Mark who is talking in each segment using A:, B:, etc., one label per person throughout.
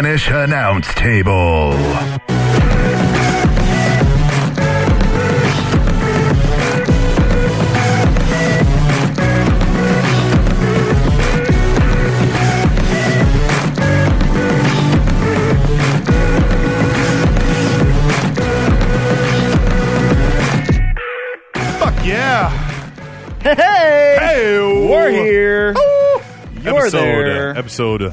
A: Announce Table.
B: Fuck yeah.
C: Hey,
B: Hey,
C: we're here. You're
B: episode, uh,
C: there.
B: episode uh,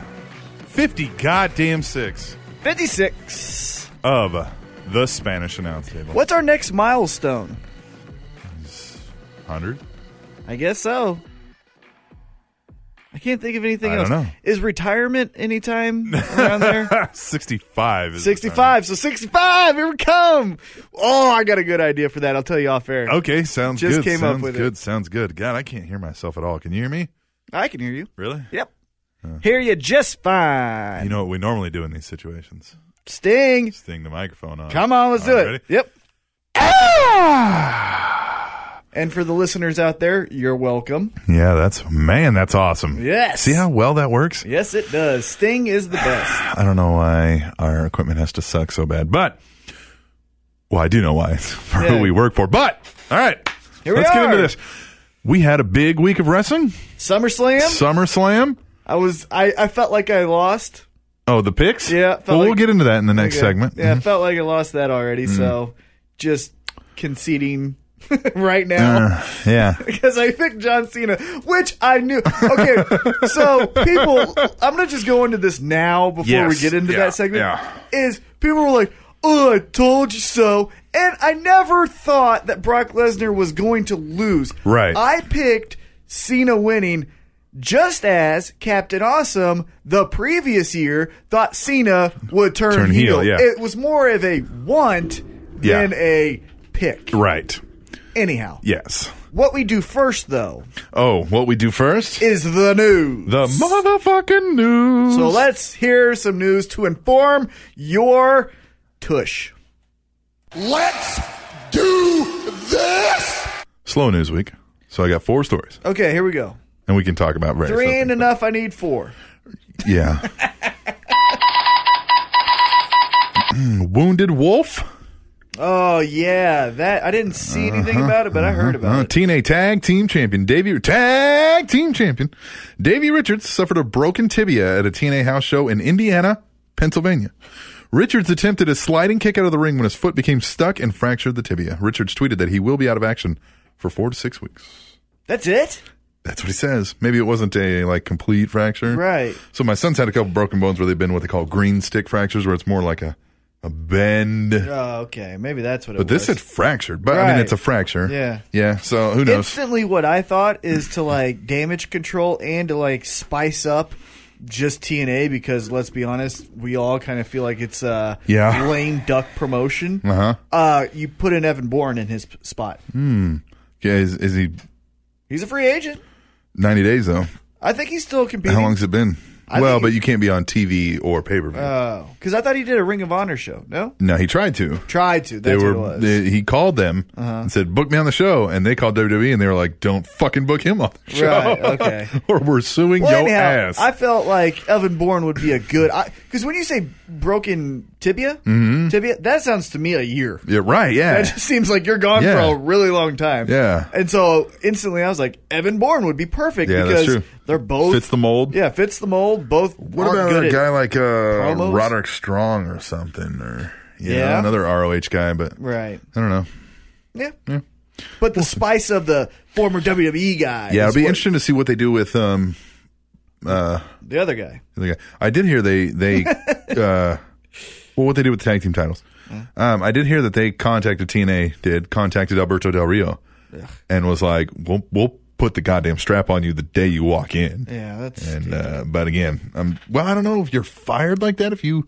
B: 50 goddamn 6
C: 56.
B: of uh, The Spanish Announce Table.
C: What's our next milestone?
B: 100?
C: I guess so. I can't think of anything
B: I don't
C: else.
B: know.
C: Is retirement anytime around there?
B: 65 is the
C: 65. So 65, here we come. Oh, I got a good idea for that. I'll tell you off air.
B: time. Okay, sounds
C: Just
B: good.
C: came up
B: sounds
C: with it.
B: good. Sounds good. God, I can't hear myself at all. Can you hear me?
C: I can hear you.
B: Really?
C: Yep.
B: Uh.
C: hear you just fine.
B: You know what we normally do in these situations?
C: Sting.
B: Sting the microphone on.
C: Come on, let's
B: All
C: do
B: right,
C: it.
B: ready?
C: Yep. And for the listeners out there, you're welcome.
B: Yeah, that's man, that's awesome.
C: Yes.
B: See how well that works?
C: Yes, it does. Sting is the best.
B: I don't know why our equipment has to suck so bad, but well, I do know why It's for
C: Yeah.
B: who we work for. But all right,
C: Here we
B: let's get into
C: are.
B: this. We had a big week of wrestling,
C: SummerSlam.
B: SummerSlam.
C: I was. I, I felt like I lost.
B: Oh, the picks.
C: Yeah, felt
B: well, we'll
C: like-
B: get into that in the next
C: Okay.
B: segment. Mm-hmm. Mm.
C: Yeah, I felt like I lost that already. So just conceding right now
B: Uh, yeah.
C: because I picked John Cena, which I knew. Okay, so people, I'm gonna just go into this now before we
B: Yes.
C: get into
B: Yeah,
C: that segment.
B: yeah.
C: Is people were like, "Oh, I told you so," and I never thought that Brock Lesnar was going to lose.
B: Right.
C: I picked Cena winning. Just as Captain Awesome the previous year thought Cena would turn,
B: Turn heel, yeah.
C: It was more of a want
B: Yeah.
C: than a pick.
B: Right.
C: Anyhow,
B: Yes.
C: what we do first though
B: Oh, what we do first?
C: is the news.
B: the motherfucking news.
C: so let's hear some news to inform your tush.
D: Let's do this!
B: Slow news week. So I got four stories,
C: Okay, here we go.
B: and we can talk about various
C: Three
B: other
C: ain't
B: things.
C: enough. I need four.
B: Yeah. Mm, Wounded Wolf,
C: Oh yeah, that I didn't see
B: Uh-huh.
C: anything about it, but I heard about
B: uh,
C: it.
B: TNA Tag Team Champion Davey Tag Team Champion Davey Richards suffered a broken tibia at a TNA house show in Indiana, Pennsylvania. Richards attempted a sliding kick out of the ring when his foot became stuck and fractured the tibia. Richards tweeted that he will be out of action for four to six weeks.
C: That's it.
B: That's what he says. Maybe it wasn't a like complete fracture,
C: Right.
B: So my son's had a couple broken bones where they've been what they call green stick fractures, where it's more like a a bend.
C: Oh, okay, maybe that's what. it
B: But this
C: was.
B: had fractured. But I mean,
C: Right.
B: it's a fracture.
C: Yeah.
B: Yeah. So who knows?
C: instantly what I thought is to like damage control and to like spice up just TNA because let's be honest, we all kind of feel like it's uh
B: Yeah.
C: lame duck promotion.
B: Uh-huh.
C: Uh you put in Evan Bourne in his p- spot.
B: yeah. Is, is he
C: He's a free agent.
B: ninety days though?
C: I think he's still competing.
B: How long's it been?
C: I
B: well,
C: think-
B: but you can't be on TV or pay per view.
C: Oh, because I thought he did a Ring of Honor show. No,
B: no, he tried to.
C: tried to.
B: They
C: That's what
B: were.
C: it was. Uh-huh.
B: They, he called them and said, "Book me on the show," and they called WWE and they were like, "Don't fucking book him on the show,
C: Right, okay.
B: or we're suing
C: Well,
B: your
C: anyhow,
B: ass."
C: I felt like Evan Bourne would be a good because when you say broken tibia,
B: Mm-hmm.
C: tibia, that sounds to me a year.
B: yeah, right. Yeah,
C: That just seems like you're gone
B: Yeah.
C: for a really long time.
B: Yeah.
C: And so instantly I was like, Evan Bourne would be perfect
B: Yeah, that's
C: because
B: true.
C: they're both
B: fits the mold.
C: Yeah, fits the mold. Both
B: What
C: aren't
B: about
C: good
B: a
C: at-
B: guy like uh,
C: promos?
B: Roderick Strong or something, or you know,
C: Yeah.
B: another ROH guy? But
C: Right.
B: I don't know.
C: Yeah. But the spice of the former WWE guy.
B: Yeah,
C: is
B: it'll be
C: what-
B: interesting to see what they do with um.
C: The other guy.
B: the guy- I did hear they they uh, well what they do with the tag team titles. Um, I did hear that they contacted TNA did contacted Alberto Del Rio and was like, "We'll we'll put the goddamn strap on you the day you walk in."
C: Yeah, that's
B: And uh, but again, um, well, I don't know if you're fired like that if you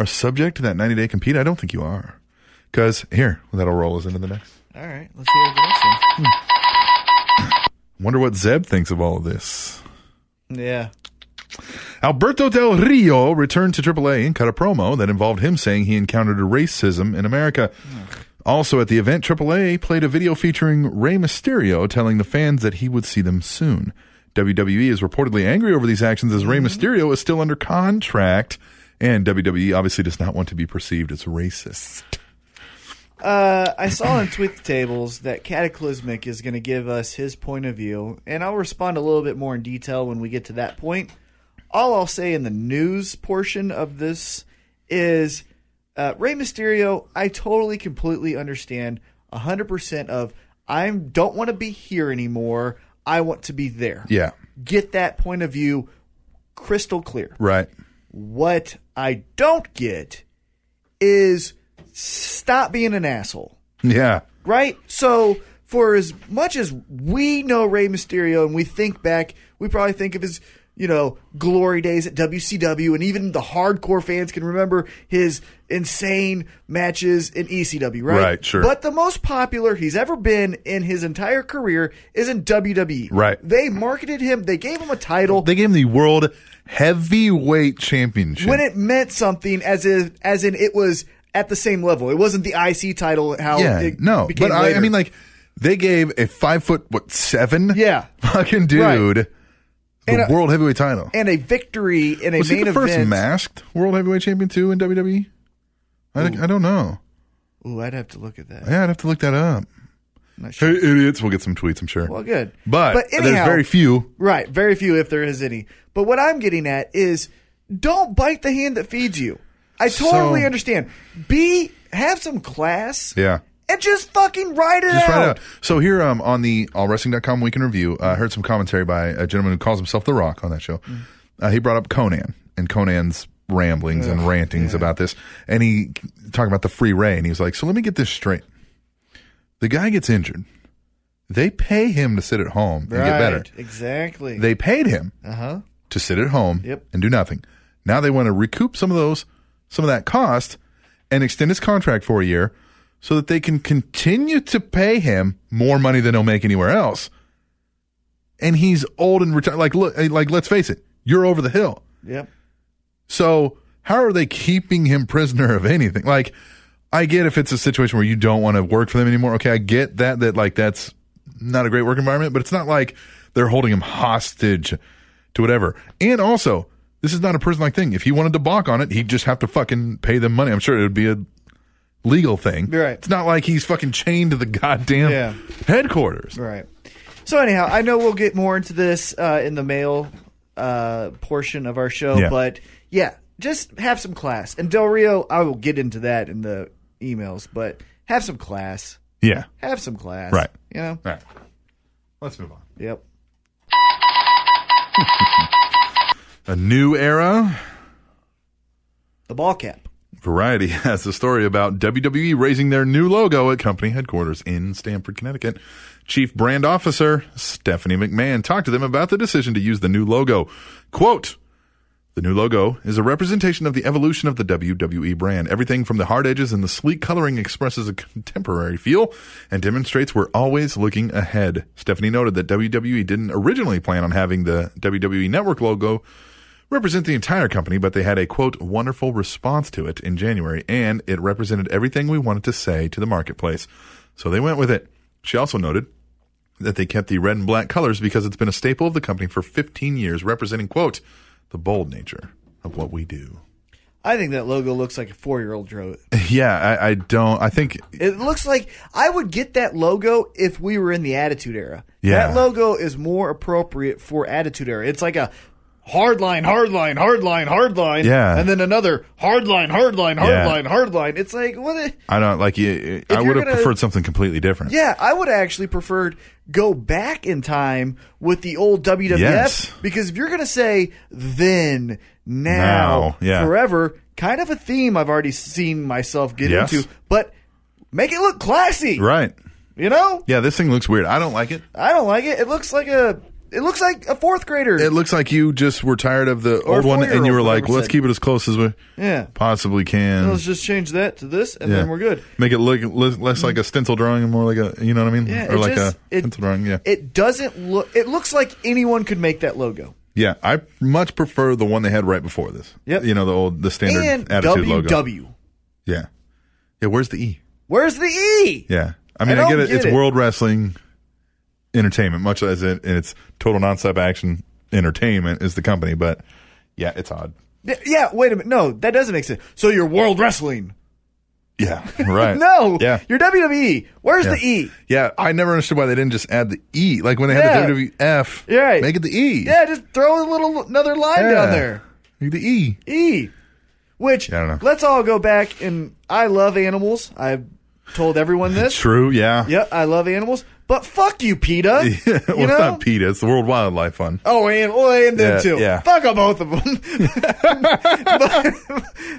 B: are subject to that 90 day compete. I don't think you are, because here that'll roll us into the next.
C: all right. Let's hear the next one.
B: Wonder what Zeb thinks of all of this.
C: Yeah.
B: Alberto Del Rio returned to AAA and cut a promo that involved him saying he encountered racism in America. Also at the event, AAA played a video featuring Rey Mysterio telling the fans that he would see them E Mm-hmm. soon. WWE is reportedly angry over these actions as Rey Mysterio is still under contract And WWE obviously does not want to be perceived as racist.
C: Uh, I saw on Tweet Tables that Cataclysmic is going to give us his point of view, and I'll respond a little bit more in detail when we get to that point. All I'll say in the news portion of this is uh, Rey Mysterio, I totally, completely understand 100% of I don't want to be here anymore. I want to be there.
B: Yeah.
C: Get that point of view crystal clear.
B: Right.
C: What I don't get is stop being an asshole,
B: Yeah.
C: right? So, for as much as we know Rey Mysterio and we think back, we probably think of his, you know, glory days at WCW, and even the hardcore fans can remember his insane matches in ECW, right?
B: Right, sure.
C: But the most popular he's ever been in his entire career is in WWE.
B: Right.
C: They marketed him, they gave him a title.
B: They gave him the World Heavyweight Championship.
C: when it meant something as if as in it was at the same level. It wasn't the IC title how
B: yeah.
C: it
B: no.
C: became
B: But I, I
C: later.
B: mean, like, they gave a five foot, what, seven?
C: Yeah.
B: Fucking dude
C: And
B: the
C: a-
B: World Heavyweight title.
C: and a victory in a
B: Was
C: main
B: he the first
C: event.
B: masked World Heavyweight Champion, too, in WWE? I, think- I don't know.
C: Ooh, I'd have to look at that.
B: Yeah, I'd have to look that up.
C: I'm not
B: Hey,
C: sure.
B: idiots. We'll get some tweets, I'm sure.
C: Well, good.
B: But, there's
C: anyhow-
B: very few.
C: Right, very few if there is any. But what I'm getting at is don't bite the hand that feeds you. I totally
B: So-
C: understand. Be have some class
B: Yeah.
C: and just fucking write it
B: Just
C: out.
B: right out. So here um, on the allwrestling.com week in review, uh, I heard some commentary by a gentleman who calls himself The Rock on that show. Uh, he brought up Conan and Conan's ramblings and rantings about this. And he talked about the free Ray. And he was like, so let me get this straight. The guy gets injured. They pay him to sit at home and get better.
C: Right, Exactly.
B: They paid him
C: uh-huh.
B: to sit at home
C: Yep.
B: and do nothing. Now they want to recoup some of those, some of that cost, and extend his contract for a year, so that they can continue to pay him more money than he'll make anywhere else. And he's old and retired. Like, look, like let's face it, you're over the hill.
C: Yep.
B: So how are they keeping him prisoner of anything? Like, I get if it's a situation where you don't want to work for them anymore. Okay, I get that. That like that's not a great work environment, but it's not like they're holding him hostage to whatever. And also, this is not a prison like thing. If he wanted to balk on it, he'd just have to fucking pay them money. I'm sure it would be a legal thing.
C: Right.
B: It's not like he's fucking chained to the goddamn
C: Yeah.
B: headquarters.
C: Right. So anyhow, I know we'll get more into this uh, in the mail uh, portion of our show,
B: Yeah.
C: but yeah, just have some class. And Del Rio, I will get into that in the emails, but have some class.
B: Yeah.
C: Have some class.
B: Right.
C: You know.
B: All right. Let's move on.
C: Yep.
B: A new era.
C: The ball cap.
B: Variety has a story about WWE raising their new logo at company headquarters in Stamford, Connecticut. Chief Brand Officer Stephanie McMahon talked to them about the decision to use the new logo. Quote, the new logo is a representation of the evolution of the WWE brand. Everything from the hard edges and the sleek coloring expresses a contemporary feel and demonstrates we're always looking ahead. Stephanie noted that WWE didn't originally plan on having the WWE Network logo represent the entire company, but they had a quote, wonderful response to it in January, and it represented everything we wanted to say to the marketplace. So they went with it. She also noted that they kept the red and black colors because it's been a staple of the company for 15 years, representing, quote, the bold nature of what we do.
C: I think that logo looks like a four-year-old drew it.
B: Yeah, I, I don't, I think,
C: It looks like I would get that logo if we were in the Attitude Era.
B: Yeah.
C: That logo is more appropriate for Attitude Era. It's like a hard line, hard line, hard line, hard line.
B: Yeah.
C: And then another hard line, hard line, hard
B: Yeah.
C: line, hard line. It's like, what? the-
B: I don't like you. I
C: you're
B: would have
C: gonna-
B: preferred something completely different.
C: yeah, I would actually preferred go back in time with the old WWF
B: Yes.
C: because if you're going to say then,
B: Now,
C: now,
B: yeah.
C: forever, kind of a theme I've already seen myself get
B: Yes.
C: into, but make it look classy,
B: Right.
C: you know?
B: Yeah, this thing looks weird. I don't like it.
C: I don't like it. It looks like a it looks like a fourth grader.
B: It looks like you just were tired of the
C: Or
B: old one and you
C: four-year-old,
B: were like,
C: whatever
B: let's
C: said.
B: keep it as close as we
C: yeah.
B: possibly can.
C: Let's just change that to this and then we're good.
B: Make it look less, less like a stencil drawing and more like a, you know what I mean?
C: Yeah,
B: or
C: it
B: like
C: just-
B: a
C: it-
B: pencil drawing. Yeah.
C: It doesn't look it looks like anyone could make that logo.
B: yeah. I much prefer the one they had right before this.
C: Yep.
B: You know, the old, the standard
C: and
B: attitude
C: WW.
B: logo. Yeah. Yeah. Where's the E?
C: Where's the E?
B: Yeah. I mean,
C: I
B: I,
C: don't
B: get it.
C: get
B: it's
C: it.
B: world wrestling entertainment, much as it, and it's total nonstop action entertainment is the company, but yeah, it's odd.
C: Yeah, yeah, wait a minute. No, that doesn't make sense. So you're World Wrestling.
B: Yeah, right.
C: No.
B: Yeah.
C: You're WWE. Where's
B: Yeah.
C: the E?
B: Yeah, I never understood why they didn't just add the E. Like when they
C: Yeah.
B: had the WWF,
C: Yeah, right.
B: make it the E.
C: Yeah, just throw a little another line
B: Yeah.
C: down there.
B: Make the E.
C: E. Which
B: Yeah, I don't know.
C: let's all go back and I love animals. I've told everyone this.
B: True, yeah.
C: Yep, I love animals. But fuck you, PETA.
B: well,
C: you
B: it's
C: know?
B: not PETA. It's the World Wildlife Fund.
C: Oh, and well, and them
B: Yeah,
C: too.
B: yeah.
C: Fuck 'em, both of them.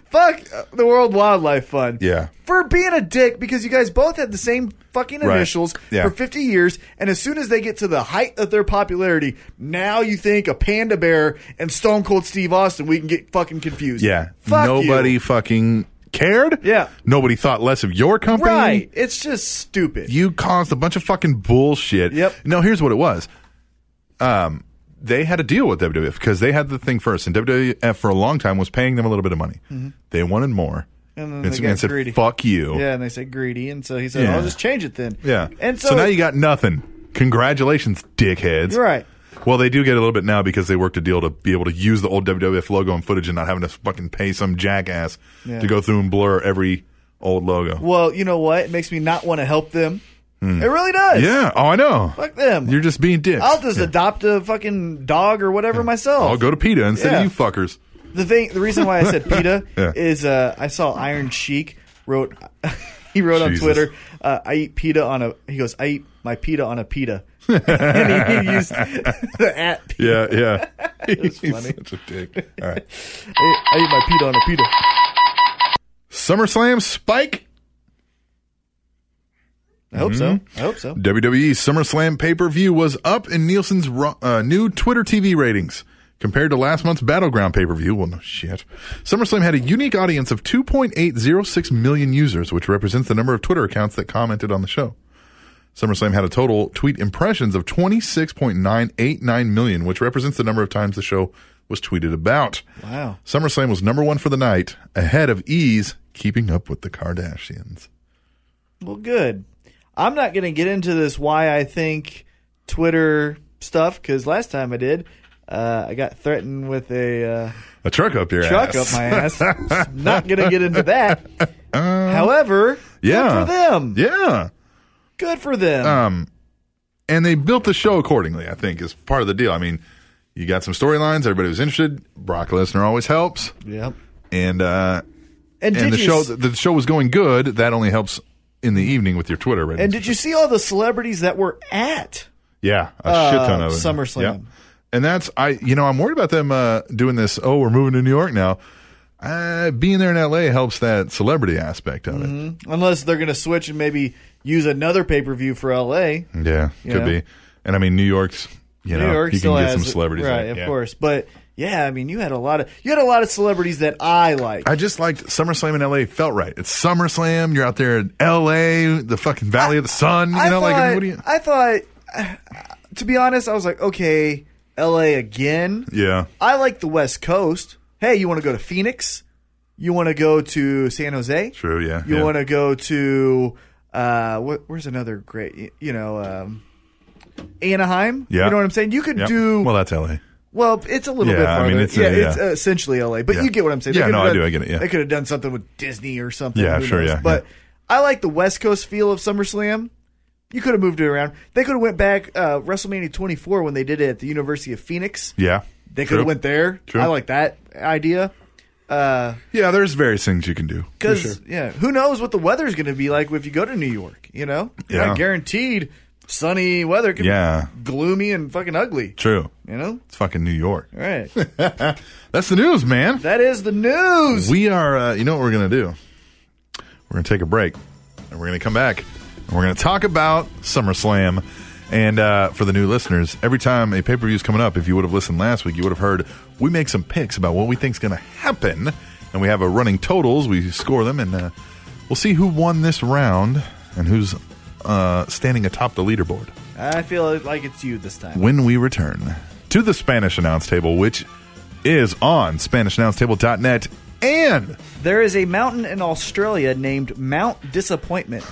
C: fuck the World Wildlife Fund.
B: Yeah.
C: For being a dick because you guys both had the same fucking
B: Right.
C: initials
B: Yeah.
C: for 50 years, and as soon as they get to the height of their popularity, now you think a panda bear and Stone Cold Steve Austin, we can get fucking confused.
B: Yeah.
C: Fuck you.
B: Nobody fucking cared.
C: Yeah.
B: Nobody thought less of your company.
C: Right. It's just stupid.
B: You caused a bunch of fucking bullshit.
C: Yep.
B: No, here's what it was. Um, they had a deal with WWF because they had the thing first, and WWF for a long time was paying them a little bit of money. They wanted more.
C: Mm-hmm. And then
B: and
C: they
B: some man
C: got
B: said,
C: greedy.
B: "Fuck you."
C: yeah, and they said greedy, and so he said,
B: Yeah.
C: "I'll just change it then."
B: Yeah.
C: and so,
B: now you got nothing. Congratulations, dickheads.
C: You're right.
B: Well, they do get a little bit now because they worked a deal to be able to use the old WWF logo and footage and not having to fucking pay some jackass
C: Yeah.
B: to go through and blur every old logo.
C: Well, you know what? It makes me not want to help them. It really does.
B: Hmm. yeah. Oh, I know.
C: Fuck them.
B: You're just being dicks.
C: I'll just
B: Yeah.
C: adopt a fucking dog or whatever myself.
B: I'll go to PETA instead
C: Yeah.
B: of you fuckers.
C: the thing, the reason why I said PETA
B: Yeah.
C: is uh, I saw Iron Sheik wrote. he wrote
B: Jesus.
C: on Twitter, uh, "I eat PETA on a." He goes, "I eat my PETA on a PETA," and he, he used the at. PETA.
B: Yeah, yeah. He's
C: funny.
B: such a dick. All right.
C: I, I eat my PETA on a PETA.
B: SummerSlam Spike
C: I hope so.
B: Mm-hmm.
C: I hope so.
B: WWE E SummerSlam pay per view was up in Nielsen's ro- uh, new Twitter TV ratings compared to last month's Battleground pay per view. Well, no shit. SummerSlam had a unique audience of 2.806 million users, which represents the number of Twitter accounts that commented on the show. SummerSlam had a total tweet impressions of 26.989 million, which represents the number of times the show was tweeted about.
C: Wow.
B: SummerSlam was number one for the night, ahead of Ease, keeping up with the Kardashians.
C: Well, good. I'm not going to get into this why I think Twitter stuff because last time I did, uh, I got threatened with a uh,
B: A truck up your
C: truck
B: ass.
C: up my ass. not going to get into that. However,
B: Um, yeah.
C: good for them.
B: Yeah. Um,
C: Good for them.
B: and they built the show accordingly. I think is part of the deal. I mean, you got some storylines. Everybody was interested. Brock Lesnar always helps,
C: yep.
B: and uh, and
C: And, did
B: the
C: you
B: show
C: s-
B: the show was going good. That only helps in the evening with your Twitter ratings.
C: and did you see all the celebrities that were at?
B: yeah, a shit ton of it.
C: uh, SummerSlam.
B: Yeah. And that's I. You know, I'm worried about them uh, doing this. Oh, we're moving to New York now. Uh, being there in L.A. helps that celebrity aspect of it.
C: Unless they're going to switch and maybe use another pay per view for LA.
B: Yeah, could
C: Yeah.
B: be. And I mean, New York's. You know,
C: New York
B: you
C: still
B: can get
C: has
B: some
C: it.
B: celebrities,
C: right?
B: there.
C: Of
B: Yeah.
C: course, but yeah, I mean, you had a lot of you had a lot of celebrities that I like.
B: I just liked SummerSlam in LA. Felt right. It's SummerSlam. You're out there in LA, the fucking Valley of the Sun. You
C: I
B: know,
C: thought,
B: like I mean, what do you?
C: I thought, to be honest, I was like, okay, L.A. again.
B: yeah,
C: I like the West Coast. Hey, you want to go to Phoenix? You want to go to San Jose?
B: true. Yeah,
C: You
B: yeah.
C: want to go to uh, wh- where's another great? y- You know, um, Anaheim.
B: Yeah.
C: you know what I'm saying. You could
B: Yep.
C: do
B: well. That's LA.
C: Well, it's a little
B: Yeah,
C: bit
B: I
C: farther.
B: mean, it's a-
C: yeah,
B: yeah.
C: it's uh, essentially LA, but
B: Yeah.
C: you get what I'm saying. They
B: Yeah,
C: could've
B: no, I
C: done-
B: do, I get it, yeah.
C: they could have done something with Disney or something.
B: Yeah,
C: who
B: sure,
C: knows?
B: yeah,
C: But I like the West Coast feel of SummerSlam. You could have moved it around. They could have went back uh, WrestleMania 24 when they did it at the University of Phoenix.
B: Yeah,
C: They could
B: True.
C: have went there.
B: True.
C: I like that idea.
B: Yeah, there's various things you can do.
C: Because yeah, who knows what the weather's going to be like if you go to New York? You know, You're
B: Yeah.
C: not guaranteed sunny weather. Could
B: Yeah.
C: be gloomy and fucking ugly.
B: True.
C: You know,
B: It's fucking New York.
C: all right.
B: That's the news, man.
C: that is the news.
B: We are. Uh, you know what we're gonna do? We're gonna take a break, and we're gonna come back, and we're gonna talk about SummerSlam. And uh, for the new listeners, every time a pay per view is coming up, if you would have listened last week, you would have heard we make some picks about what we think's going to happen, and we have a running totals. We score them, and uh, we'll see who won this round and who's uh, standing atop the leaderboard.
C: I feel like it's you this time.
B: When we return to the Spanish announce table, which is on SpanishAnnounceTable.net and
C: There is a mountain in Australia named Mount Disappointment,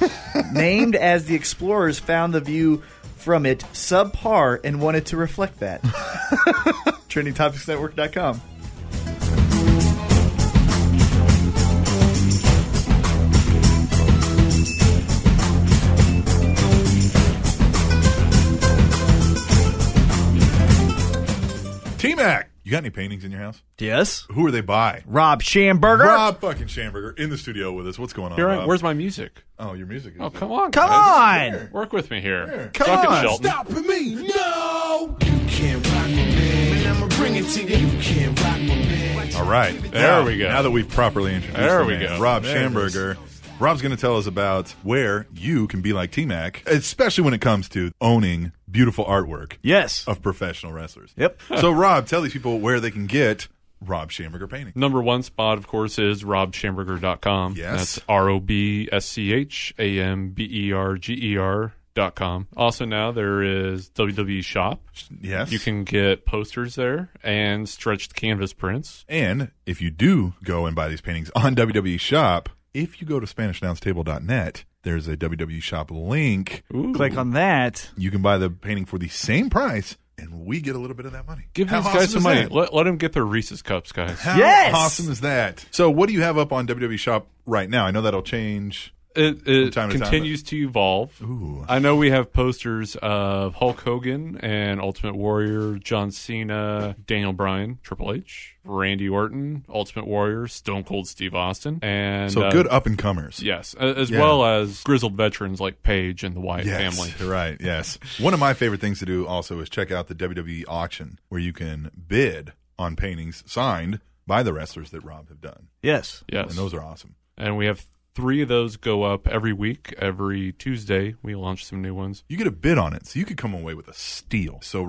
C: named as the explorers found the view from it subpar and wanted to reflect that. TrinityTopicsNetwork.com.
B: You got any paintings in your house?
C: Yes.
B: Who are they by?
C: Rob Schamberger.
B: Rob fucking Schamberger in the studio with us. What's going on?
E: You're right.
B: Rob?
E: Where's my music?
B: oh, your music. Is
E: Oh, come on.
C: Come
E: guys.
C: on.
E: Work with me here.
C: Come
E: Suck it,
C: on.
E: Shelton.
D: Stop me, no! You can't rock with me, and I'ma bring it to you. You can't rock with me.
B: All right.
E: There we go.
B: Now that we've properly introduced
E: There
B: the
E: we
B: man,
E: go.
B: Rob
E: There it
B: Schamberger. Rob's going to tell us about where you can be like T Mac, especially when it comes to owning beautiful artwork
C: Yes.
B: of professional wrestlers.
C: Yep.
B: so, Rob, tell these people where they can get Rob Schamberger painting.
E: Number one spot, of course, is robschamberger.com.
B: Yes.
E: That's R O B S C H A M B E R G E R dot com. Also, now there is WWE Shop.
B: Yes.
E: You can get posters there and stretched canvas prints.
B: And if you do go and buy these paintings on WWE Shop, if you go to SpanishAnnounceTable.net, there's a WWE Shop link.
E: Ooh.
C: Click on that.
B: You can buy the painting for the same price, and we get a little bit of that money.
E: Give
B: How
E: these
B: awesome
E: guys some
B: is
E: money.
B: that?
E: Let, let them get their Reese's cups, guys.
B: How
C: Yes!
B: awesome is that? So, what do you have up on WWE Shop right now? I know that'll change.
E: It, it
B: time to time,
E: continues to evolve. I know we have posters of Hulk Hogan and Ultimate Warrior, John Cena, Daniel Bryan, Triple H, Randy Orton, Ultimate Warrior, Stone Cold Steve Austin, and
B: So,
E: uh,
B: good up and comers.
E: Yes, a- as
B: Yeah.
E: well as grizzled veterans like Paige and the Wyatt
B: Yes,
E: family.
B: you're right. Yes. One of my favorite things to do also is check out the WWE auction where you can bid on paintings signed by the wrestlers that Rob have done.
C: Yes.
E: Yes,
B: And those are awesome.
E: and we have three of those go up every week. Every Tuesday, we launch some new ones.
B: You get a bid on it, so you could come away with a steal. So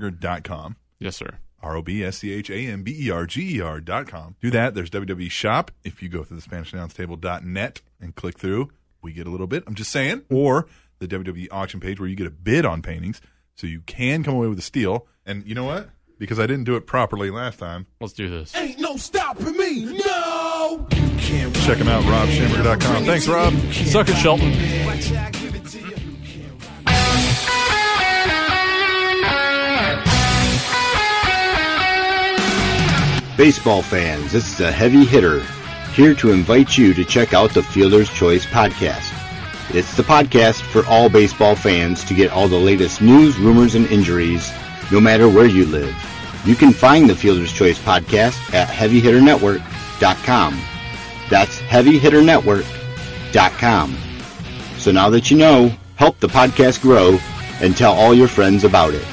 B: robshamberger.com,
E: Yes, sir.
B: R O B S C H A M B E R G E R dot com. Do that. There's WWE Shop. If you go through the Spanish Announce Table dot net and click through, we get a little bit. I'm just saying. Or the WWE auction page where you get a bid on paintings, so you can come away with a steal. And you know what? Because I didn't do it properly last time.
E: Let's do this.
D: Ain't no stopping me, no! You can't rock
B: Check them out, robshamberger.com. Thanks, Rob.
E: Suck it, Shelton.
D: Watch I give it to you. You can't rock with me.
F: Baseball fans, this is a heavy hitter here to invite you to check out the Fielder's Choice podcast. It's the podcast for all baseball fans to get all the latest news, rumors, and injuries, no matter where you live. You can find the Fielder's Choice podcast at heavyhitternetwork.com. That's heavyhitternetwork.com. So now that you know, help the podcast grow and tell all your friends about it.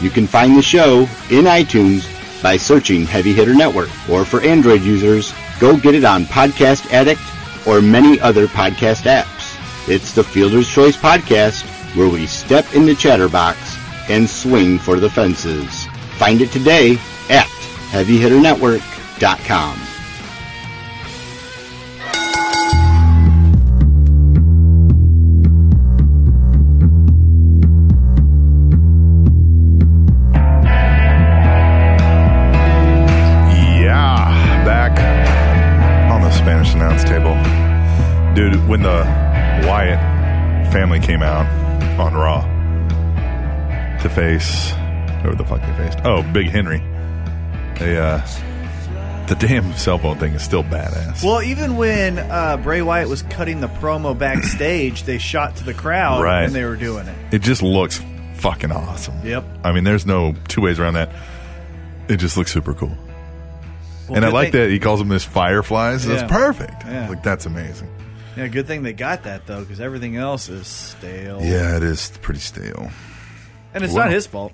F: You can find the show in iTunes by searching Heavy Hitter Network, or for Android users, go get it on Podcast Addict or many other podcast apps. It's the Fielder's Choice Podcast, where we step in the chatterbox and swing for the fences. Find it today at HeavyHitterNetwork.com.
B: Yeah, back on the Spanish announce table. Dude, when the Wyatt family came out on Raw to face whoever the fuck they faced. Oh, Big Henry. They uh the damn cell phone thing is still badass.
C: Well, even when uh, Bray Wyatt was cutting the promo backstage, they shot to the crowd
B: Right.
C: and they were doing it.
B: It just looks fucking awesome.
C: Yep.
B: I mean, there's no two ways around that. It just looks super cool.
C: Well,
B: and I
C: good
B: like
C: thing-
B: that he calls them this fireflies.
C: Yeah.
B: That's perfect.
C: Yeah.
B: Like that's amazing.
C: Yeah, good thing they got that though, because everything else is stale.
B: Yeah, it is pretty stale.
C: and it's
B: Wow.
C: not his fault.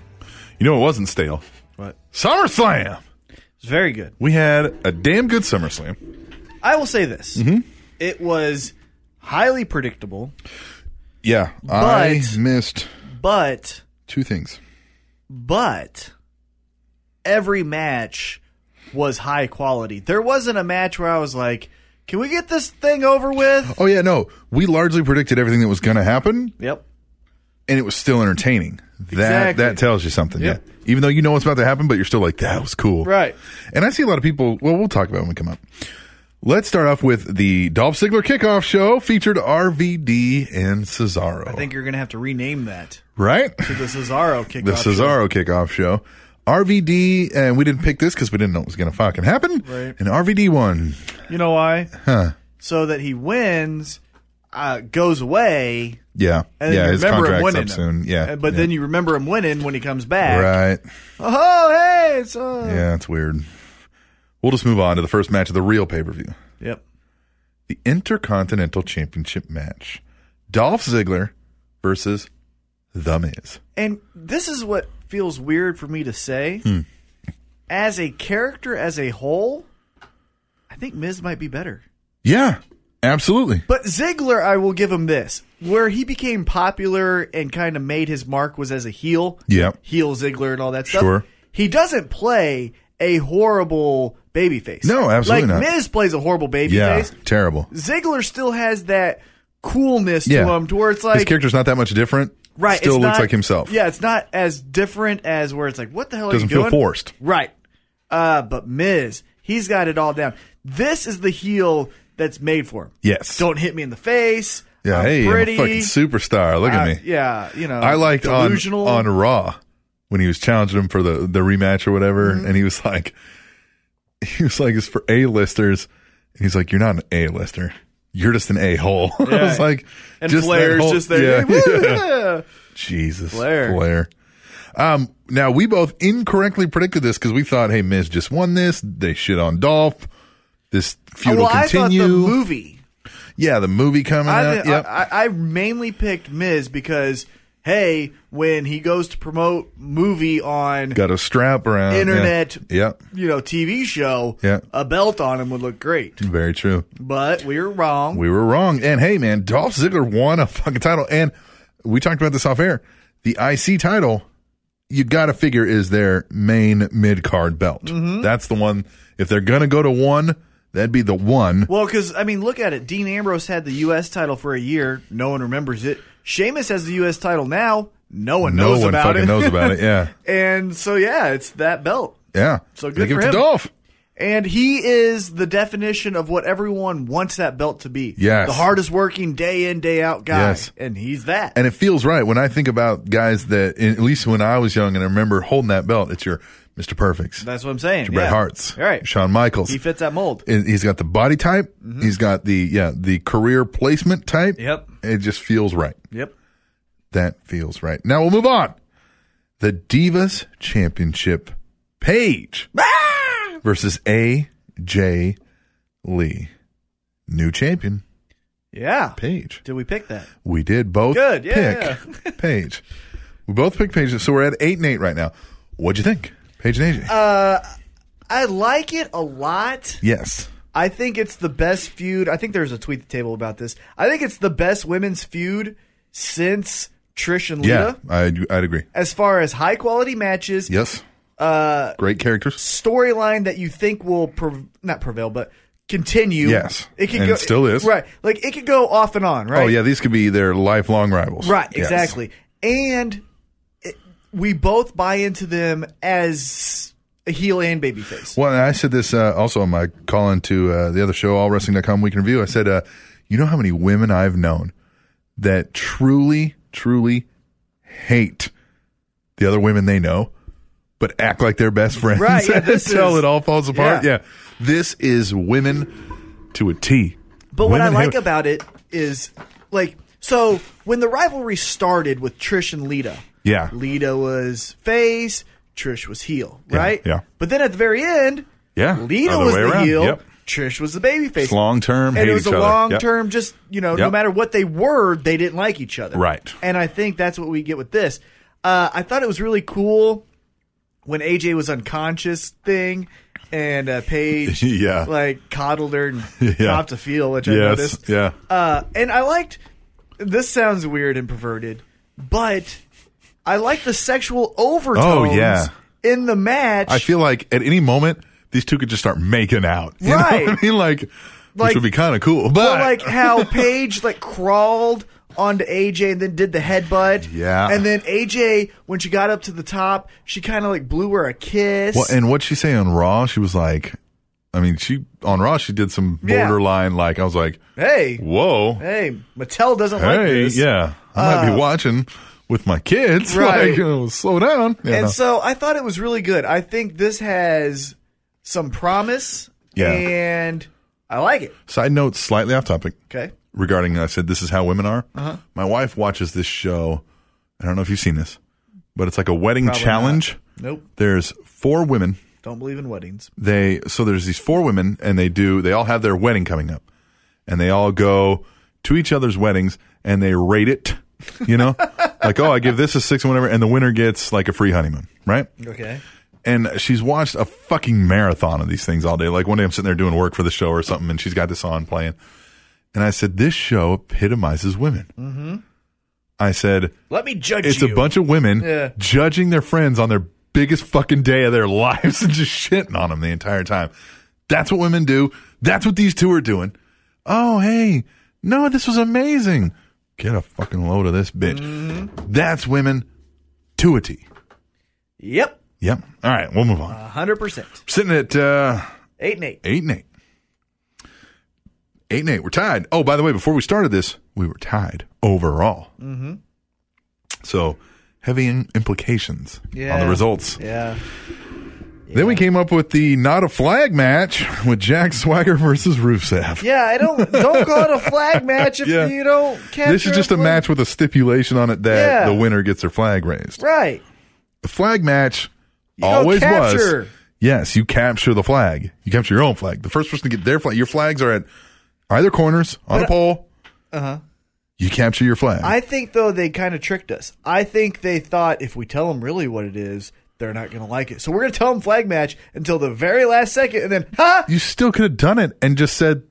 B: You know, it wasn't stale.
C: But
B: SummerSlam.
C: it's very good.
B: We had a damn good SummerSlam.
C: I will say this:
B: Mm-hmm.
C: it was highly predictable,
B: Yeah, I
C: But-
B: missed
C: but
B: two things.
C: but every match was high quality. There wasn't a match where I was like, "Can we get this thing over with?"
B: Oh yeah, no, we largely predicted everything that was going to happen,
C: Yep.
B: and it was still entertaining. That
C: Exactly.
B: that tells you something.
C: Yep.
B: Yeah, even though you know what's about to happen, but you're still like, that was cool.
C: Right.
B: And I see a lot of people. Well, we'll talk about it when we come up. Let's start off with the Dolph Ziggler kickoff show featured RVD and Cesaro.
C: I think you're gonna have to rename that
B: right.
C: to the Cesaro kickoff.
B: the
C: show.
B: Cesaro kickoff show. RVD, and we didn't pick this because we didn't know it was going to fucking happen.
C: Right.
B: And RVD won.
C: You know why? So that he wins, uh, goes away,
B: Yeah.
C: and then
B: yeah,
C: you
B: his
C: remember him
B: contract's
C: winning
B: up soon. Yeah.
C: but
B: yeah.
C: then you remember him winning when he comes back.
B: Right.
C: Oh, hey, it's uh,
B: Yeah, it's weird. We'll just move on to the first match of the real pay per view
C: yep.
B: the Intercontinental Championship match. Dolph Ziggler versus The Miz.
C: And this is what feels weird for me to say.
B: Hmm.
C: As a character, as a whole, I think Miz might be better.
B: Yeah, absolutely.
C: But Ziggler, I will give him this. Where he became popular and kind of made his mark was as a heel.
B: Yeah.
C: Heel Ziggler and all that stuff.
B: Sure.
C: He doesn't play a horrible babyface.
B: No, absolutely
C: like,
B: not.
C: Miz plays a horrible
B: Yeah,
C: babyface.
B: terrible.
C: Ziggler still has that coolness to
B: Yeah.
C: him to where it's
B: His
C: like
B: character's not that much different.
C: right
B: Still
C: it's
B: looks
C: not-
B: like himself.
C: yeah it's not as different as where it's like what the hell
B: Doesn't
C: are you
B: feel
C: doing
B: forced.
C: right uh but miz he's got it all down this is the heel that's made for him
B: Yes.
C: don't hit me in the face
B: Yeah,
C: I'm
B: hey, I'm
C: pretty
B: a fucking superstar. Look
C: Uh,
B: at me.
C: yeah you know
B: I liked on,
C: delusional
B: on Raw when he was challenging him for the, the rematch or whatever,
C: Mm-hmm.
B: and he was like, he was like, it's for A listers, and he's like, you're not an A lister, you're just an a hole. I was like,
C: and
B: just that
C: flair's
B: whole-
C: just there
B: yeah,
C: Woo,
B: yeah.
C: yeah.
B: Jesus,
C: Flair.
B: Flair. Um, now we both incorrectly predicted this because we thought, hey, Miz just won this. They shit on Dolph. This feud
C: well
B: will
C: i thought the
B: continue.
C: movie
B: yeah, the movie coming
C: I,
B: out. Yep.
C: I, I, I mainly picked miz because hey when he goes to promote movie on
B: Got a strap around. yeah.
C: Internet.
B: Yep.
C: you know TV show,
B: Yeah.
C: a belt on him would look great.
B: Very true.
C: But we were wrong.
B: We were wrong. And hey, man, Dolph Ziggler won a fucking title. And we talked about this off air. The IC title, you got to figure, is their main mid card belt.
C: Mm-hmm.
B: That's the one. If they're going to go to one, that'd be the one.
C: well, because I mean, look at it. Dean Ambrose had the U.S. title for a year. No one remembers it. Sheamus has the U.S. title now. No one
B: no
C: knows
B: one
C: about
B: fucking
C: it.
B: knows about it. Yeah.
C: and so yeah, it's that belt.
B: Yeah.
C: So
B: They
C: good
B: give
C: for
B: it to
C: him.
B: Dolph.
C: And he is the definition of what everyone wants that belt to be.
B: Yes.
C: The hardest working day in, day out guy.
B: Yes.
C: And he's that.
B: And it feels right when I think about guys that, at least when I was young and I remember holding that belt, it's your Mr. Perfects,
C: That's what I'm saying.
B: your Bret
C: yeah.
B: Harts,
C: All right.
B: Shawn Michaels.
C: He fits that mold.
B: And he's got the body type. He's got the yeah the career placement type.
C: Mm-hmm. Yep.
B: It just feels right.
C: Yep.
B: That feels right. Now we'll move on. The Divas Championship Page
C: Ah!
B: versus AJ Lee. New champion
C: Yeah.
B: Page.
C: Did we pick that?
B: We did both
C: Good, yeah.
B: pick Page. We both picked Page, so we're at eight and eight right now. What'd you think? Page and
C: Uh,
B: AJ.
C: I like it a lot.
B: yes.
C: I think it's the best feud. I think there's a tweet at the table about this. I think it's the best women's feud since Trish and
B: Yeah,
C: Lita.
B: I'd, I'd agree.
C: As far as high quality matches,
B: Yes. Uh, Great characters.
C: storyline that you think will prev- not prevail, but continue.
B: Yes. And it still is.
C: Right. Like it could go off and on, right?
B: Oh yeah, these could be their lifelong rivals.
C: Right,
B: Yes.
C: exactly. And it, we both buy into them as a heel and babyface.
B: Well, and I said this uh, also on my call into uh, the other show, allwrestling.com week in review. I said, uh, you know how many women I've known that truly, truly hate the other women they know, but act like they're best friends
C: Right, yeah, this
B: until
C: is-
B: it all falls apart.
C: yeah.
B: Yeah. This is women to a T.
C: But what I
B: Women
C: like
B: hate-
C: about it is, like, so when the rivalry started with Trish and Lita,
B: Yeah.
C: Lita was face, Trish was heel,
B: Yeah,
C: right?
B: yeah.
C: But then at the very end,
B: Yeah,
C: Lita
B: other
C: was
B: way
C: the
B: around,
C: heel,
B: yep.
C: Trish was the babyface.
B: It's long-term,
C: and
B: hate
C: it was
B: each
C: a
B: other,
C: long
B: yep.
C: term. Just you know, no
B: Yep.
C: matter what they were, they didn't like each other,
B: Right.
C: And I think that's what we get with this. Uh, I thought it was really cool when AJ was unconscious thing. And uh, Paige,
B: Yeah.
C: like coddled her and
B: Yeah.
C: topped a feel, which I
B: Yes.
C: noticed.
B: Yeah.
C: Uh, and I liked. This sounds weird and perverted, but I like the sexual overtones.
B: Oh, yeah.
C: In the match,
B: I feel like at any moment, these two could just start making out. You
C: Right.
B: know what I mean? Like,
C: Like-
B: which would be kind of cool. But,
C: Well, like how Paige like crawled onto AJ and then did the headbutt.
B: Yeah.
C: And then AJ, when she got up to the top, she kind of like blew her a kiss.
B: Well, and what she say on Raw? She was like, I mean, she on Raw she did some
C: Yeah.
B: borderline like I was like,
C: hey,
B: whoa, hey,
C: hey, Mattel doesn't like this. Uh,
B: yeah, I might be watching with my kids.
C: Right.
B: Like, oh, slow down. Yeah,
C: And
B: no.
C: so I thought it was really good. I think this has some promise.
B: Yeah.
C: And I like it.
B: Side note, slightly off topic.
C: Okay.
B: regarding I said this is how women are.
C: Uh-huh.
B: My wife watches this show. I don't know if you've seen this, but it's like a wedding
C: Probably
B: challenge.
C: Nope.
B: There's four women.
C: Don't believe in weddings.
B: They so there's these four women and they do they all have their wedding coming up. And they all go to each other's weddings and they rate it, you know? like, oh, I give this a 6 and whatever and the winner gets like a free honeymoon, right?
C: Okay.
B: and she's watched a fucking marathon of these things all day. Like one day I'm sitting there doing work for the show or something, and she's got this on playing. And I said, This show epitomizes women. Mm-hmm. I said,
C: Let me judge
B: It's
C: you.
B: a bunch of women
C: Yeah.
B: judging their friends on their biggest fucking day of their lives and just shitting on them the entire time. That's what women do. That's what these two are doing. Oh, hey, no, this was amazing. Get a fucking load of this bitch.
C: Mm-hmm.
B: That's women to a T.
C: Yep.
B: Yep. All right, we'll move on.
C: hundred percent.
B: Sitting at uh,
C: Eight and eight.
B: eight and eight. Eight and eight. We're tied. Oh, by the way, before we started this, we were tied overall. Mm-hmm. So heavy in- implications on
C: Yeah.
B: the results.
C: Yeah.
B: Then we came up with the not a flag match with Jack Swagger versus Rusev.
C: Yeah, I don't don't call it a flag match if
B: Yeah.
C: you don't catch.
B: This is just a match with a stipulation on it that
C: Yeah.
B: the winner gets their flag raised.
C: Right.
B: The flag match
C: don't
B: always
C: capture.
B: was. Yes, you capture the flag. You capture your own flag. The first person to get their flag. Your flags are at either corners on a pole. Uh huh. You capture your flag.
C: Uh-huh. I think though they kind of tricked us. I think they thought if we tell them really what it is, they're not going to like it. So we're going to tell them flag match until the very last second, and then ha.
B: you still could have done it and just said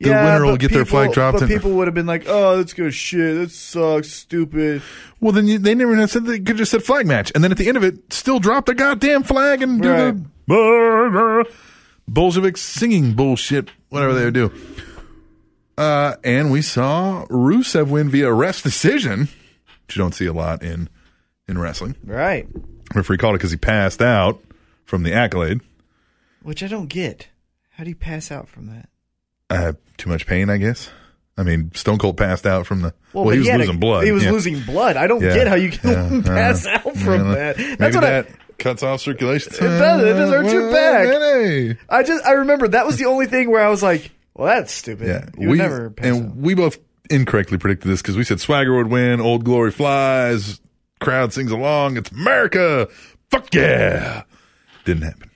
B: the
C: Yeah,
B: winner will
C: but
B: get their flag
C: people-
B: dropped.
C: But
B: and-
C: people would have been like, "Oh, that's good shit. That sucks. Stupid."
B: well, then you, they never even said they could have just said flag match, and then at the end of it, still drop the goddamn flag and do
C: Right.
B: the Bolshevik singing bullshit, whatever they would do. Uh, and we saw Rusev win via arrest decision, which you don't see a lot in in wrestling.
C: Right.
B: Referee called it because he passed out from the accolade.
C: Which I don't get. How do you pass out from that?
B: Uh, too much pain, I guess. I mean, Stone Cold passed out from the. Well,
C: but
B: he was
C: had a-
B: losing blood.
C: He was
B: yeah.
C: losing blood. I don't
B: Yeah,
C: get how you can
B: yeah,
C: pass
B: uh,
C: out from
B: yeah,
C: that.
B: maybe
C: That's what
B: that cuts off circulation. Uh,
C: It does, it just hurts your back.
B: Hey.
C: I. I just. I remember that was the only thing where I was like, "Well, that's stupid.
B: Yeah,
C: you would
B: we
C: never pass
B: and
C: out."
B: we both incorrectly predicted this because we said Swagger would win, Old Glory flies, crowd sings along, it's America, fuck yeah. Didn't happen.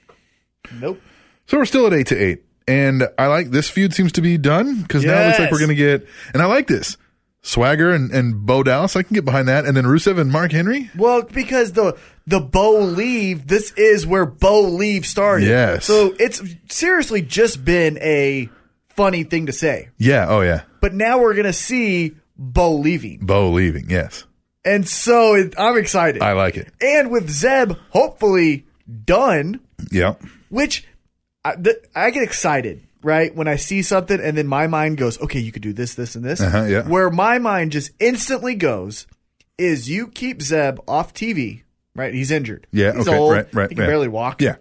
C: Nope.
B: So we're still at eight to eight, and I like this feud seems to be done because now it looks like
C: Yes.
B: we're gonna get, and I like this. Swagger and, and Bo Dallas, I can get behind that, and then Rusev and Mark Henry.
C: Well, because the the Bo leave, this is where Bo leave started.
B: Yes.
C: So it's seriously just been a funny thing to say,
B: Yeah, oh yeah,
C: but now we're gonna see Bo leaving,
B: Bo leaving. Yes,
C: and so it, I'm excited.
B: I like it.
C: and with Zeb hopefully done,
B: Yeah,
C: which I, th- I get excited. Right when I see something, and then my mind goes, "Okay, you could do this, this, and this."
B: Uh-huh, yeah.
C: Where my mind just instantly goes is, "You keep Zeb off TV, right? He's injured.
B: Yeah,
C: he's
B: okay,
C: old.
B: right, right,
C: He can
B: yeah.
C: barely walk.
B: yeah.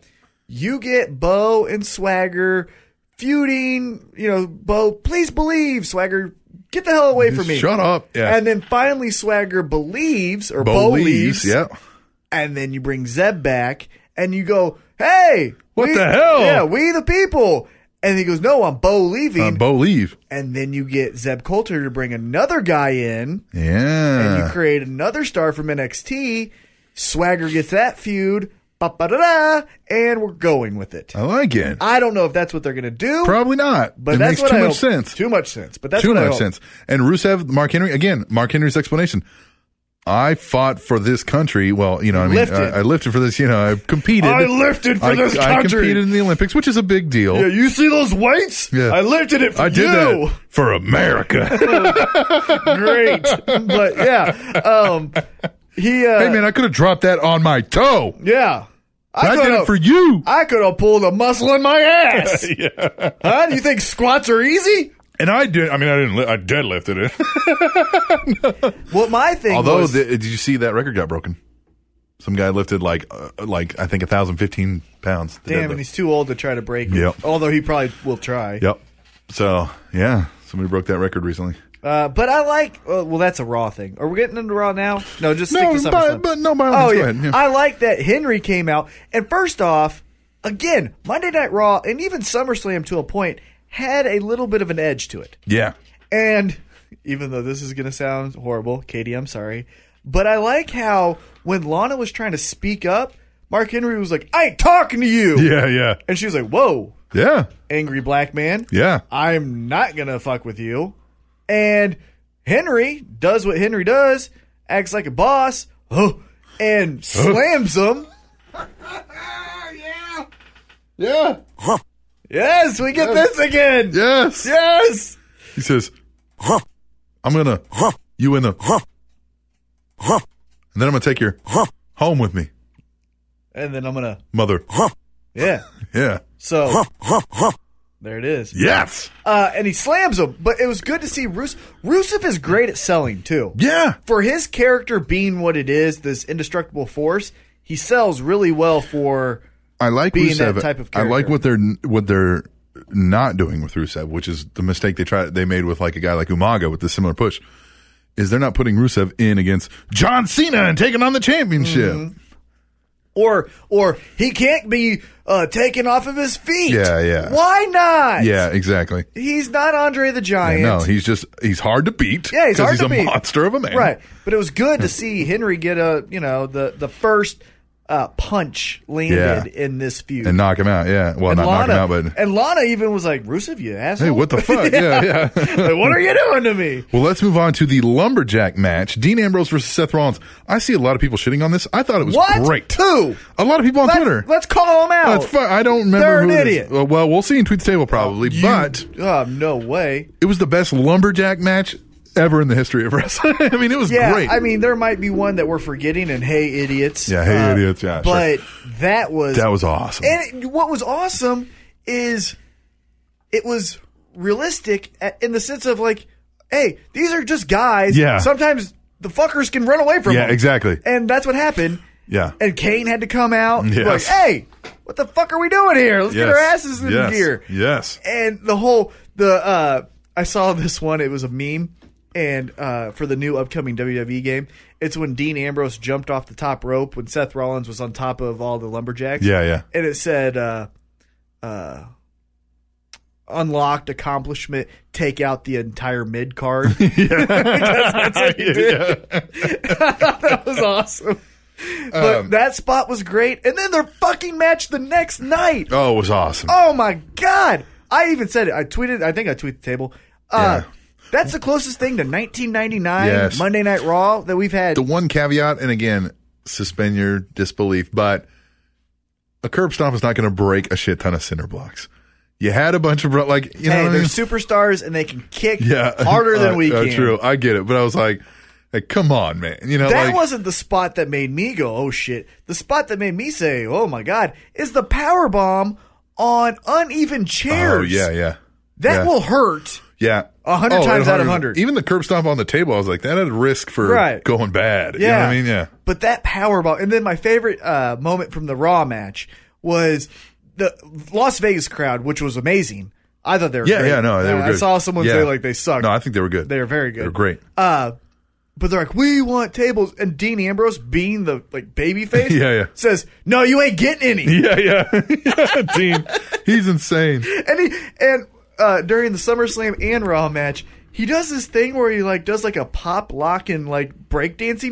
C: You get Bo and Swagger feuding. You know, Bo, please believe Swagger, get the hell away from me.
B: Shut up. Yeah,
C: And then finally, Swagger believes, or
B: Bo Uh,
C: Bo, leaves.
B: Yeah,
C: and then you bring Zeb back and you go, hey,
B: What the hell?
C: Yeah, we the people. And he goes, no, I'm Bo leaving.
B: uh, Bo leave.
C: and then you get Zeb Coulter to bring another guy in
B: Yeah.
C: and you create another star from NXT. Swagger gets that feud, ba-ba-da-da, and we're going with it.
B: I like it.
C: I don't know if that's what they're going to do,
B: Probably not.
C: but
B: Oh. it
C: that's
B: makes
C: what
B: too
C: I
B: much
C: hope.
B: sense.
C: Too much sense. But that's
B: too
C: what I
B: much
C: hope.
B: sense. And Rusev, Mark Henry, again, Mark Henry's explanation. I fought for this country. Well, you know, what I mean,
C: Lifted.
B: I, I lifted for this. You know, I competed.
C: I lifted for
B: I-
C: this
B: I
C: country.
B: competed in the Olympics, which is a big deal.
C: Yeah, you see those weights?
B: Yeah.
C: I lifted it for
B: I did
C: you.
B: that for America.
C: Great, but yeah, um, he. Uh,
B: hey man, I could have dropped that on my toe.
C: Yeah.
B: I,
C: I,
B: did
C: could
B: it
C: have,
B: for you.
C: I could have pulled a muscle in my ass. Huh? Do you think squats are easy?
B: and I did. I mean, I didn't. Li- I deadlifted it.
C: Well, my thing
B: Although,
C: was,
B: the, did you see that record got broken? Some guy lifted like, uh, like I think thousand fifteen pounds. the
C: damn,
B: deadlift.
C: and he's too old to try to break it.
B: Yep.
C: Although he probably will try.
B: Yep. So yeah, somebody broke that record recently.
C: Uh, but I like. Uh, well, that's a raw thing. Are we getting into raw now? No, just stick
B: No,
C: to
B: but-
C: SummerSlam.
B: but no, by all
C: oh
B: means, go
C: yeah.
B: ahead, yeah.
C: I like that Henry came out, and first off, again, Monday Night Raw and even SummerSlam to a point had a little bit of an edge to it.
B: Yeah.
C: And even though this is going to sound horrible. Katie, I'm sorry. But I like how when Lana was trying to speak up, Mark Henry was like, I ain't talking to you.
B: Yeah, yeah,
C: And she was like, Whoa,
B: yeah,
C: angry black man.
B: yeah.
C: I'm not going to fuck with you. And Henry does what Henry does, acts like a boss, oh, and slams him.
B: Yeah.
C: Yes, we get this again.
B: Yes.
C: Yes.
B: He says, I'm going to, you in the, and then I'm going to take your home with me,
C: And then I'm going to,
B: mother.
C: yeah.
B: Yeah.
C: So there it is.
B: Yes.
C: Uh, and he slams him. But it was good to see Rusev. Rusev is great at selling too.
B: Yeah.
C: For his character being what it is, this indestructible force, he sells really well for.
B: I like
C: Being
B: Rusev.
C: that type of
B: I like
C: character.
B: what they're what they're not doing with Rusev, which is the mistake they try they made with like a guy like Umaga with the similar push. Is they're not putting Rusev in against John Cena and taking on the championship.
C: Mm-hmm. Or or he can't be uh, taken off of his feet.
B: Yeah, yeah.
C: Why not?
B: Yeah, exactly.
C: He's not Andre the Giant.
B: No, he's just he's hard to beat.
C: Yeah, he's
B: 'cause
C: hard to
B: a
C: beat.
B: monster of a man.
C: Right. But it was good to see Henry get a you know the the first uh, punch landed in this feud.
B: And knock him out. Yeah. Well,
C: And
B: not
C: Lana,
B: knock him out, but
C: and Lana even was like, "Rusev, you asshole!
B: hey, what the fuck? yeah, yeah.
C: Like, what are you doing to me?"
B: Well, let's move on to the lumberjack match: Dean Ambrose versus Seth Rollins. I see a lot of people shitting on this. I thought it was
C: What?
B: great.
C: Who?
B: A lot of people on
C: Let's,
B: Twitter.
C: let's call him out.
B: That's fine. I don't remember.
C: They're an
B: who it is.
C: idiot.
B: Uh, well, we'll see in tweets table probably, but
C: Uh, no way.
B: it was the best lumberjack match ever in the history of wrestling. I mean, it was
C: Yeah,
B: great.
C: I mean, there might be one that we're forgetting, and hey, idiots. Uh,
B: Yeah, hey, idiots, yeah, sure.
C: but that was
B: that was awesome.
C: And it, what was awesome is it was realistic a- in the sense of like, hey, these are just guys.
B: Yeah.
C: Sometimes the fuckers can run away from
B: yeah,
C: them.
B: exactly.
C: And that's what happened.
B: Yeah.
C: And Kane had to come out. and be Like,
B: Yes.
C: hey, what the fuck are we doing here? Let's get
B: Yes.
C: our asses in
B: yes.
C: gear.
B: Yes.
C: and the whole the uh I saw this one. It was a meme, and uh, for the new upcoming WWE game, it's when Dean Ambrose jumped off the top rope when Seth Rollins was on top of all the lumberjacks.
B: Yeah, yeah.
C: and it said, uh, uh, "Unlocked accomplishment: take out the entire mid card."
B: yeah.
C: that was awesome. But
B: Um,
C: that spot was great, and then their fucking match the next night.
B: Oh, it was awesome.
C: Oh my god! I even said it. I tweeted. I think I tweeted the table. Uh,
B: Yeah.
C: That's the closest thing to 1999
B: Yes.
C: Monday Night Raw that we've had.
B: The one caveat, and again, suspend your disbelief, but a curb stomp is not going to break a shit ton of cinder blocks. You had a bunch of bro- like you know
C: hey,
B: what I
C: they're
B: mean?
C: superstars and they can kick
B: yeah
C: harder than
B: Uh,
C: we
B: uh,
C: can.
B: true, I get it, but I was like, like come on, man, you know
C: That
B: like,
C: wasn't the spot that made me go, "Oh shit!" The spot that made me say, "Oh my god," is the power bomb on uneven chairs.
B: Oh yeah, yeah. yeah.
C: that will hurt.
B: yeah.
C: A hundred
B: Oh,
C: times out of
B: 100.
C: hundred.
B: Even the curb stomp on the table, I was like, that had risk for
C: Right.
B: going bad. You know
C: Yeah,
B: what I mean? Yeah.
C: But that powerball, and then my favorite uh, moment from the Raw match was the Las Vegas crowd, which was amazing. I thought they were
B: Yeah,
C: great.
B: yeah, no, they
C: Uh,
B: were
C: I
B: good.
C: saw someone say
B: Yeah.
C: like they sucked.
B: No, I think they were good.
C: they were very good.
B: They were great.
C: Uh, but they're like, we want tables, and Dean Ambrose, being the like baby face,
B: Yeah, yeah.
C: says, no, you ain't getting any.
B: Yeah, yeah. yeah Dean, he's insane.
C: and he and uh, during the SummerSlam and Raw match, he does this thing where he like does like a pop lock and like breakdancing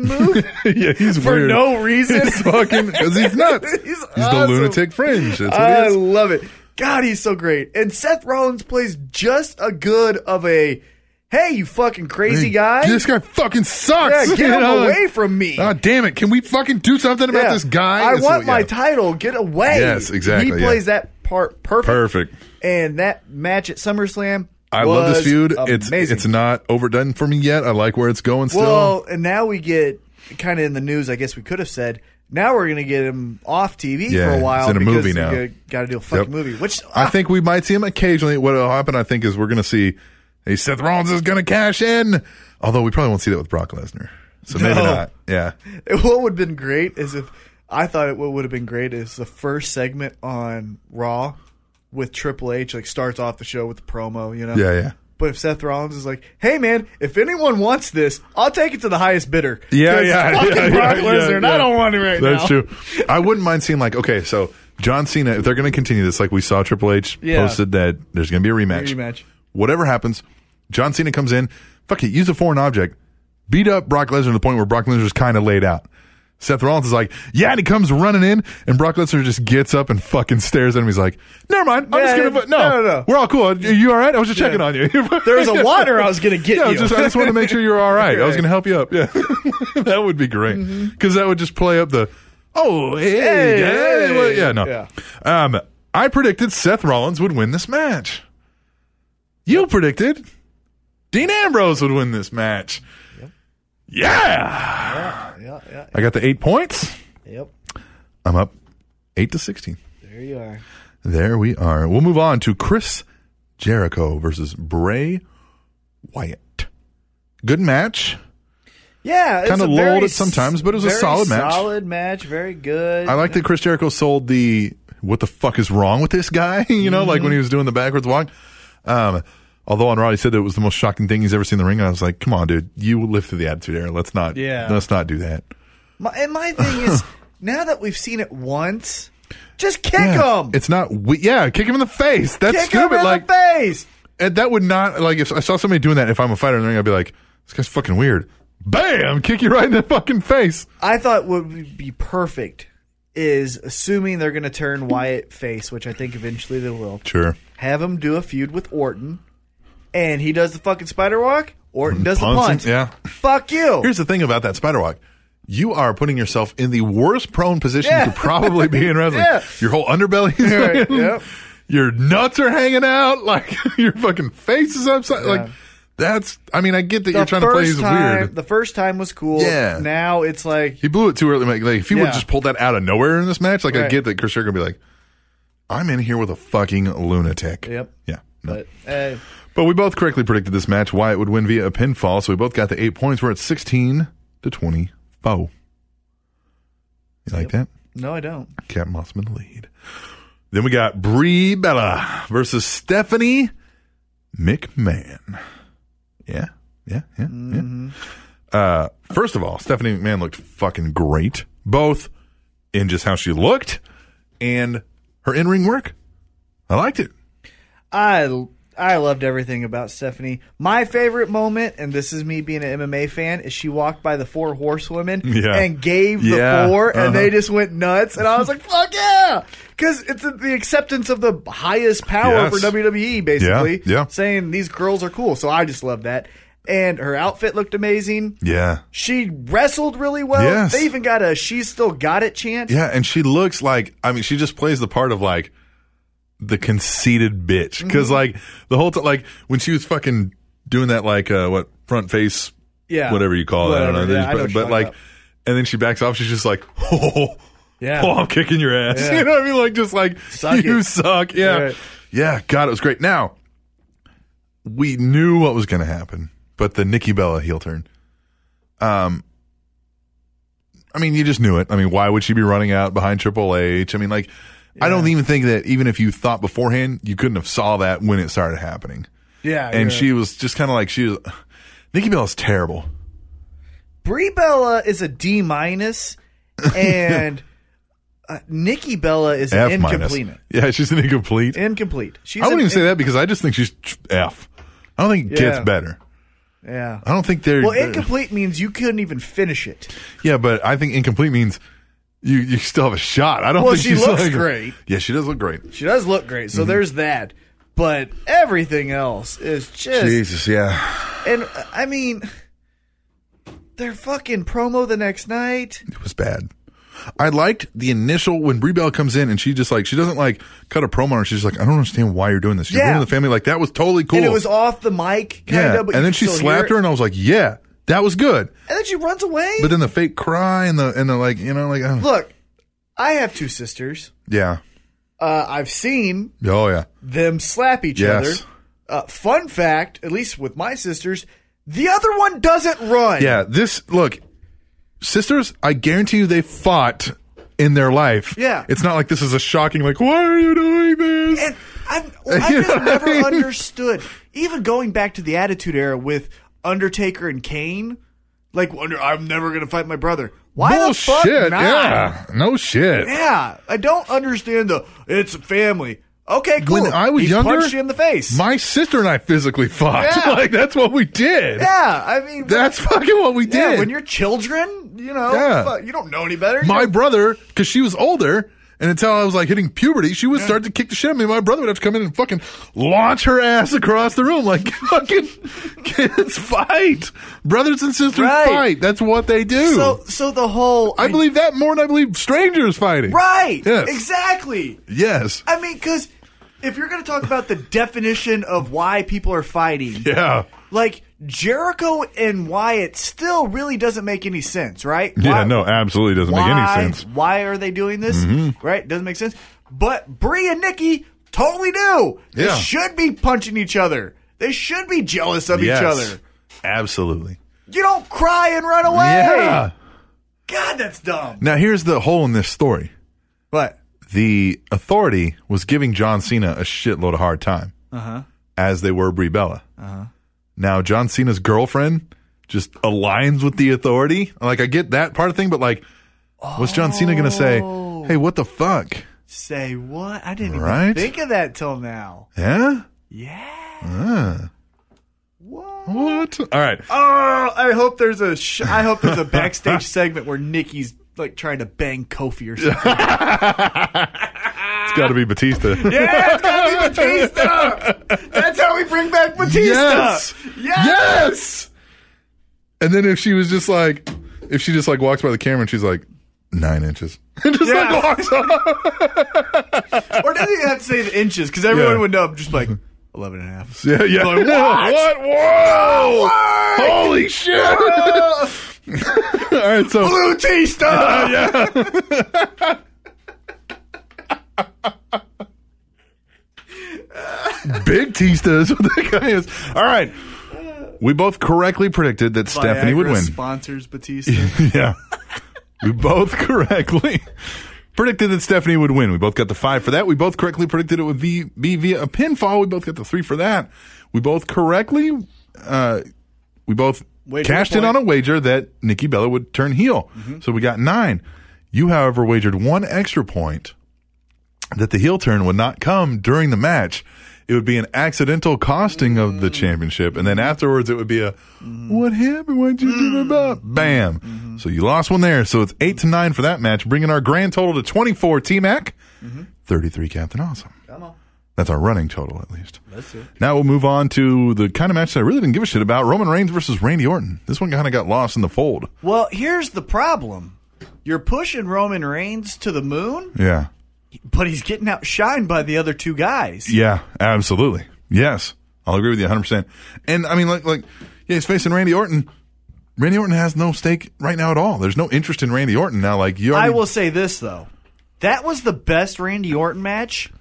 C: move.
B: yeah, he's
C: For
B: weird.
C: no reason.
B: He's fucking because he's nuts.
C: He's
B: the
C: awesome.
B: lunatic fringe. That's what
C: I
B: he is.
C: love it. God, he's so great. And Seth Rollins plays just a good of a hey, you fucking crazy guy.
B: This guy fucking sucks.
C: Yeah, get
B: You
C: him
B: know, like,
C: away from me.
B: Ah, damn it! Can we fucking do something about
C: Yeah.
B: this guy?
C: I
B: That's
C: want
B: what-
C: my
B: yeah.
C: title. Get away.
B: Yes, exactly,
C: He
B: yeah.
C: plays that part perfect.
B: Perfect.
C: And that match at SummerSlam.
B: I love this
C: was
B: feud. It's
C: Amazing.
B: it's not overdone for me yet. I like where it's going still.
C: Well, and now we get kind of in the news. I guess we could have said now we're going to get him off TV
B: Yeah,
C: for a
B: he's
C: while.
B: in a
C: because
B: movie
C: we
B: now.
C: Got to do a fucking
B: Yep.
C: movie, which
B: I think we might see him occasionally. What will happen, I think, is we're going to see hey, Seth Rollins is going to cash in. Although we probably won't see that with Brock Lesnar. So maybe
C: No.
B: not. Yeah.
C: What would have been great is if I thought it, what would have been great is the first segment on Raw with Triple H like starts off the show with the promo, you know.
B: Yeah, yeah.
C: But if Seth Rollins is like, "Hey man, if anyone wants this, I'll take it to the highest bidder."
B: Yeah,
C: 'Cause
B: yeah,
C: fucking
B: yeah,
C: Brock
B: yeah,
C: Lesnar, and
B: yeah.
C: I don't want it right now.
B: That's true. I wouldn't mind seeing, like, okay, so John Cena, if they're going to continue this, like we saw Triple H
C: Yeah.
B: posted that there's going to be a rematch.
C: Rematch.
B: Whatever happens, John Cena comes in, fuck it, use a foreign object. Beat up Brock Lesnar to the point where Brock Lesnar's kind of laid out. Seth Rollins is like, yeah, and he comes running in, and Brock Lesnar just gets up and fucking stares at him. He's like, never mind, I'm
C: Yeah,
B: just gonna, fu- no,
C: no, no, no.
B: we're all cool. Are you all right? I was just checking on you.
C: There was a water I was gonna get
B: yeah, I
C: you.
B: just, I just wanted to make sure you were all right. I was going to help you up. Yeah, that would be great because that would just play up the oh hey,
C: Hey,
B: hey,
C: hey.
B: what- yeah no.
C: Yeah.
B: Um, I predicted Seth Rollins would win this match. You predicted Dean Ambrose would win this match. Yeah,
C: Yeah, yeah,
B: I got the eight points.
C: yep.
B: I'm up eight to sixteen.
C: There you are.
B: There we are. We'll move on to Chris Jericho versus Bray Wyatt. Good match.
C: Yeah,
B: Kinda
C: of
B: lulled it sometimes, but it was a solid match.
C: Solid match, very good.
B: I like that Chris Jericho sold the what the fuck is wrong with this guy? you know, like when he was doing the backwards walk. Um, although on Raw he said that it was the most shocking thing he's ever seen in the ring, and I was like, come on, dude, you lived through the Attitude Era. Let's not,
C: Yeah.
B: let's not do that.
C: My, and my thing is, now that we've seen it once, just kick
B: Yeah.
C: him.
B: It's not, we- yeah, kick him in the face. That's
C: kick
B: stupid.
C: him in
B: like
C: the face.
B: and that would not like if I saw somebody doing that. If I'm a fighter in the ring, I'd be like, this guy's fucking weird. Bam, kick you right in the fucking face.
C: I thought what would be perfect is assuming they're going to turn Wyatt face, which I think eventually they will.
B: Sure.
C: Have him do a feud with Orton, and he does the fucking spider walk. Orton does the
B: Punts
C: punch.
B: Mm, him, yeah.
C: Fuck you.
B: Here's the thing about that spider walk. You are putting yourself in the worst prone position
C: Yeah.
B: you could probably be in wrestling.
C: Yeah.
B: Your whole underbelly is
C: Right,
B: in.
C: yep.
B: Your nuts are hanging out. Like your fucking face is upside. Like that's. I mean, I get that
C: the
B: you're trying to play
C: first
B: as
C: time,
B: weird.
C: The first time was cool.
B: Yeah.
C: Now it's like
B: he blew it too early. Like, like, if he would
C: Yeah.
B: have just pulled that out of nowhere in this match, like I
C: Right.
B: get that Chris Jericho would be like, "I'm in here with a fucking lunatic."
C: Yep.
B: Yeah. No.
C: but, uh,
B: But we both correctly predicted this match. Wyatt would win via a pinfall, so we both got the eight points. We're at 16 to 24. You like that?
C: no, I don't.
B: Cat Mossman in the lead. Then we got Brie Bella versus Stephanie McMahon. Yeah, yeah, yeah, yeah. Uh, first of all, Stephanie McMahon looked fucking great, both in just how she looked and her in ring work. I liked it.
C: I I loved everything about Stephanie. My favorite moment, and this is me being an MMA fan, is she walked by the four horsewomen
B: Yeah.
C: and gave the
B: Yeah,
C: four,
B: uh-huh.
C: and they just went nuts. And I was like, "Fuck yeah!" Because it's the acceptance of the highest power
B: Yes.
C: for WWE, basically.
B: Yeah, yeah.
C: Saying these girls are cool, so I just love that. And her outfit looked amazing.
B: Yeah.
C: She wrestled really well.
B: Yes.
C: They even got a "She's still got it" chant.
B: Yeah, and she looks like I mean, she just plays the part of like the conceited bitch because
C: Mm-hmm.
B: like the whole time, like when she was fucking doing that, like uh, what front face,
C: Yeah.
B: whatever you call it, I don't
C: Whatever,
B: know,
C: yeah, I know
B: but,
C: what
B: but,
C: you're
B: like,
C: talking
B: and then she backs off. She's just like, oh,
C: Yeah.
B: oh, I'm kicking your ass.
C: Yeah.
B: You know what I mean? Like just like
C: Suck
B: you
C: it.
B: suck. Yeah,
C: Right.
B: yeah. God, it was great. Now we knew what was going to happen, but the Nikki Bella heel turn. um, I mean, you just knew it. I mean, why would she be running out behind Triple H? I mean, like, I don't even think that even if you thought beforehand, you couldn't have saw that when it started happening.
C: Yeah,
B: And
C: you're-
B: she was just kind of like she was. Nikki Bella's terrible.
C: Brie Bella is a D minus, and uh, Nikki Bella is an
B: F minus.
C: incomplete.
B: Yeah, she's an incomplete.
C: Incomplete. She's
B: I wouldn't
C: an
B: even say
C: in-
B: that because I just think she's tr- F. I don't think it
C: Yeah.
B: gets better.
C: Yeah.
B: I don't think they're.
C: Well,
B: they're-
C: incomplete means you couldn't even finish it.
B: Yeah, but I think incomplete means you you still have a shot. I don't
C: Well,
B: think
C: she
B: she's
C: looks
B: like-
C: great.
B: Yeah, she does look great.
C: She does look great,
B: Mm-hmm.
C: so there's that. But everything else is just.
B: Jesus, yeah.
C: And uh, I mean, their fucking promo the next night.
B: was bad. I liked the initial when Brie Bella comes in and she just like she doesn't like cut a promo and she's like I don't understand why you're doing this. You're
C: Yeah.
B: ruining the family like that was totally cool.
C: And it was off the mic, kind
B: yeah.
C: of.
B: and then she slapped her and I was like yeah that was good.
C: And then she runs away.
B: But then the fake cry and the and the like you know like I don't-
C: Look, I have two sisters.
B: yeah
C: Uh, I've seen
B: oh yeah
C: them slap each
B: Yes.
C: other. Uh, fun fact, at least with my sisters, the other one doesn't run.
B: yeah this look sisters I guarantee you they fought in their life
C: Yeah.
B: it's not like this is a shocking like why are you doing this
C: And I've, i
B: You know
C: just
B: what I
C: never
B: mean?
C: understood, even going back to the Attitude Era with Undertaker and Kane, like, Under, I'm never going to fight my brother. Why
B: bullshit
C: the fuck not?
B: yeah no shit
C: Yeah, I don't understand the, it's a family. Okay, cool.
B: When I was
C: he
B: younger,
C: punched you in the face.
B: My sister and I physically fought.
C: Yeah.
B: Like that's what we did.
C: yeah, I mean,
B: That's fucking what we did.
C: yeah. When you're children, you know,
B: Yeah.
C: fuck, you don't know any better.
B: my brother, because she was older, and until I was like hitting puberty, she would start to kick the shit out of me. My brother would have to come in and fucking launch her ass across the room, like fucking kids fight, brothers and sisters
C: Right.
B: fight. That's what they do.
C: so so the whole
B: I believe that more than I believe strangers fighting.
C: right,
B: Yes.
C: exactly.
B: Yes.
C: I mean, because if you're going to talk about the definition of why people are fighting,
B: Yeah.
C: like Jericho and Wyatt still really doesn't make any sense, right? Why-
B: Yeah. No. Absolutely doesn't make
C: why,
B: any sense. Mm-hmm.
C: Why are they doing this? Right? Doesn't make sense. But Brie and Nikki totally do. They
B: Yeah.
C: should be punching each other. They should be jealous of
B: Yes.
C: each other.
B: Absolutely.
C: You don't cry and run away.
B: Yeah.
C: God, that's dumb.
B: Now here's the hole in this story.
C: But
B: the authority was giving John Cena a shitload of hard time, as they were Brie Bella. Now John Cena's girlfriend just aligns with the authority. Like I get that part of the thing, but like, what's John Cena gonna say? Hey, what the fuck?
C: say what? I didn't even
B: Right?
C: think of that till now.
B: Yeah.
C: Yeah.
B: Huh.
C: What?
B: What? All right.
C: Oh, I hope there's a sh- I hope there's a backstage segment where Nikki's like trying to bang Kofi or something.
B: It's got to be Batista.
C: Yeah, it's gotta be Batista. That's how we bring back Batista.
B: Yes!
C: Yes.
B: Yes! And then if she was just like, if she just like walks by the camera and she's like, nine inches, and just
C: Yeah.
B: like walks off.
C: Or doesn't even have to say the inches because everyone
B: Yeah.
C: would know. I'm just like 11 and a half.
B: Yeah, yeah.
C: Like, what?
B: what? Whoa! Holy shit! All right, so
C: Batista.
B: Big Tista is what that guy is. All right, we both correctly predicted that Stephanie would
C: Viagra
B: win.
C: Sponsors Batista.
B: yeah, we both correctly predicted that Stephanie would win. We both got the five for that. We both correctly predicted it would be, be via a pinfall. We both got the three for that. We both correctly, uh, we both
C: Wagered
B: cashed
C: a
B: in on
C: point. Mm-hmm.
B: a wager that Nikki Bella would turn heel. So we got nine. You, however, wagered one extra point that the heel turn would not come during the match. It would be an accidental costing of the championship. And then afterwards, it would be a, what happened? Why'd you give it up? Bam. So you lost one there. So it's eight to nine for that match, bringing our grand total to 24 T Mac, 33 Captain Awesome.
C: Come on.
B: That's our running total, at least. Now we'll move on to the kind of match that I really didn't give a shit about Roman Reigns versus Randy Orton. This one kind of got lost in the fold.
C: Well, here's the problem. You're pushing Roman Reigns to the moon,
B: Yeah.
C: but he's getting outshined by the other two guys.
B: Yeah, absolutely. Yes, I'll agree with you 100%. And I mean, like, like, yeah, he's facing Randy Orton. Randy Orton has no stake right now at all. There's no interest in Randy Orton now. Like, you
C: I
B: already,
C: will say this though, that was the best Randy Orton match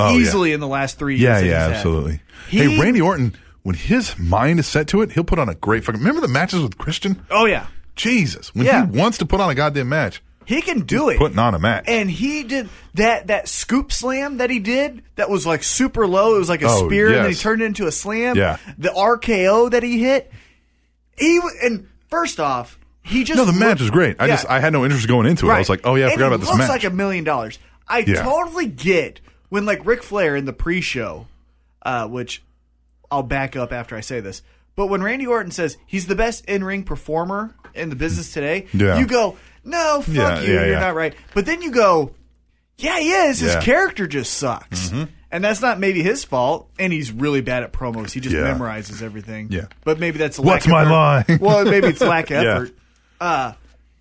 B: Oh, yeah.
C: easily in the last three years.
B: Yeah,
C: that he's
B: yeah,
C: had.
B: absolutely.
C: He-
B: hey, Randy Orton, when his mind is set to it, he'll put on a great fucking. Remember the matches with Christian?
C: Oh yeah,
B: Jesus, when
C: Yeah.
B: he wants to put on a goddamn match,
C: he can do it.
B: putting on a match.
C: and he did that that scoop slam that he did that was like super low. It was like a
B: Oh,
C: spear, and then he
B: yes.
C: turned it into a slam.
B: Yeah.
C: the RKO that he hit. He w- and first off, he just
B: no, the match
C: looked-
B: is great. I
C: Yeah.
B: just I had no interest going into it. I was like, oh yeah, I
C: And
B: forgot
C: he
B: about this
C: looks
B: match.
C: like a million dollars. I
B: Yeah.
C: totally get when like Ric Flair in the pre-show, uh, which I'll back up after I say this. But when Randy Orton says he's the best in-ring performer in the business today,
B: Yeah.
C: you go, no, fuck
B: Yeah,
C: you,
B: yeah,
C: you're
B: yeah.
C: not right. But then you go, yeah, he is. His
B: Yeah. Mm-hmm.
C: character just sucks. And that's not maybe his fault. And he's really bad at promos. He just
B: Yeah.
C: memorizes everything.
B: Yeah.
C: But maybe that's a
B: What's
C: lack of
B: my
C: effort.
B: line?
C: well, maybe it's lack of
B: Yeah.
C: effort. Uh,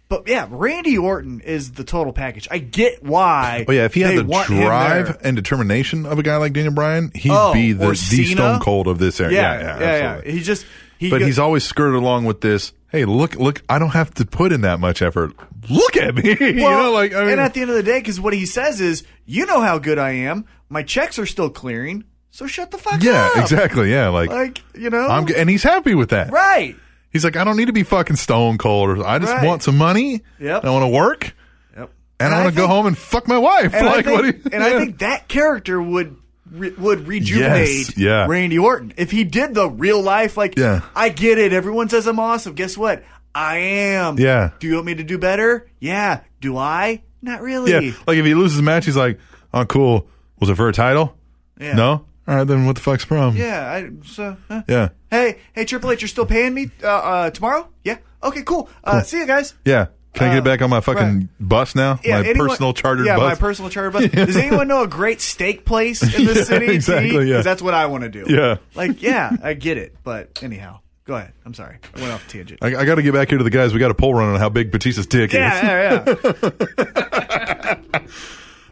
C: but yeah, Randy Orton is the total package. I get why.
B: Oh yeah, if he had
C: they
B: the
C: want him there.
B: drive and determination of a guy like Daniel Bryan, he'd
C: Oh,
B: be the,
C: or
B: the
C: Cena.
B: Stone Cold of this era.
C: yeah,
B: Yeah,
C: yeah,
B: yeah,
C: yeah,
B: absolutely.
C: He just he.
B: but
C: go-
B: he's always skirted along with this. Hey, look, look! I don't have to put in that much effort. Look at me, you
C: well,
B: know, like I mean,
C: and at the end of the day, because what he says is, you know how good I am. My checks are still clearing, so shut the fuck
B: yeah,
C: up.
B: exactly, yeah, like,
C: Like you know,
B: I'm, g- and he's happy with that.
C: right.
B: He's like, I don't need to be fucking Stone Cold. Or, I just
C: Right.
B: want some money.
C: Yep.
B: I want to work,
C: Yep.
B: and, I want to go
C: think-
B: home and fuck my wife.
C: And,
B: like,
C: I, think,
B: what? do you-
C: and I think that character would re- would rejuvenate
B: Yes, yeah.
C: Randy Orton if he did the real life. Like,
B: Yeah.
C: I get it. Everyone says I'm awesome. Guess what? I am.
B: Yeah.
C: Do you want me to do better? Yeah. Do I? Not really.
B: Yeah, like if he loses a match, he's like, "Oh, cool. Was it for a title?
C: Yeah.
B: No? All right, then what the fuck's the problem?
C: Yeah. I, so. huh?
B: Yeah.
C: Hey, hey, Triple H, you're still paying me uh, uh, tomorrow? Yeah. Okay, cool. Uh, See you guys.
B: Yeah. Can I get
C: Uh,
B: back on my fucking bus now?
C: Yeah,
B: my
C: anyone-
B: personal chartered
C: yeah,
B: bus?
C: my personal charter bus. Does anyone know a great steak place in the
B: Yeah,
C: city?
B: exactly, yeah.
C: Because that's what I want to do.
B: Yeah.
C: Like, yeah, I get it. But anyhow, go ahead. I'm sorry. I went off tangent.
B: I, I got to get back here to the guys. We got a poll run on how big Batista's dick is.
C: Yeah, yeah, yeah.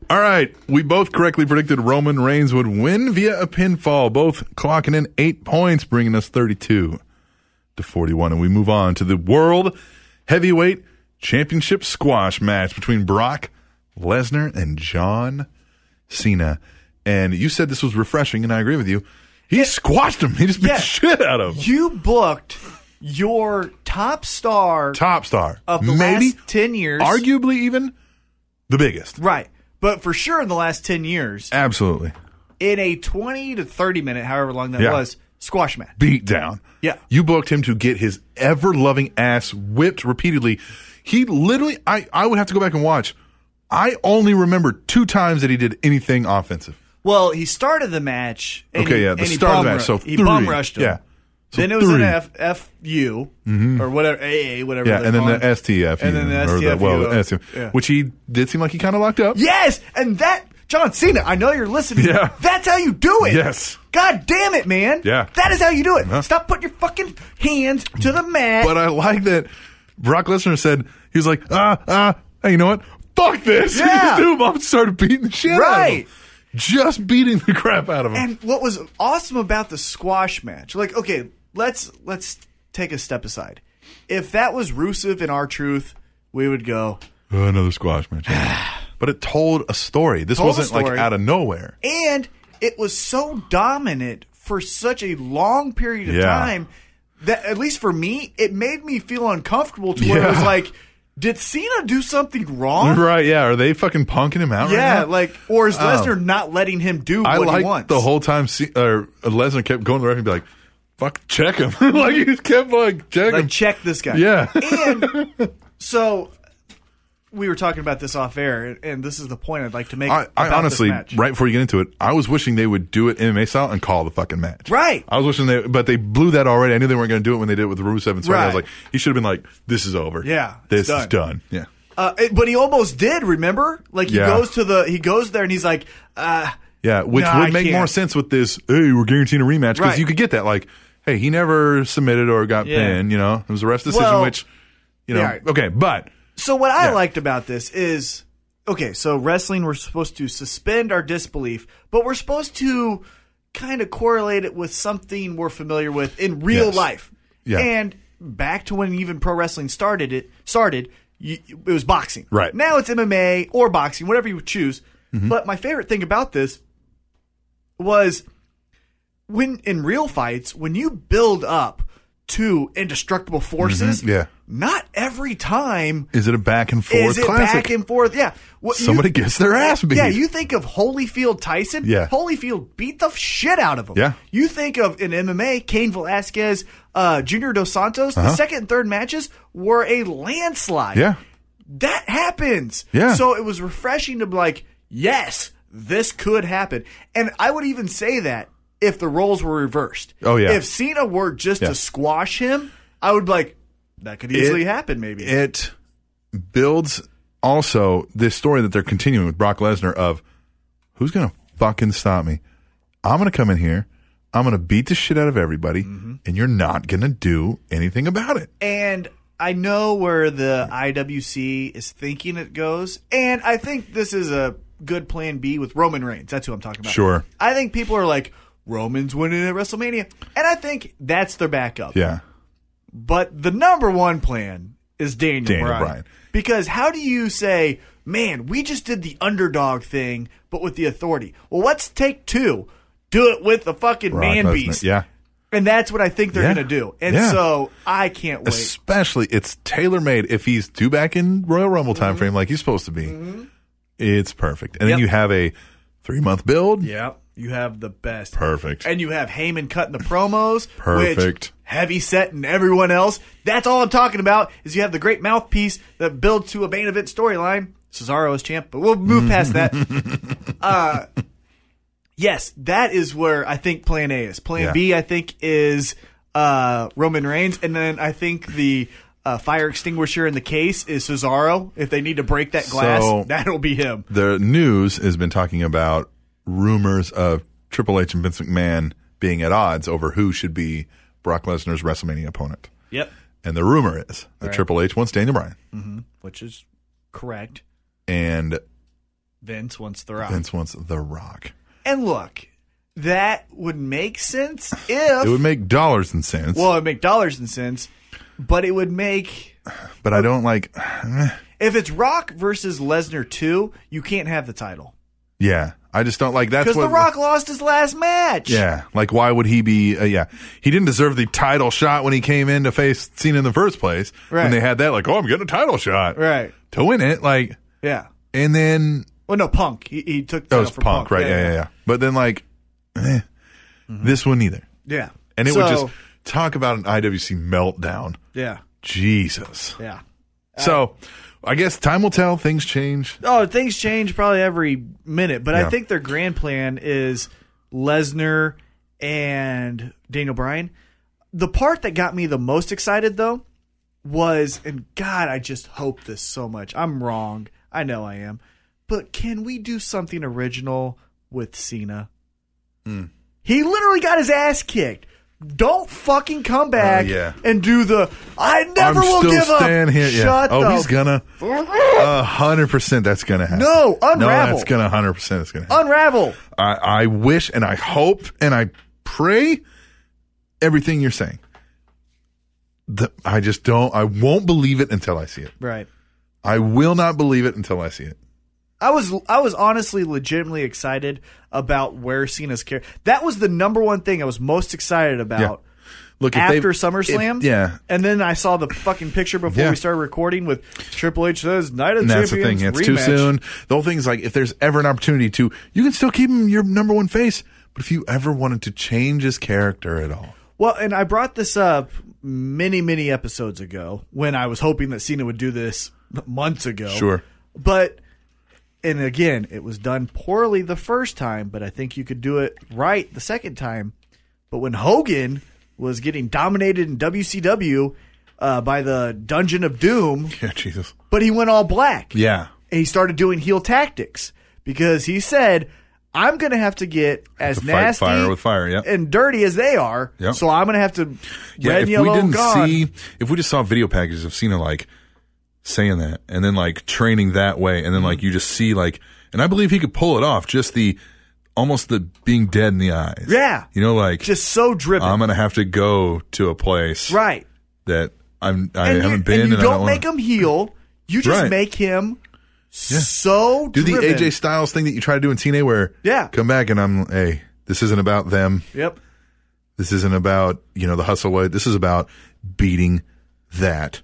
B: All right. We both correctly predicted Roman Reigns would win via a pinfall, both clocking in eight points, bringing us 32 to 41. And we move on to the World Heavyweight Championship squash match between Brock Lesnar and John Cena. And you said this was refreshing, and I agree with you. He squashed him. He just beat
C: Yeah.
B: the shit out of him.
C: you booked your top star
B: Top star.
C: of the
B: Maybe,
C: last 10 years.
B: arguably even the biggest.
C: Right. But for sure in the last 10 years,
B: Absolutely.
C: in a 20 to 30 minute, however long that
B: Yeah.
C: was, squash match.
B: beat down.
C: Yeah.
B: You booked him to get his ever loving ass whipped repeatedly. He literally I, I would have to go back and watch. I only remember two times that he did anything offensive.
C: Well, he started the match. and
B: Okay,
C: he-
B: yeah, the
C: and he
B: start of the
C: bum
B: match, so
C: ru- he
B: three.
C: bum rushed him.
B: Yeah. So
C: then it was an
B: three. Mm-hmm.
C: F, FU or whatever AA whatever.
B: Yeah, and
C: they're
B: then the
C: calling it.
B: STF.
C: And then the
B: or
C: STFU,
B: well,
C: uh,
B: the STF,
C: yeah.
B: which he did seem like he kind of locked up.
C: yes, and that John Cena. I know you're listening.
B: Yeah.
C: that's how you do it.
B: Yes.
C: God damn it, man.
B: Yeah.
C: that is how you do it.
B: Uh-huh.
C: Stop putting your fucking hands to the mat.
B: But uh, I like that Brock Lesnar said he was like, ah, ah, hey, you know what? Fuck this.
C: Yeah.
B: He just threw him off and started beating the shit out of him.
C: Right.
B: Just beating the crap out of him.
C: And what was awesome about the squash match, like, okay, let's let's take a step aside. If that was Rusev and our truth, we would go.
B: Uh, another squash match. but it told a story. This
C: Told a
B: wasn't like
C: story.
B: out of nowhere.
C: and it was so dominant for such a long period of
B: Yeah.
C: time that at least for me it made me feel uncomfortable to where it was
B: Yeah.
C: like did cena do something wrong
B: Right? Yeah. Are they fucking punking him out?
C: yeah
B: Right now?
C: like or is lesnar not letting him do
B: I
C: what he
B: like
C: wants
B: the whole time. See, uh, Lesnar kept going to the ref and be like, "Fuck, check him." like he just kept like check him.
C: like check this guy
B: Yeah.
C: and so we were talking about this off air and- and this is the point i'd like to make
B: I, I
C: about
B: honestly,
C: this match.
B: right before you get into it, I was wishing they would do it MMA style and call the fucking match.
C: Right.
B: I was wishing they, but they blew that already. I knew they weren't going to do it when they did it with Rusev and Seth. I was
C: Right.
B: like, he should have been like, "This is over.
C: Yeah, it's
B: this is
C: done.
B: done." Yeah.
C: uh, it- but he almost did remember like he
B: Yeah.
C: goes to the he goes there and he's like uh
B: Yeah, which
C: Nah,
B: would
C: I
B: make more
C: can't.
B: sense with this. Hey, we're guaranteeing a rematch because
C: Right.
B: you could get that. Like, hey, he never submitted or got
C: Yeah.
B: pinned. You know, it was a rest decision,
C: Well,
B: which you know,
C: yeah.
B: okay, but
C: So what I
B: Yeah.
C: liked about this is okay, so wrestling we're supposed to suspend our disbelief, but we're supposed to kind of correlate it with something we're familiar with in real
B: Yes.
C: life.
B: Yeah.
C: And back to when even pro wrestling started it started, you, it was boxing.
B: Right. Mm-hmm.
C: Now it's MMA or boxing, whatever you choose. But my favorite thing about this was when in real fights, when you build up to indestructible forces,
B: Mm-hmm. yeah.
C: not every time
B: is it a back and forth
C: is it
B: classic?
C: back and forth? Yeah. What, you-
B: Somebody gets their ass beat.
C: Yeah, you think of Holyfield Tyson.
B: Yeah.
C: Holyfield beat the shit out of him.
B: Yeah.
C: You think of in MMA, Cain Velasquez, uh, Junior Dos Santos, the second and third matches were a landslide.
B: Uh-huh. yeah,
C: That happens.
B: Yeah.
C: So it was refreshing to be like, yes, this could happen. And I would even say that if the roles were reversed.
B: Oh, yeah.
C: If Cena were just
B: Yeah.
C: to squash him, I would be like, that could easily happen, maybe.
B: it builds also this story that they're continuing with Brock Lesnar of who's gonna fucking stop me? I'm gonna come in here. I'm gonna beat the shit out of everybody,
C: Mm-hmm.
B: and you're not gonna do anything about it.
C: And I know where the IWC is thinking it goes. And I think this is a good plan B with Roman Reigns. That's who I'm talking about.
B: Sure.
C: I think people are like, Roman's winning at WrestleMania. And I think that's their backup.
B: Yeah.
C: But the number one plan is Daniel,
B: Daniel
C: Bryan.
B: Bryan.
C: Because how do you say, man, we just did the underdog thing, but with the authority? Well, let's take two. Do it with the fucking
B: Brock
C: man
B: Lesnar.
C: beast.
B: Yeah.
C: And that's what I think they're
B: Yeah.
C: going to do. And
B: Yeah.
C: so I can't wait.
B: especially it's tailor made if he's due back in Royal Rumble time frame like he's supposed to be. It's perfect, and then
C: Mm-hmm.
B: you
C: Yep.
B: have a three month build.
C: Yeah, you have the best.
B: Perfect.
C: And you have Heyman cutting the promos.
B: Perfect.
C: Which heavy set and everyone else. That's all I'm talking about. Is you have the great mouthpiece that builds to a main event storyline. Cesaro is champ, but we'll move past that. uh, Yes, that is where I think plan A is. Plan
B: Yeah.
C: B, I think, is uh, Roman Reigns. And then I think the uh, fire extinguisher in the case is Cesaro. If they need to break that glass,
B: So-
C: that'll be him.
B: The news has been talking about rumors of Triple H and Vince McMahon being at odds over who should be Brock Lesnar's WrestleMania opponent.
C: Yep.
B: And the rumor is that Triple H wants Daniel Bryan
C: Which is correct.
B: and
C: Vince wants The Rock.
B: Vince wants The Rock.
C: And look, that would make sense if.
B: It would make dollars and cents,
C: well, it would make dollars and cents, but it would make.
B: but I don't like.
C: If it's Rock versus Lesnar 2, you can't have the title.
B: Yeah, I just don't like. That's
C: Because
B: what
C: The Rock lost his last match.
B: Yeah, like why would he be? Uh, yeah, he didn't deserve the title shot when he came in to face Cena in the first place.
C: Right.
B: When they had that, like, oh, I'm getting a title shot
C: Right.
B: to win it. Like,
C: Yeah.
B: and then
C: Well, no, Punk. He, he took the
B: that
C: title
B: was
C: from
B: Punk, right? Yeah, yeah, yeah. But then like, eh, this one either,
C: Yeah.
B: and it
C: Mm-hmm. so,
B: would just talk about an IWC meltdown.
C: yeah,
B: Jesus.
C: yeah.
B: so, I guess time will tell. Things change.
C: Oh, things change probably every minute, but
B: Yeah.
C: I think their grand plan is Lesnar and Daniel Bryan. The part that got me the most excited though was, and God, I just hope this so much. I'm wrong. I know I am, but can we do something original with Cena?
B: Hmm.
C: He literally got his ass kicked. Don't fucking come back
B: Oh, yeah.
C: and do the I never
B: I'm
C: will
B: still
C: give
B: staying
C: up.
B: here. Yeah.
C: Shut
B: oh,
C: the
B: he's gonna a hundred percent. That's gonna happen.
C: No,
B: No,
C: unravel.
B: that's gonna hundred percent. It's gonna happen.
C: unravel.
B: I, I wish and I hope and I pray everything you're saying. The, I just don't. I won't believe it until I see it.
C: Right.
B: I will not believe it until I see it.
C: I was I was honestly legitimately excited about where Cena's character. That was the number one thing I was most excited about
B: Look if they've-
C: after SummerSlam.
B: if- yeah,
C: And then I saw the fucking picture before
B: Yeah.
C: we started recording with Triple H says Night of
B: and that's
C: Champions
B: the thing. It's
C: rematch.
B: too soon. The whole thing's like if there's ever an opportunity to, you can still keep him your number one face. But if you ever wanted to change his character at all,
C: Well, and I brought this up many many episodes ago when I was hoping that Cena would do this months ago.
B: Sure.
C: But and again, it was done poorly the first time, but I think you could do it right the second time. But when Hogan was getting dominated in WCW uh, by the Dungeon of Doom,
B: yeah, Jesus,
C: but he went all black.
B: yeah,
C: And he started doing heel tactics because he said, I'm going to have to get as
B: to fight
C: nasty
B: fire with fire, yeah.
C: and dirty as they are.
B: Yeah.
C: So I'm going to have to
B: Yeah,
C: red,
B: if
C: yellow,
B: we didn't
C: gone.
B: see, if we just saw video packages of Cena like saying that, and then like training that way, and then like
C: Mm-hmm.
B: you just see like, and I believe he could pull it off. Just the almost the being dead in the eyes.
C: Yeah.
B: you know, like
C: Just so driven.
B: I'm gonna have to go to a place
C: right.
B: that I'm I
C: and you,
B: haven't been,
C: and you
B: I
C: don't,
B: wanna-
C: make him heel. You just
B: Right.
C: make him so
B: do the
C: driven.
B: AJ Styles thing that you try to do in TNA, where
C: Yeah.
B: come back and I'm hey, this isn't about them.
C: Yep.
B: This isn't about you know the hustle. This is about beating that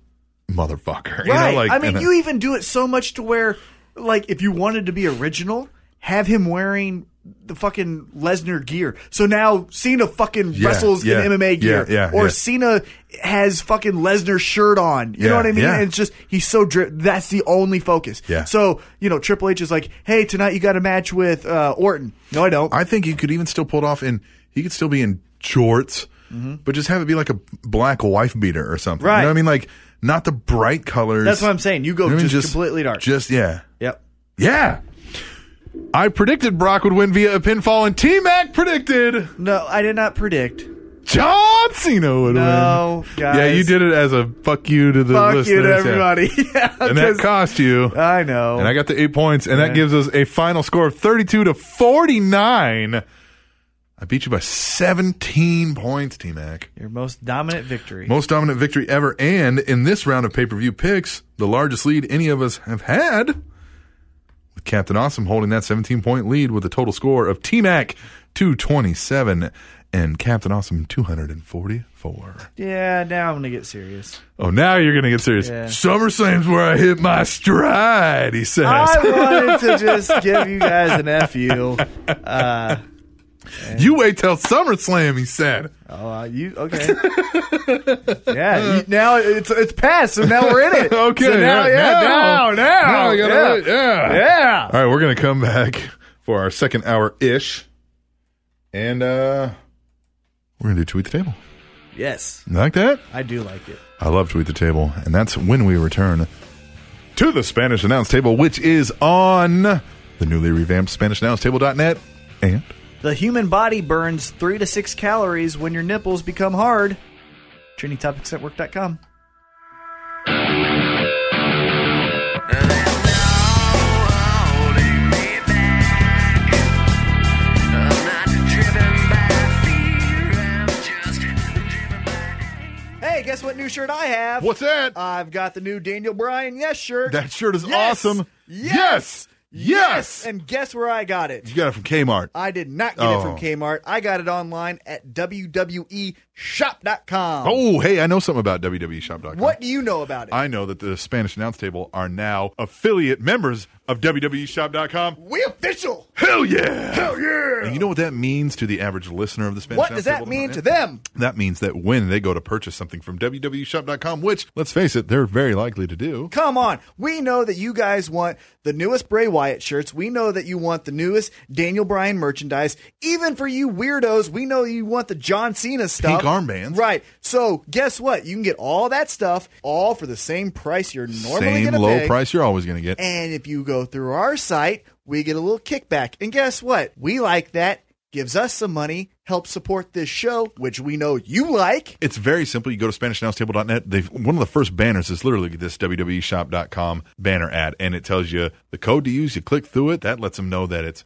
B: motherfucker. You know,
C: Right.
B: like-
C: I mean,
B: and-
C: you e- even do it so much to where, like, if you wanted to be original, have him wearing the fucking Lesnar gear. So now Cena fucking
B: Yeah,
C: wrestles
B: yeah,
C: in MMA gear,
B: yeah, yeah,
C: or
B: yeah.
C: Cena has fucking Lesnar shirt on. You
B: Yeah,
C: know what I mean?
B: yeah.
C: And it's just he's so dri- that's the only focus.
B: Yeah.
C: So you know, Triple H is like, hey, tonight you got a match with uh, Orton. No, I don't.
B: I think he could even still pull it off, and he could still be in jorts, but just have it be like a black wife beater or something. You
C: Mm-hmm. Right.
B: know what I mean? Like not the bright colors.
C: that's what I'm saying. You go
B: You know what I mean?
C: just, completely dark.
B: Just yeah,
C: yep.
B: yeah. I predicted Brock would win via a pinfall, and T Mac predicted
C: No, I did not predict.
B: John Cena would
C: No,
B: win.
C: guys.
B: Yeah, you did it as a fuck you to the
C: Fuck
B: listeners.
C: you to
B: yeah.
C: everybody. Yeah,
B: and that
C: 'cause-
B: cost you.
C: I know.
B: and I got the eight points, and that
C: Yeah.
B: gives us a final score of 32 to 49. I beat you by 17 points, T Mac.
C: Your most dominant victory.
B: Most dominant victory ever. And in this round of pay per view picks, the largest lead any of us have had, with Captain Awesome holding that 17 point lead with a total score of T Mac 227 and Captain Awesome 244.
C: yeah, now I'm gonna get serious.
B: Oh, now you're going to get serious.
C: Yeah.
B: SummerSlam's where I hit my stride, he says.
C: I wanted to just give you guys an fu.
B: You wait till SummerSlam, he said.
C: Oh, uh, you okay? yeah, you, now it's it's past, so now we're in it.
B: Okay,
C: so now,
B: right,
C: yeah,
B: now- now
C: now, now,
B: we gotta
C: yeah,
B: wait, yeah.
C: yeah.
B: All right, we're going to come back for our second hour ish And uh we're gonna do tweet the table.
C: Yes,
B: You like that?
C: I do like it.
B: I love tweet the table, and that's when we return to the Spanish announce table, which is on the newly revamped SpanishAnnounceTable.net. And
C: The human body burns three to six calories when your nipples become hard. TrainingTopicsNetwork.com. Hey, guess what new shirt I have?
B: what's that?
C: I've got the new Daniel Bryan Yes shirt.
B: Uh, that shirt is
C: Yes!
B: awesome.
C: Yes!
B: yes,
C: Uh-huh.
B: yes.
C: And guess where I got it?
B: you got it from Kmart.
C: I did not get it
B: Oh.
C: from Kmart. I got it online at E WWEshop.com.
B: Oh, hey, I know something about E WWEshop.com.
C: What do you know about it?
B: I know that the Spanish announce table are now affiliate members of E WWEshop.com.
C: we official.
B: Hell yeah! Hell yeah! And you know what that means to the average listener of the Spanish
C: What
B: announce
C: does that
B: table?
C: mean to them?
B: That means that when they go to purchase something from E WWEshop.com, which, let's face it, they're very likely to do.
C: Come on. We know that you guys want the newest Bray Wyatt shirts. We know that you want the newest Daniel Bryan merchandise. Even for you weirdos, we know you want the John Cena stuff.
B: armbands.
C: Right. So guess what? You can get all that stuff all for the same price you're normally
B: Same
C: going to
B: low
C: pay.
B: price you're always going to get.
C: And if you go through our site, we get a little kickback. And guess what? We like that. Gives us some money, helps support this show, which we know you like.
B: It's very simple. You go to SpanishAnnounceTable.net. They've, one of the first banners is literally this E WWEshop.com banner ad, and it tells you the code to use. You click through it. That lets them know that it's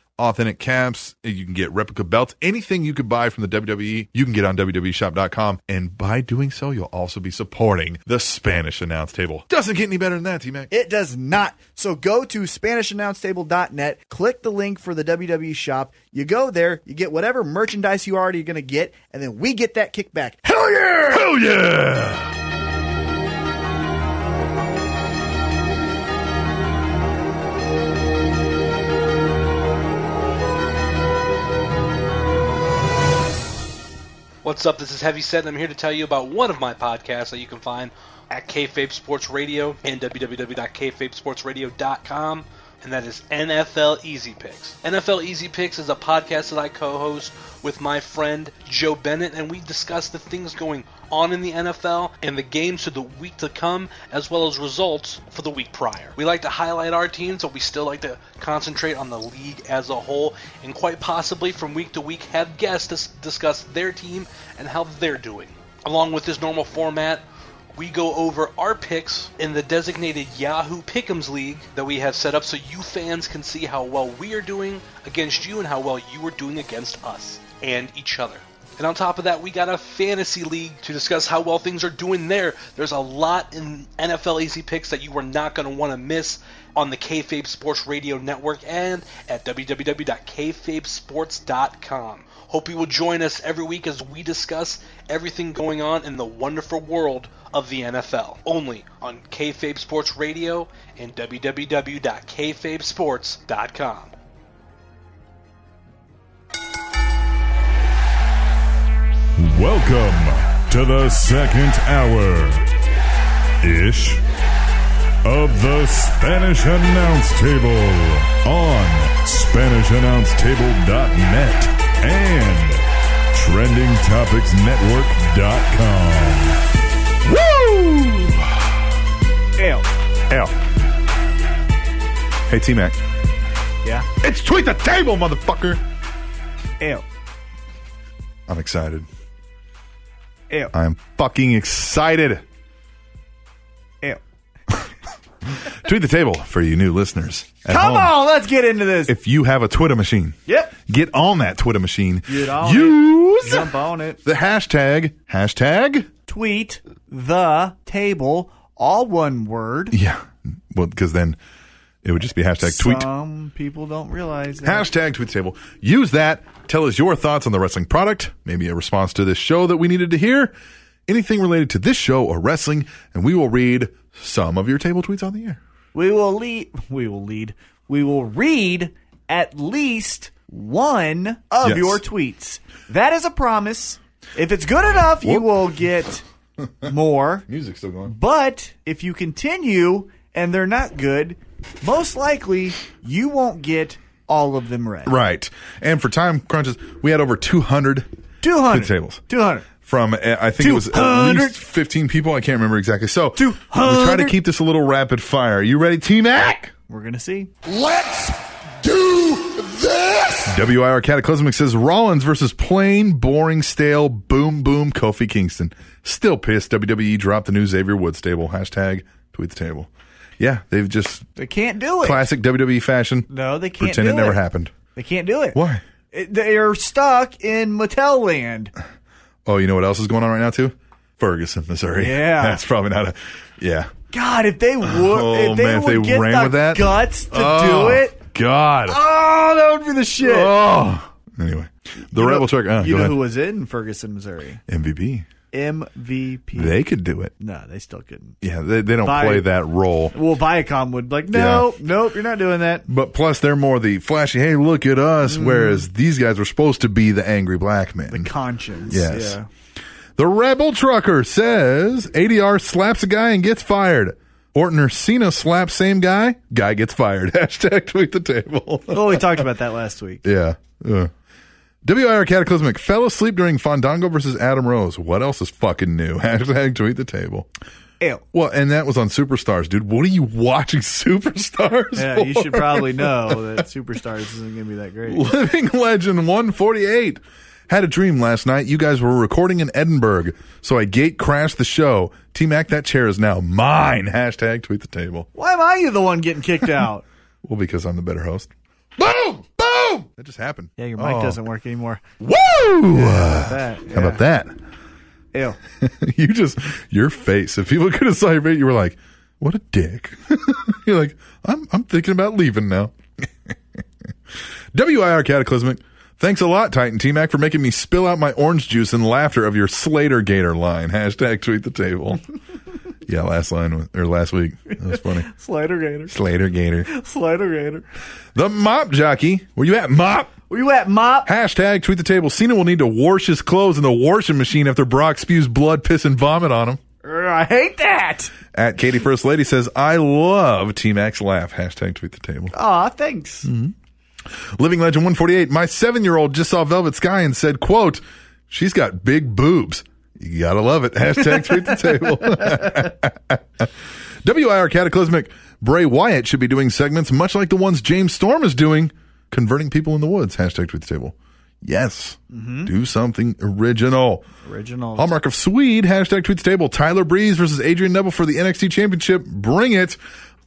B: Authentic caps. You can get replica belts. Anything you could buy from the WWE, you can get on E WWEshop.com. And by doing so, you'll also be supporting the Spanish announce table. Doesn't get any better than that, T Mac.
C: It does not. So go to SpanishAnnounceTable.net, click the link for the WWE shop. You go there, you get whatever merchandise you already going to get, and then we get that kickback.
B: Hell yeah! Hell yeah!
G: What's up? This is Heavy Set, and I'm here to tell you about one of my podcasts that you can find at Kayfabe Sports Radio and www.kayfabesportsradio.com, and that is NFL Easy Picks. NFL Easy Picks is a podcast that I co-host with my friend Joe Bennett, and we discuss the things going on in the NFL and the games for the week to come, as well as results for the week prior. We like to highlight our teams, but we still like to concentrate on the league as a whole, and quite possibly from week to week have guests dis- discuss their team and how they're doing. Along with this normal format, we go over our picks in the designated Yahoo Pick'ems League that we have set up so you fans can see how well we are doing against you and how well you are doing against us and each other. And on top of that, we got a fantasy league to discuss how well things are doing there. There's a lot in NFL Easy Picks that you are not going to want to miss on the Kayfabe Sports Radio Network and at www.kayfabesports.com. Hope you will join us every week as we discuss everything going on in the wonderful world of the NFL. Only on Kayfabe Sports Radio and www.kayfabesports.com.
A: Welcome to the second hour ish of the Spanish Announce Table on SpanishAnnounceTable.net and TrendingTopicsNetwork.com.
B: Ow. Hey, T Mac.
C: Yeah.
B: It's tweet the table, motherfucker.
C: Ew.
B: I'm excited.
C: Ew.
B: I'm fucking excited.
C: Ew.
B: Tweet the table for you new listeners. at
C: Come
B: home.
C: on, let's get into this.
B: If you have a Twitter machine,
C: Yep.
B: get on that Twitter machine.
C: Get on
B: Use
C: Jump on it.
B: the hashtag. Hashtag.
C: Tweet the table, all one word.
B: Yeah. Well, because then it would just be hashtag tweet.
C: Some people don't realize that.
B: Hashtag tweet the table. Use that. Tell us your thoughts on the wrestling product. Maybe a response to this show that we needed to hear. Anything related to this show or wrestling, and we will read some of your table tweets on the air.
C: we will lead. We will lead. We will read at least one of
B: Yes.
C: your tweets. That is a promise. If it's good enough, you will get more.
B: Music's still going.
C: But if you continue and they're not good, most likely you won't get all of them read.
B: Right. And for time crunches, we had over 200
C: 200.
B: tables.
C: 200.
B: from, uh, I think it was at
C: 200.
B: least 15 people. I can't remember exactly. So,
C: 200.
B: we try to keep this a little rapid fire. Are you ready, T Mac?
C: We're going to see.
A: Let's do this.
B: WIR Cataclysmic says Rollins versus plain, boring, stale, boom, boom, Kofi Kingston. Still pissed. WWE dropped the new Xavier Woods table. Hashtag tweet the table. Yeah, they've just
C: They can't do it.
B: classic WWE fashion.
C: No, they can't
B: Pretend
C: do
B: it never
C: it.
B: happened.
C: They can't do it.
B: Why?
C: It- They're stuck in Mattel land.
B: Oh, you know what else is going on right now too? Ferguson, Missouri.
C: Yeah.
B: that's probably not a. Yeah.
C: God, if they would,
B: oh
C: if they
B: man, if
C: would
B: they
C: get
B: ran
C: the
B: with that
C: guts to
B: Oh,
C: do it,
B: God.
C: oh, that would be the shit.
B: Oh. Anyway, the Rebel Truck. Uh,
C: you
B: go
C: know
B: ahead.
C: who was in Ferguson, Missouri?
B: MVP.
C: MVP.
B: They could do it.
C: no, they still couldn't.
B: Yeah, they, they don't
C: Bye.
B: play that role.
C: Well, Viacom would like, no, nope, you're not doing that.
B: But plus, they're more the flashy. Hey, look at us.
C: Mm.
B: Whereas these guys were supposed to be the angry black men.
C: Conscience.
B: Yes.
C: Yeah.
B: The Rebel Trucker says ADR slaps a guy and gets fired. Orton or Cena slaps same guy, guy gets fired. Hashtag tweet the table.
C: Oh, we talked about that last week.
B: yeah. Uh. WIR Cataclysmic fell asleep during Fandango versus Adam Rose. What else is fucking new? Hashtag tweet the table.
C: Ew.
B: Well, and that was on Superstars, dude. What are you watching Superstars?
C: Yeah, you should
B: for?
C: probably know that Superstars isn't going to be that great.
B: Living Legend 148. Had a dream last night. You guys were recording in Edinburgh, so I gate crashed the show. T Mac, that chair is now mine. Hashtag tweet the table.
C: Why am I the one getting kicked out?
B: Well, because I'm the better host. Boom! Boom! That just happened.
C: Yeah, your mic
B: Oh.
C: doesn't work anymore.
B: Woo!
C: That, yeah.
B: How about that?
C: Ew.
B: you just, your face. If people could have saw your face, you were like, what a dick. You're like, I'm, I'm thinking about leaving now. WIR Cataclysmic. Thanks a lot, Titan T Mac, for making me spill out my orange juice in laughter of your Slater Gator line. Hashtag tweet the table. yeah, last line was, or last week. That was funny.
C: Slider Gator.
B: Slater Gator.
C: Slider Gator.
B: The Mop Jockey. Where you at, Mop?
C: Where you at, Mop?
B: Hashtag tweet the table. Cena will need to wash his clothes in the washing machine after Brock spews blood, piss, and vomit on him.
C: Er, I hate that.
B: At Katie First Lady says, I love T Max laugh. Hashtag tweet the table.
C: Aw, thanks.
B: Mm-hmm. Living Legend 148. My seven year old just saw Velvet Sky and said, quote, she's got big boobs. You gotta love it. Hashtag tweet the table. WIR Cataclysmic. Bray Wyatt should be doing segments much like the ones James Storm is doing, converting people in the woods. Hashtag tweet the table. Yes. Do something original.
C: Original.
B: Hallmark of Swede, hashtag tweets table. Tyler Breeze versus Adrian Neville for the NXT Championship. Bring it.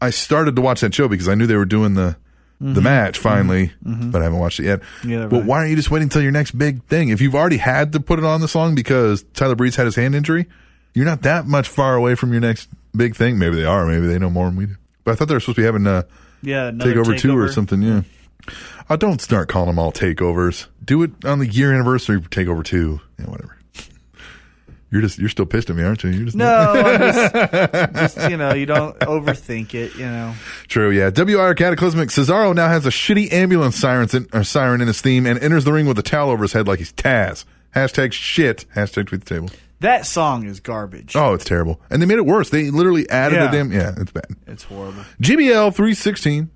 B: I started to watch that show because I knew they were doing the the match finally, but I haven't watched it yet.
C: Neither
B: but
C: have I.
B: why aren't you just waiting until your next big thing? If you've already had to put it on this long because Tyler Breeze had his hand injury, you're not that much far away from your next big thing. Maybe they are. Maybe they know more than we do. But I thought they were supposed to be having uh, a
C: Yeah, another
B: takeover,
C: takeover.
B: two or something. Yeah. I don't start calling them all takeovers. Do it on the year anniversary takeover two. Yeah, whatever. You're just you're still pissed at me, aren't you? You're just
C: No, I'm just, just, you know, you don't overthink it. You know,
B: True, yeah. WIR Cataclysmic Cesaro now has a shitty ambulance siren in, or siren in his theme and enters the ring with a towel over his head like he's Taz. Hashtag shit. Hashtag tweet the table.
C: that song is garbage.
B: Oh, it's terrible. And they made it worse. They literally added
C: Yeah.
B: a damn. Yeah, it's bad.
C: It's horrible.
B: GBL three sixteen.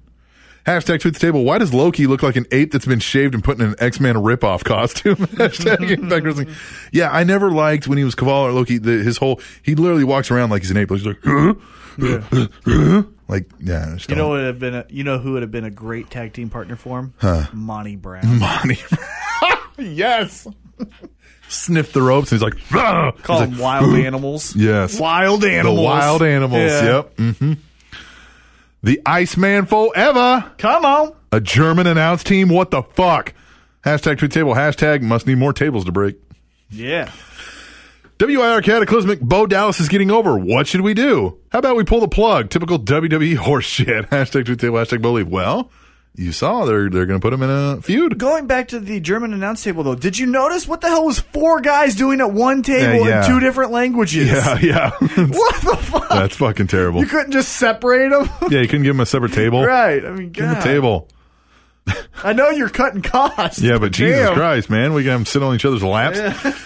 B: Hashtag tweet the table. Why does Loki look like an ape that's been shaved and put in an X Men ripoff costume? Hashtag Impact Wrestling. Yeah, I never liked when he was Kavala or Loki. The, his whole he literally walks around like he's an ape. He's like, "Huh? Huh? Huh?" like yeah.
C: You know what would have been? A, you know who would have been a great tag team partner for him? Monty Brown.
B: Monty. yes. Sniff the ropes. And he's like, "Rah!" He's
C: Call
B: like,
C: them wild animals.
B: yes,
C: Wild
B: the
C: animals.
B: wild animals.
C: Yeah.
B: Yep. Mm-hmm. The Iceman forever.
C: Come on.
B: A German announce team? What the fuck? Hashtag tweet table. Hashtag must need more tables to break.
C: Yeah.
B: WIR Cataclysmic. Bo Dallas is getting over. What should we do? How about we pull the plug? Typical WWE horse shit. Hashtag tweet table. Hashtag believe. Well, you saw they're they're going to put him in a feud.
C: Going back to the German announce table, though, did you notice what the hell was four guys doing at one table
B: yeah.
C: in two different languages?
B: Yeah, yeah.
C: What the fuck?
B: That's fucking terrible.
C: you couldn't just separate them?
B: yeah, you couldn't give him a separate table.
C: right. I mean,
B: Give him
C: God.
B: a table.
C: I know you're cutting costs.
B: Yeah, but Jesus
C: Damn.
B: Christ, man, we can have them sit on each other's laps.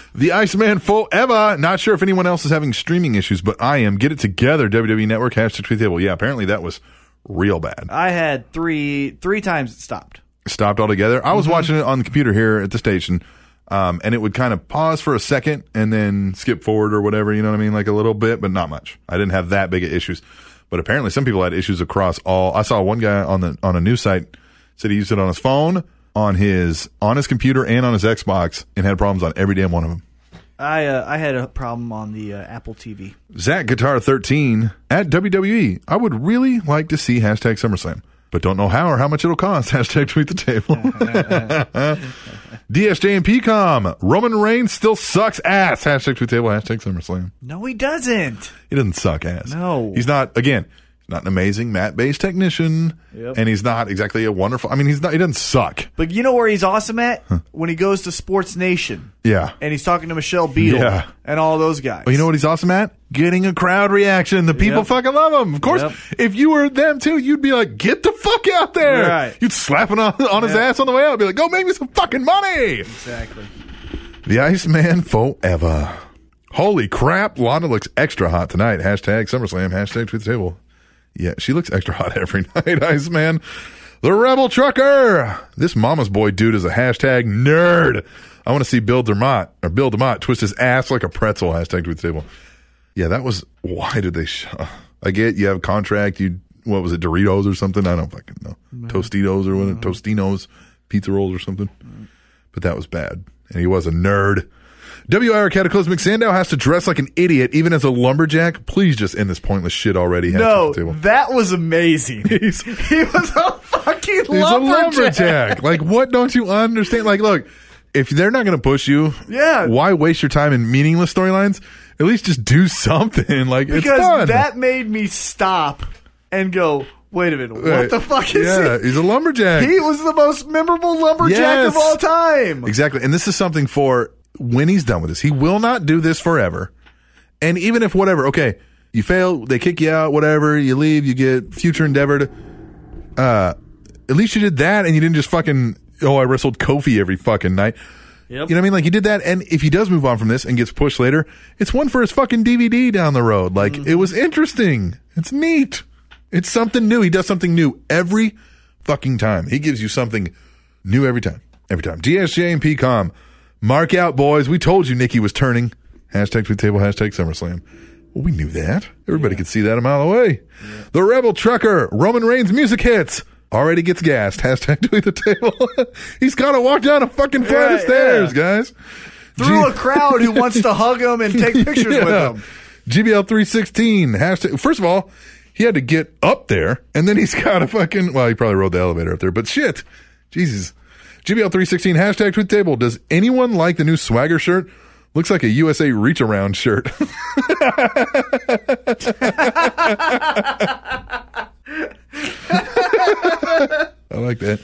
B: the Iceman forever. Not sure if anyone else is having streaming issues, but I am. Get it together, WWE Network hashtag tweet table. Yeah, apparently that was real bad.
C: I had three three times it stopped.
B: Stopped altogether. I was watching it on the computer here at the station, um, and it would kind of pause for a second and then skip forward or whatever. You know what I mean? Like a little bit, but not much. I didn't have that big of issues. But apparently, some people had issues across all. I saw one guy on the on a news site said he used it on his phone, on his on his computer, and on his Xbox, and had problems on every damn one of them.
C: I uh, I had a problem on the uh, Apple TV.
B: Zach Guitar 13 at WWE. I would really like to see hashtag SummerSlam, but don't know how or how much it'll cost. Hashtag tweet the table. DSJ and PCOM. Roman Reigns still sucks ass. Hashtag tweet the table. Hashtag SummerSlam.
C: No, he doesn't.
B: He doesn't suck ass.
C: No.
B: He's not, again, he's not an amazing mat based technician.
C: Yep.
B: And he's not exactly a wonderful, I mean, he's not, he doesn't suck.
C: But you know where he's awesome at when he goes to Sports Nation
B: Yeah.
C: and he's talking to Michelle Beadle
B: Yeah.
C: and all those guys.
B: But you know what he's awesome at? Getting a crowd reaction. The people
C: Yep.
B: fucking love him. Of course,
C: Yep.
B: if you were them too, you'd be like, get the fuck out there.
C: Right.
B: You'd slap him on, on his
C: Yep.
B: ass on the way out. Be like, go make me some fucking money.
C: exactly.
B: The Iceman forever. Holy crap. Lana looks extra hot tonight. Hashtag SummerSlam. Hashtag tweet the table. Yeah, she looks extra hot every night, Iceman. The Rebel Trucker. This mama's boy dude is a hashtag nerd. I want to see Bill Dermott or Bill Demott twist his ass like a pretzel. Hashtag tweet the table. Yeah, that was why did they? Sh- I get you have a contract. You what was it? Doritos or something? I don't fucking know. Tostitos or what? Tostinos, pizza rolls or something. But that was bad, and he was a nerd. WIR Cataclysmic Sandow has to dress like an idiot, even as a lumberjack. Please just end this pointless shit already. Hashtag
C: No,
B: tweet the table.
C: that was amazing. he was a fucking
B: He's
C: lumberjack.
B: a lumberjack. like, what don't you understand? Like, look, if they're not going to push you,
C: Yeah.
B: why waste your time in meaningless storylines? At least just do something. Like, it's
C: Because
B: fun.
C: that made me stop and go, wait a minute, what
B: Right.
C: the fuck is
B: yeah,
C: he?
B: he's a lumberjack.
C: He was the most memorable lumberjack
B: Yes.
C: of all time.
B: exactly. And this is something for when he's done with this. He will not do this forever. And even if whatever, okay, you fail, they kick you out, whatever, you leave, you get future endeavored. Uh, at least you did that and you didn't just fucking, oh, I wrestled Kofi every fucking night. You know what I mean? Like he did that, and if he does move on from this and gets pushed later, it's one for his fucking DVD down the road. Like it was interesting. It's neat. It's something new. He does something new every fucking time. He gives you something new every time. Every time. DSJ and PCOM. Mark out, boys. We told you Nikki was turning. Hashtag tweet table, hashtag SummerSlam. Well, we knew that. Everybody could see that a mile away. The Rebel Trucker, Roman Reigns music hits. Already gets gassed. Hashtag tweet the table. He's got to walk down a fucking flight of
C: Yeah,
B: stairs, guys.
C: Through
B: Gee-
C: a crowd who wants to hug him and take pictures with
B: Yeah.
C: him.
B: GBL three sixteen hashtag. First of all, he had to get up there, and then he's got a fucking. Well, he probably rode the elevator up there, but shit, Jesus. GBL three sixteen hashtag tweet table. Does anyone like the new swagger shirt? Looks like a USA reach around shirt. I like that.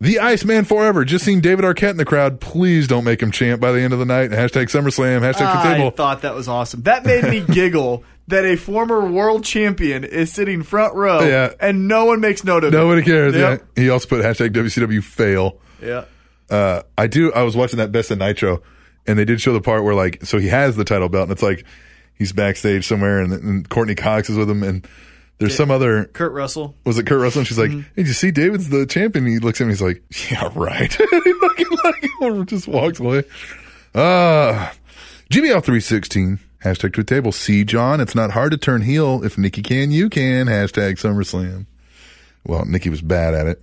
B: The Iceman Forever. Just seen David Arquette in the crowd. Please don't make him chant by the end of the night. Hashtag SummerSlam. Hashtag tweet
C: I
B: table.
C: thought that was awesome. That made me giggle that a former world champion is sitting front row
B: Yeah.
C: and no one makes note of it.
B: Nobody cares.
C: Yep.
B: Yeah. He also put hashtag WCW fail.
C: Yeah.
B: Uh, I do. I was watching that Best of Nitro, and they did show the part where like, so he has the title belt, and it's like he's backstage somewhere, and, and Courtney Cox is with him, and there's some other.
C: Kurt Russell.
B: Was it Kurt Russell? And she's like, "Hey, did you see David's the champion?" And he looks at me. He's like, "Yeah, right." he fucking like just walks away. Uh GBL three sixteen hashtag to table. See John, it's not hard to turn heel if Nikki can, you can hashtag SummerSlam. Well, Nikki was bad at it.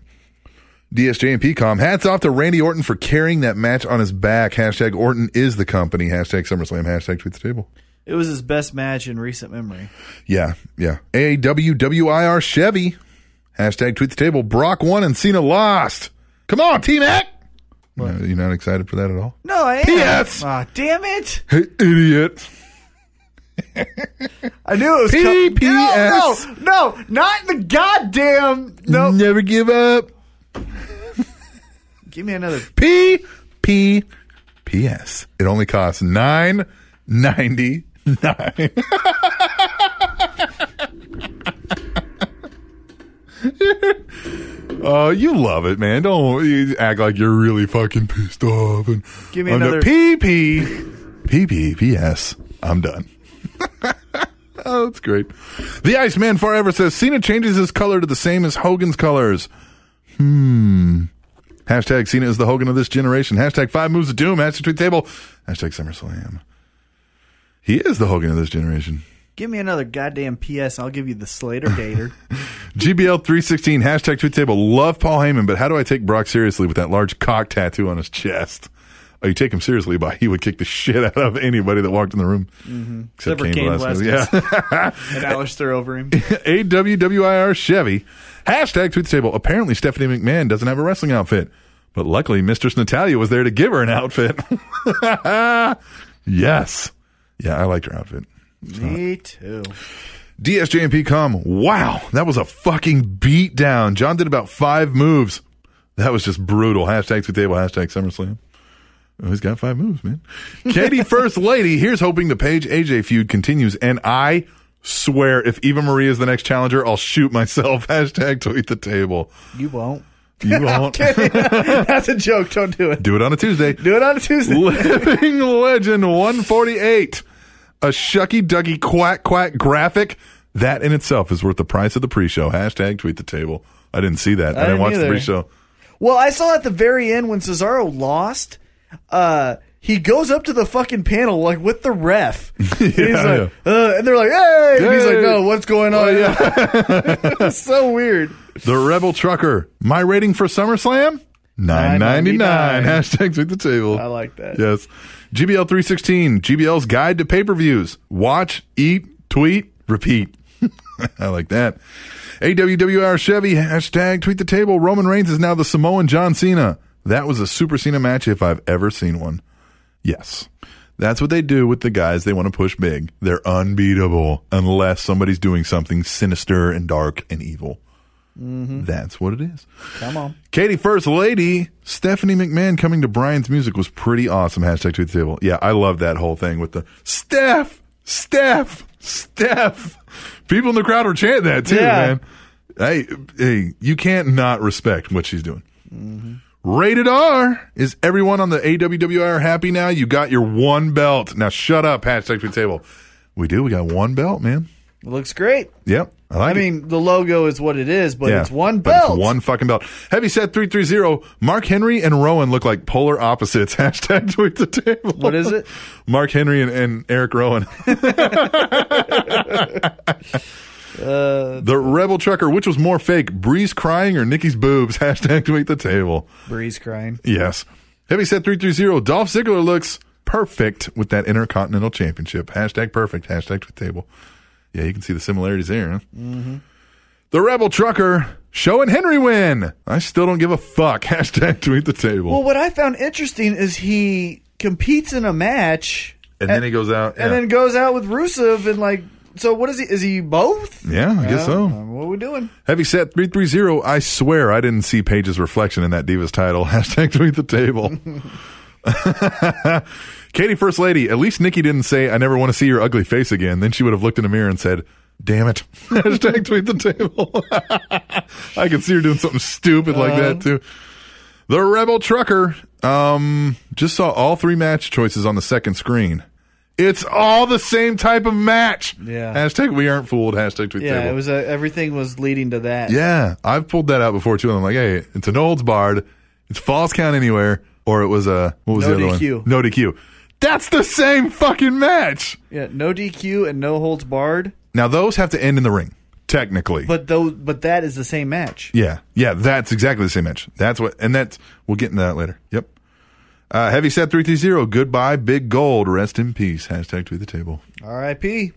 B: DSJ and PCOM. Hats off to Randy Orton for carrying that match on his back. Hashtag Orton is the company. Hashtag SummerSlam. Hashtag tweet the table.
C: It was his best match in recent memory.
B: Yeah, yeah. AWWIR Chevy. Hashtag tweet the table. Brock won and Cena lost. Come on, T Mac. No, you're not excited for that at all?
C: No, I am.
B: P.S..
C: Ah, damn it.
B: Hey, idiot.
C: I knew it was com-
B: P.P.S..
C: No, no, no, not the goddamn. No.
B: Never give up.
C: Give me another.
B: P P P S. It only costs nine ninety nine. Uh, you love it, man. Don't you act like you're really fucking pissed off. And
C: Give me
B: I'm
C: another-
B: done. PP. PP. PS. I'm done. oh, that's great. The Iceman Forever says Cena changes his color to the same as Hogan's colors. Hmm. Hashtag Cena is the Hogan of this generation. Hashtag five moves of doom. Hashtag tweet table. Hashtag SummerSlam. He is the Hogan of this generation.
C: Give me another goddamn PS. I'll give you the Slater Gator.
B: GBL three sixteen hashtag tweet table. Love Paul Heyman, but how do I take Brock seriously with that large cock tattoo on his chest? Oh, you take him seriously, but he would kick the shit out of anybody that walked in the room,
C: Mm-hmm. Except for Kane
B: Velasquez.
C: Velasquez.
B: Yeah.
C: and Alistair over him.
B: AWWIR Chevy. Hashtag tweet the table. Apparently, Stephanie McMahon doesn't have a wrestling outfit, but luckily, Mistress Natalia was there to give her an outfit. yes. Yeah, I liked her outfit.
C: Me too.
B: DSJMP.com. Wow, that was a fucking beat down. John did about five moves. That was just brutal. Hashtag two table, hashtag SummerSlam. Oh, he's got five moves, man. Katie First Lady, here's hoping the Paige AJ feud continues. And I swear, if Eva Marie is the next challenger, I'll shoot myself. Hashtag tweet the table.
C: You won't.
B: You won't.
C: That's a joke. Don't do it.
B: Do it on a Tuesday.
C: Do it on a Tuesday.
B: Living Legend 148. A shucky ducky quack quack graphic. That in itself is worth the price of the pre show. Hashtag tweet the table. I didn't see that. I, didn't
C: didn't
B: watch the
C: either.
B: pre show.
C: Well, I saw at the very end when Cesaro lost, uh, he goes up to the fucking panel like with the ref. And he's
B: Yeah,
C: like, Uh, and they're like, "Hey!" And he's
B: Hey.
C: like, "No, what's going on?" it's so weird.
B: The Rebel Trucker. My rating for SummerSlam? Nine ninety nine. Hashtag tweet the table.
C: I like that.
B: Yes. GBL three sixteen. GBL's guide to pay per views. Watch, eat, tweet, repeat. I like that. AWWR Chevy hashtag tweet the table. Roman Reigns is now the Samoan John Cena. That was a Super Cena match if I've ever seen one. Yes. That's what they do with the guys they want to push big. They're unbeatable unless somebody's doing something sinister and dark and evil. That's what it is.
C: Mm-hmm. Come on.
B: Katie First Lady, Stephanie McMahon coming to Brian's music was pretty awesome. Hashtag tweet the table. Yeah, I love that whole thing with the Steph, Steph, Steph. People in the crowd were chanting that too,
C: Yeah.
B: man. Hey, hey, you can't not respect what she's doing. Rated R. Is everyone on the AWWR happy now? You got your one belt. Now shut up. Hashtag tweet the table. We do. We got one belt, man.
C: Looks great.
B: Yep. I like
C: I
B: it.
C: mean, the logo is what it is, but
B: Yeah,
C: it's one
B: but it's
C: belt.
B: one fucking belt. Heavy set 330. Mark Henry and Rowan look like polar opposites. Hashtag tweet the table.
C: What is it?
B: Mark Henry and, and Eric Rowan.
C: Uh,
B: the Rebel Trucker, which was more fake? Breeze crying or Nikki's boobs? Hashtag tweet the table.
C: Breeze crying.
B: Yes. Heavy set 330. Dolph Ziggler looks perfect with that Intercontinental Championship. Hashtag perfect. Hashtag tweet table. Yeah, you can see the similarities there. Huh? Mm-hmm. The Rebel Trucker. Show and Henry win. I still don't give a fuck. Hashtag tweet the table.
C: Well, what I found interesting is he competes in a match
B: and then he goes out.
C: and then goes out with Rusev and like. So what is he? Is he both?
B: yeah, yeah, I guess so.
C: Um, what are we doing?
B: Heavy set 330. I swear I didn't see Paige's reflection in that Divas title. Hashtag tweet the table. Katie, first lady, at least Nikki didn't say, I never want to see your ugly face again. Then she would have looked in the mirror and said, Damn it. Hashtag tweet the table. I could see her doing something stupid like that
C: Uh-huh.
B: too. The Rebel Trucker um, just saw all three match choices on the second screen. It's all the same type of match.
C: Yeah.
B: Hashtag we aren't fooled. Hashtag tweet
C: Yeah,
B: table.
C: it was uh everything was leading to that.
B: Yeah, I've pulled that out before too. And I'm like, hey, it's an old barred, it's false count anywhere, or it was a what was
C: No
B: the other
C: DQ.
B: one? No DQ. That's the same fucking match.
C: Yeah, no DQ and no holds barred,
B: Now those have to end in the ring, technically.
C: but those but that is the same match.
B: yeah, yeah, that's exactly the same match. That's what, and that's we'll get into that later. Yep. Uh, heavy set three three zero. Goodbye, big gold. Rest in peace. Hashtag to the table.
C: R.I.P.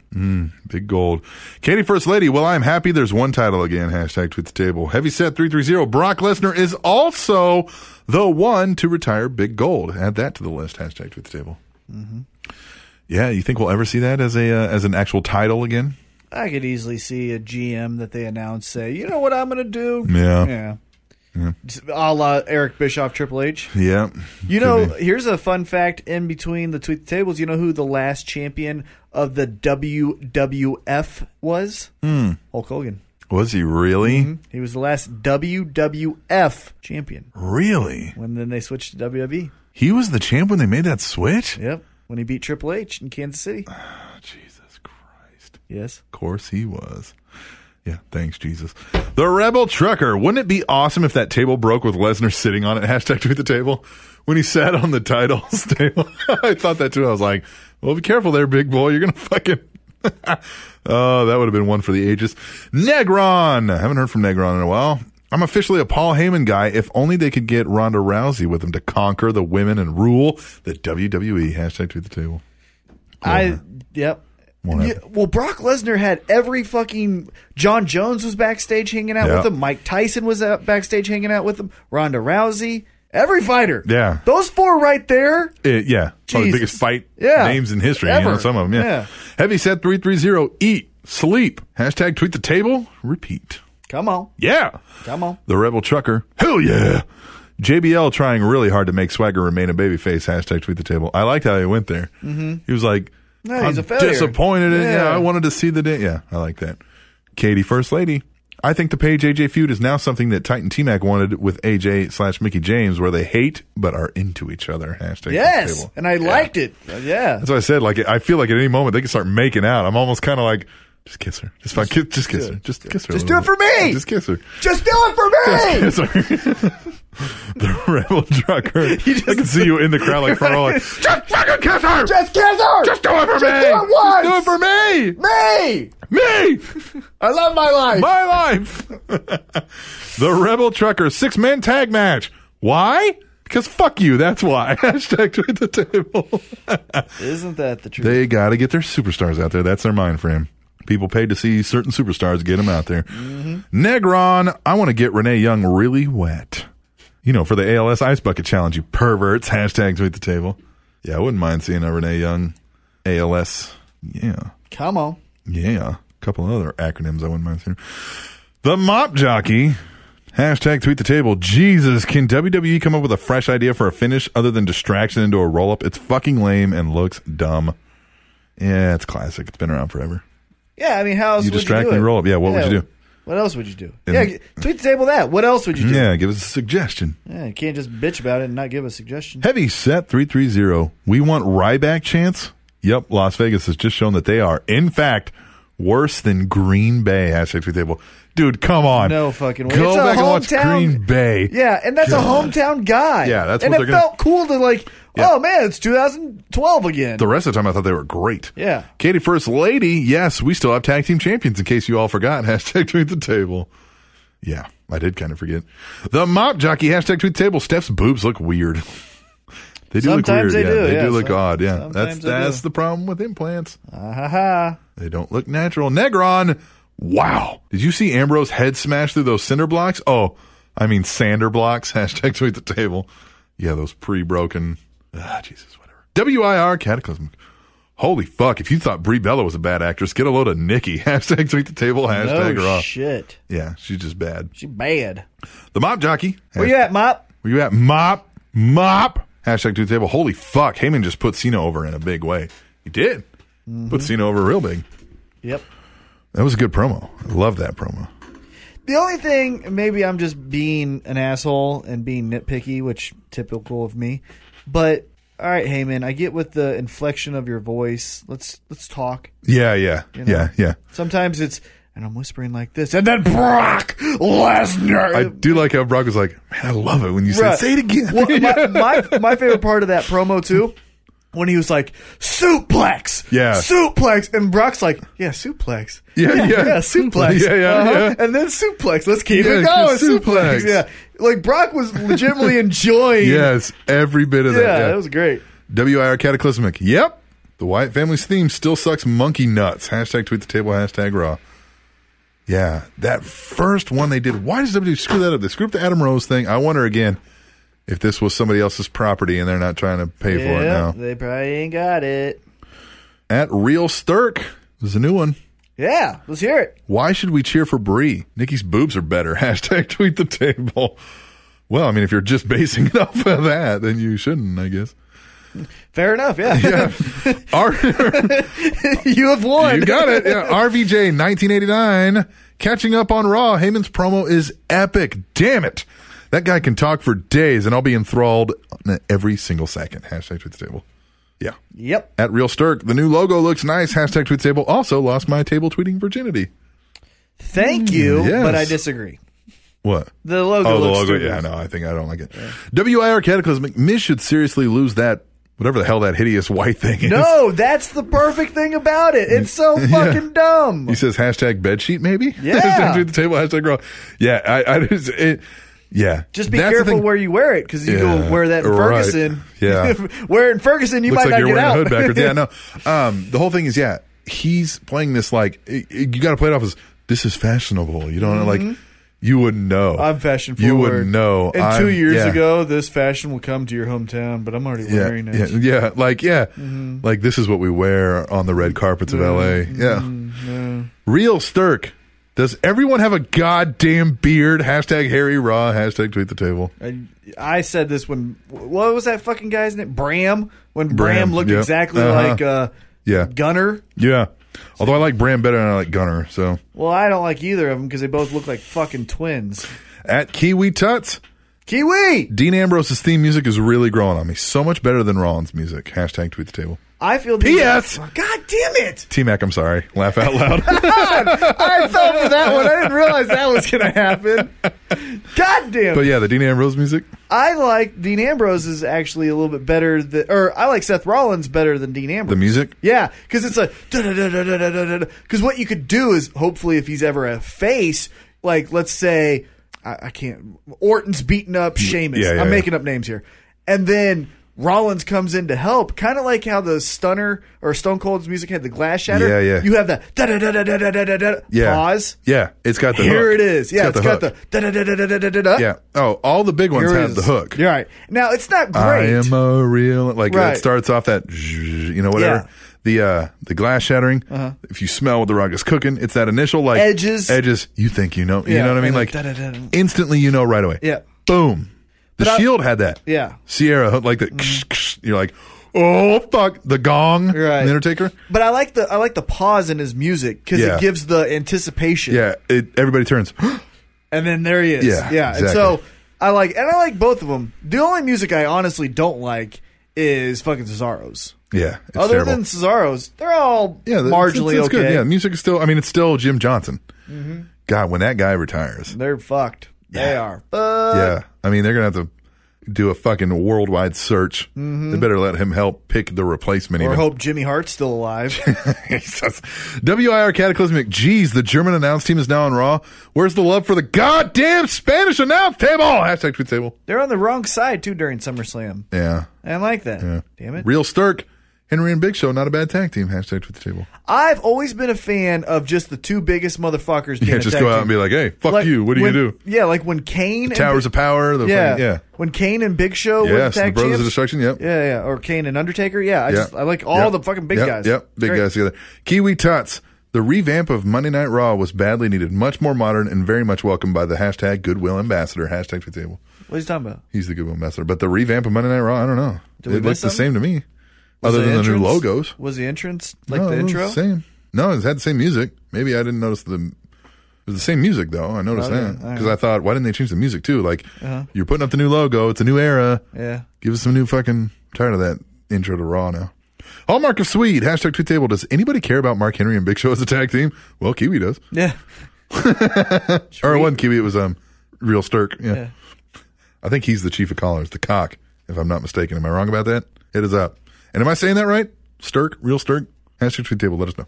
B: Big gold. Katie First Lady, well, I'm happy there's one title again. Hashtag tweet the table. Heavy set 330. Brock Lesnar is also the one to retire big gold. Add that to the list. Hashtag tweet the table. Yeah, you think we'll ever see that as a uh, as an actual title again?
C: I could easily see a GM that they announce say, you know what I'm going to do?
B: Yeah.
C: Yeah. Just A la Eric Bischoff, Triple H.
B: Yeah.
C: You
B: Could
C: know,
B: be.
C: here's a fun fact in between the tweet tables. You know who the
B: Hmm.
C: last champion of the WWF was? Hulk Hogan.
B: Was he really?
C: He was the last WWF champion.
B: Really?
C: When then they switched to WWE.
B: He was the champ when they made that switch?
C: Yep. When he beat Triple H in Kansas City.
B: Jesus Christ.
C: Yes.
B: Of course he was. Yeah, thanks, Jesus. The Rebel Trucker. Wouldn't it be awesome if that table broke with Lesnar sitting on it? Hashtag tweet the table. When he sat on the titles table. I thought that too. I was like, well, be careful there, big boy. You're going to fucking. oh, that would have been one for the ages. Negron. I haven't heard from Negron in a while. I'm officially a Paul Heyman guy. If only they could get Ronda Rousey with him to conquer the women and rule the WWE. Hashtag tweet the table.
C: I yep.
B: Won't
C: Yeah, well, Brock Lesnar had every fucking. John Jones was backstage hanging out
B: Yeah.
C: with him. Mike Tyson was out backstage hanging out with him. Ronda Rousey. Every fighter.
B: Yeah.
C: Those four right there.
B: Uh, yeah, probably the
C: Jesus.
B: biggest fight
C: Yeah.
B: names in history. You
C: Ever.
B: know, some of them, yeah.
C: Yeah.
B: Heavy set three three zero. Eat, sleep. Hashtag tweet the table. Repeat.
C: Come on.
B: Yeah.
C: Come on.
B: The rebel trucker. Hell yeah. JBL trying really hard to make Swagger remain a babyface. Hashtag tweet the table. I liked how he went there. Mm-hmm. He was like,
C: No,
B: I'm
C: he's a failure.
B: disappointed in. Yeah,
C: Yeah.
B: I wanted to see the day. Yeah, I like that. Katie, first lady. I think the Page AJ feud is now something that Titan T Mac wanted with AJ slash Mickey James, where they hate but are into each other. Hashtag tweet the
C: Yes.
B: table.
C: And I liked it. Uh, yeah.
B: That's what I said. Like, I feel like at any moment they can start making out. I'm almost kind of like, just kiss her. Just, fuck, kiss, just kiss her. Just kiss her. a
C: Just
B: little
C: do it
B: bit.
C: for me!
B: Yeah, Just kiss her.
C: Just do it for me.
B: Kiss her. the rebel trucker. I can see you in the crowd, like, front row, like, just fucking kiss her.
C: Just kiss her.
B: Just do it for me.
C: do it
B: Just
C: once.
B: do
C: me.
B: it for me. Me.
C: I love my life.
B: My life. the Rebel Trucker six man tag match. Why? Because fuck you. That's why. Hashtag tweet the table.
C: Isn't that the truth?
B: They got to get their superstars out there. That's their mind frame. People paid to see certain superstars get them out there. Negron, I want to get Renee Young really wet. You know, for the ALS Ice Bucket Challenge, you perverts. Hashtag tweet the table. Yeah, I wouldn't mind seeing a Renee Young ALS. Yeah.
C: Come on.
B: Yeah. A couple other acronyms I wouldn't mind seeing. The Mop Jockey. Hashtag tweet the table. Jesus, can WWE come up with a fresh idea for a finish other than distraction into a roll up? It's fucking lame and looks dumb. Yeah, it's classic. It's been around forever.
C: Yeah, I mean, how else
B: You
C: would
B: distract
C: you do
B: me,
C: it?
B: roll up. Yeah, what would you do?
C: What else would you do?
B: And-
C: yeah, g- tweet the table that. What else would you do? Yeah.
B: Yeah, give us a suggestion.
C: you can't just bitch about it and not give a suggestion.
B: Heavy set 330. We want Ryback chance. Yep, Las Vegas has just shown that they are, in fact, worse than Green Bay. Hashtag tweet the table. Dude, come on.
C: No fucking way.
B: Go
C: It's a
B: back and watch
C: hometown-
B: Green Bay.
C: Yeah, and that's
B: God.
C: a hometown guy.
B: Yeah, that's
C: and
B: what
C: it
B: they're gonna-
C: felt cool to like.
B: Yeah.
C: Oh man, it's 2012 again.
B: The rest of the time, I thought they were great.
C: Yeah.
B: Katie, first lady. Yes, we still have tag team champions. In case you all forgot, hashtag tweet the table. Yeah, I did kind of forget. The mop jockey hashtag tweet the table. Steph's boobs look weird. they do look weird.
C: Sometimes they
B: yeah,
C: do,
B: they
C: yeah,
B: do look
C: some-
B: odd. Yeah,
C: sometimes
B: that's
C: they do.
B: that's the problem with implants.
C: Ah, ha ha.
B: They don't look natural. Negron. Wow. Did you see Ambrose head smash through those cinder blocks? Oh, I mean sander blocks. Hashtag tweet the table. Yeah, those pre-broken. Ah, Jesus, whatever. WIR cataclysmic. Holy fuck! If you thought Brie Bella was a bad actress, get a load of Nikki. Hashtag tweet the table. Hashtag
C: No
B: raw.
C: shit.
B: yeah, she's just bad.
C: She bad.
B: The mop jockey.
C: Where you at, mop?
B: Where you at? Mop. Mop. Hashtag tweet the table. Holy fuck! Heyman just put Cena over in a big way. He did. Put Cena over real big.
C: Yep.
B: That was a good promo. I love that promo.
C: The only thing, maybe I'm just being an asshole and being nitpicky, which typical of me. But all right, Heyman, I get with the inflection of your voice. Let's let's talk.
B: Yeah, yeah, yeah, yeah.
C: Sometimes it's and I'm whispering like this, and then Brock Lesnar.
B: I do like how Brock was like, man, I love it when you say,
C: Bruh.
B: say it again.
C: Well, my, my, my favorite part of that promo too, when he was like suplex,
B: Yeah.
C: suplex, and Brock's like, yeah, suplex,
B: Yeah, yeah.
C: suplex,
B: Yeah,
C: Uh-huh.
B: yeah, yeah.
C: and then suplex. Let's keep
B: Yeah,
C: it going,
B: suplex.
C: suplex. yeah. Like Brock was legitimately enjoying,
B: yes, every bit of
C: yeah,
B: that. Yeah.
C: that was great.
B: WIR Cataclysmic. Yep. The Wyatt family's theme still sucks monkey nuts. Hashtag tweet the table, hashtag raw. Yeah, that first one they did. Why does WWE screw that up? They screwed up the Adam Rose thing. I wonder again if this was somebody else's property and they're not trying to pay for it
C: Yeah,
B: now.
C: they probably ain't got it.
B: At Real Sturk is a new one.
C: Yeah, let's hear it.
B: Why should we cheer for Brie? Nikki's boobs are better. Hashtag tweet the table. Well, I mean, if you're just basing it off of that, then you shouldn't, I guess.
C: Fair enough. Yeah,
B: R-
C: you have won.
B: you got it. Yeah, RVJ 1989 catching up on Raw. Heyman's promo is epic. Damn it. That guy can talk for days, and I'll be enthralled on every single second. Hashtag tweet the table. Yeah.
C: Yep.
B: At Real Sturk, the new logo looks nice. Hashtag tweet the table. Also lost my table tweeting virginity.
C: Thank you,
B: Mm, yes.
C: but I disagree.
B: What?
C: The logo
B: Oh, the
C: looks
B: logo.
C: stupid.
B: Yeah, no, I think I don't like it. WIR Cataclysmic. Miz should seriously lose that, whatever the hell that hideous white thing is.
C: No, that's the perfect thing about it. It's so fucking dumb.
B: He says hashtag bedsheet, maybe?
C: Yeah.
B: hashtag tweet the table, hashtag raw. Yeah, I, I just, it, yeah.
C: Just be
B: That's the
C: careful
B: thing.
C: where you wear it because you
B: Yeah,
C: go wear that in
B: right.
C: Ferguson.
B: Yeah.
C: wear it in Ferguson, you
B: Looks
C: might
B: like
C: not
B: you're
C: get
B: wearing
C: out.
B: a hood backwards. yeah, no. Um, the whole thing is, yeah, he's playing this like, i- i- you got to play it off as, this is fashionable. You don't know, like, you wouldn't know.
C: Mm-hmm. I'm fashion forward.
B: You wouldn't know.
C: And
B: I'm-
C: two years
B: yeah.
C: ago, this fashion will come to your hometown, but I'm already
B: Yeah,
C: wearing
B: yeah,
C: it.
B: yeah, like yeah,
C: Mm-hmm.
B: like this is what we wear on the red carpets of L.A. Yeah,
C: Mm-hmm.
B: real Sturk. Does everyone have a goddamn beard? Hashtag Harry Raw. Hashtag tweet the table.
C: I, I said this when what was that fucking guy's name? Bram. When Bram,
B: Bram,
C: looked
B: yep.
C: exactly
B: Uh-huh.
C: like uh,
B: Yeah,
C: Gunner.
B: yeah. Although I like Bram better than I like Gunner. So
C: Well, I don't like either of them because they both look like fucking twins.
B: at Kiwi Tuts,
C: Kiwi.
B: Dean Ambrose's theme music is really growing on me. So much better than Rollins' music. Hashtag tweet the table.
C: I feel. these-
B: P.S..
C: God damn it!
B: T Mac, I'm sorry. Laugh out loud.
C: I fell for that one. I didn't realize that was going to happen. God damn.
B: but yeah, the Dean Ambrose music.
C: I like Dean Ambrose is actually a little bit better than, or I like Seth Rollins better than Dean Ambrose.
B: The music.
C: Yeah, because it's a because what you could do is hopefully if he's ever a face, like let's say I, I can't Orton's beating up Sheamus.
B: yeah, yeah,
C: I'm
B: yeah.
C: making up names here, and then Rollins comes in to help, kind of like how the Stunner or Stone Cold's music had the glass shatter.
B: Yeah, yeah.
C: You have that da da da da da da da da
B: Yeah.
C: pause.
B: Yeah, it's got the
C: Here
B: hook.
C: it is. Yeah, it's got
B: hook.
C: the da da da da da da da da.
B: Yeah. Oh, all the big ones
C: Here it
B: have
C: is.
B: the hook.
C: You're right. Now it's not great.
B: I am a real like
C: Right.
B: it starts off that zzzz, you know whatever
C: Yeah. Uh-huh.
B: the uh the glass shattering. If you smell what the rock is cooking, it's that initial like
C: Edges.
B: edges. You think you know, you
C: Yeah,
B: know what I mean?
C: and
B: Like
C: then da-da-da-da.
B: instantly, you know right away.
C: Yeah.
B: boom. The
C: But I-
B: shield had that.
C: Yeah. Mm-hmm.
B: Sierra hook like the. ksh, ksh. you're like, oh fuck, the gong,
C: Right.
B: the Undertaker.
C: But I like the I like the pause in his music because
B: Yeah.
C: it gives the anticipation.
B: Yeah, it, everybody turns.
C: and then there he is.
B: Yeah,
C: yeah. And
B: exactly.
C: so I like and I like both of them. The only music I honestly don't like is fucking Cesaro's.
B: yeah, it's
C: Other
B: terrible.
C: than Cesaro's, they're all
B: yeah, the-
C: marginally
B: it's, it's
C: okay. Mm-hmm.
B: Good. Yeah, music is still. I mean, it's still Jim Johnson. God, when that guy retires,
C: They're fucked. They
B: Yeah.
C: are. But
B: Yeah, I mean they're gonna have to do a fucking worldwide search. They better let him help pick the replacement.
C: Mm-hmm. or
B: even.
C: hope Jimmy Hart's still alive.
B: Jesus. WIR Cataclysmic. Geez, the German announce team is now on Raw. Where's the love for the goddamn Spanish announce table? Hashtag tweet table.
C: they're on the wrong side too during SummerSlam.
B: Yeah,
C: I don't like that. Damn it.
B: real Sturk. Henry and Big Show, not a bad tag team. Hashtag tweet the table.
C: I've always been a fan of just the two biggest motherfuckers. Being
B: Yeah,
C: a
B: just
C: tag
B: go out
C: team.
B: and be like, hey, fuck you. What do
C: when-
B: you do?
C: Yeah, like when Kane
B: Towers
C: and,
B: of Power. The
C: yeah,
B: fucking- yeah.
C: when Kane and Big Show were
B: Yes,
C: the
B: the,
C: tag
B: Brothers of
C: champs.
B: Destruction. Yep.
C: Yeah, yeah, or Kane and Undertaker. Yeah, I just I like all
B: Yep.
C: the fucking big
B: Yep.
C: guys.
B: Yep, big
C: Great.
B: guys together. Kiwi Tots. The revamp of Monday Night Raw was badly needed, much more modern, and very much welcomed by the hashtag Goodwill Ambassador. Hashtag to the table.
C: What are you talking about?
B: He's the Goodwill Ambassador. But the revamp of Monday Night Raw, I don't know.
C: Did we
B: it
C: miss
B: looks the
C: something?
B: same to me, other than
C: Was
B: the new
C: entrance-
B: logos.
C: Was the entrance like
B: No,
C: the
B: it was
C: intro?
B: Same. No, it had the same music. Maybe I didn't notice the. It was the same music though. I noticed
C: Okay,
B: that
C: all
B: because
C: right.
B: I thought, why didn't they change the music too? Like,
C: Uh-huh.
B: you're putting up the new logo. It's a new era.
C: Yeah.
B: Give us some new fucking. I'm tired of that intro to Raw now. Hallmark of Swede, hashtag tweet table. Does anybody care about Mark Henry and Big Show as a tag team? Well, Kiwi does.
C: Yeah.
B: Or it wasn't Kiwi, it was um Real Sturk. Yeah.
C: Yeah.
B: I think he's the chief of callers, the cock, if I'm not mistaken. Am I wrong about that? Hit us up. And am I saying that right? Sturk, Real Sturk? Hashtag tweet table, let us know.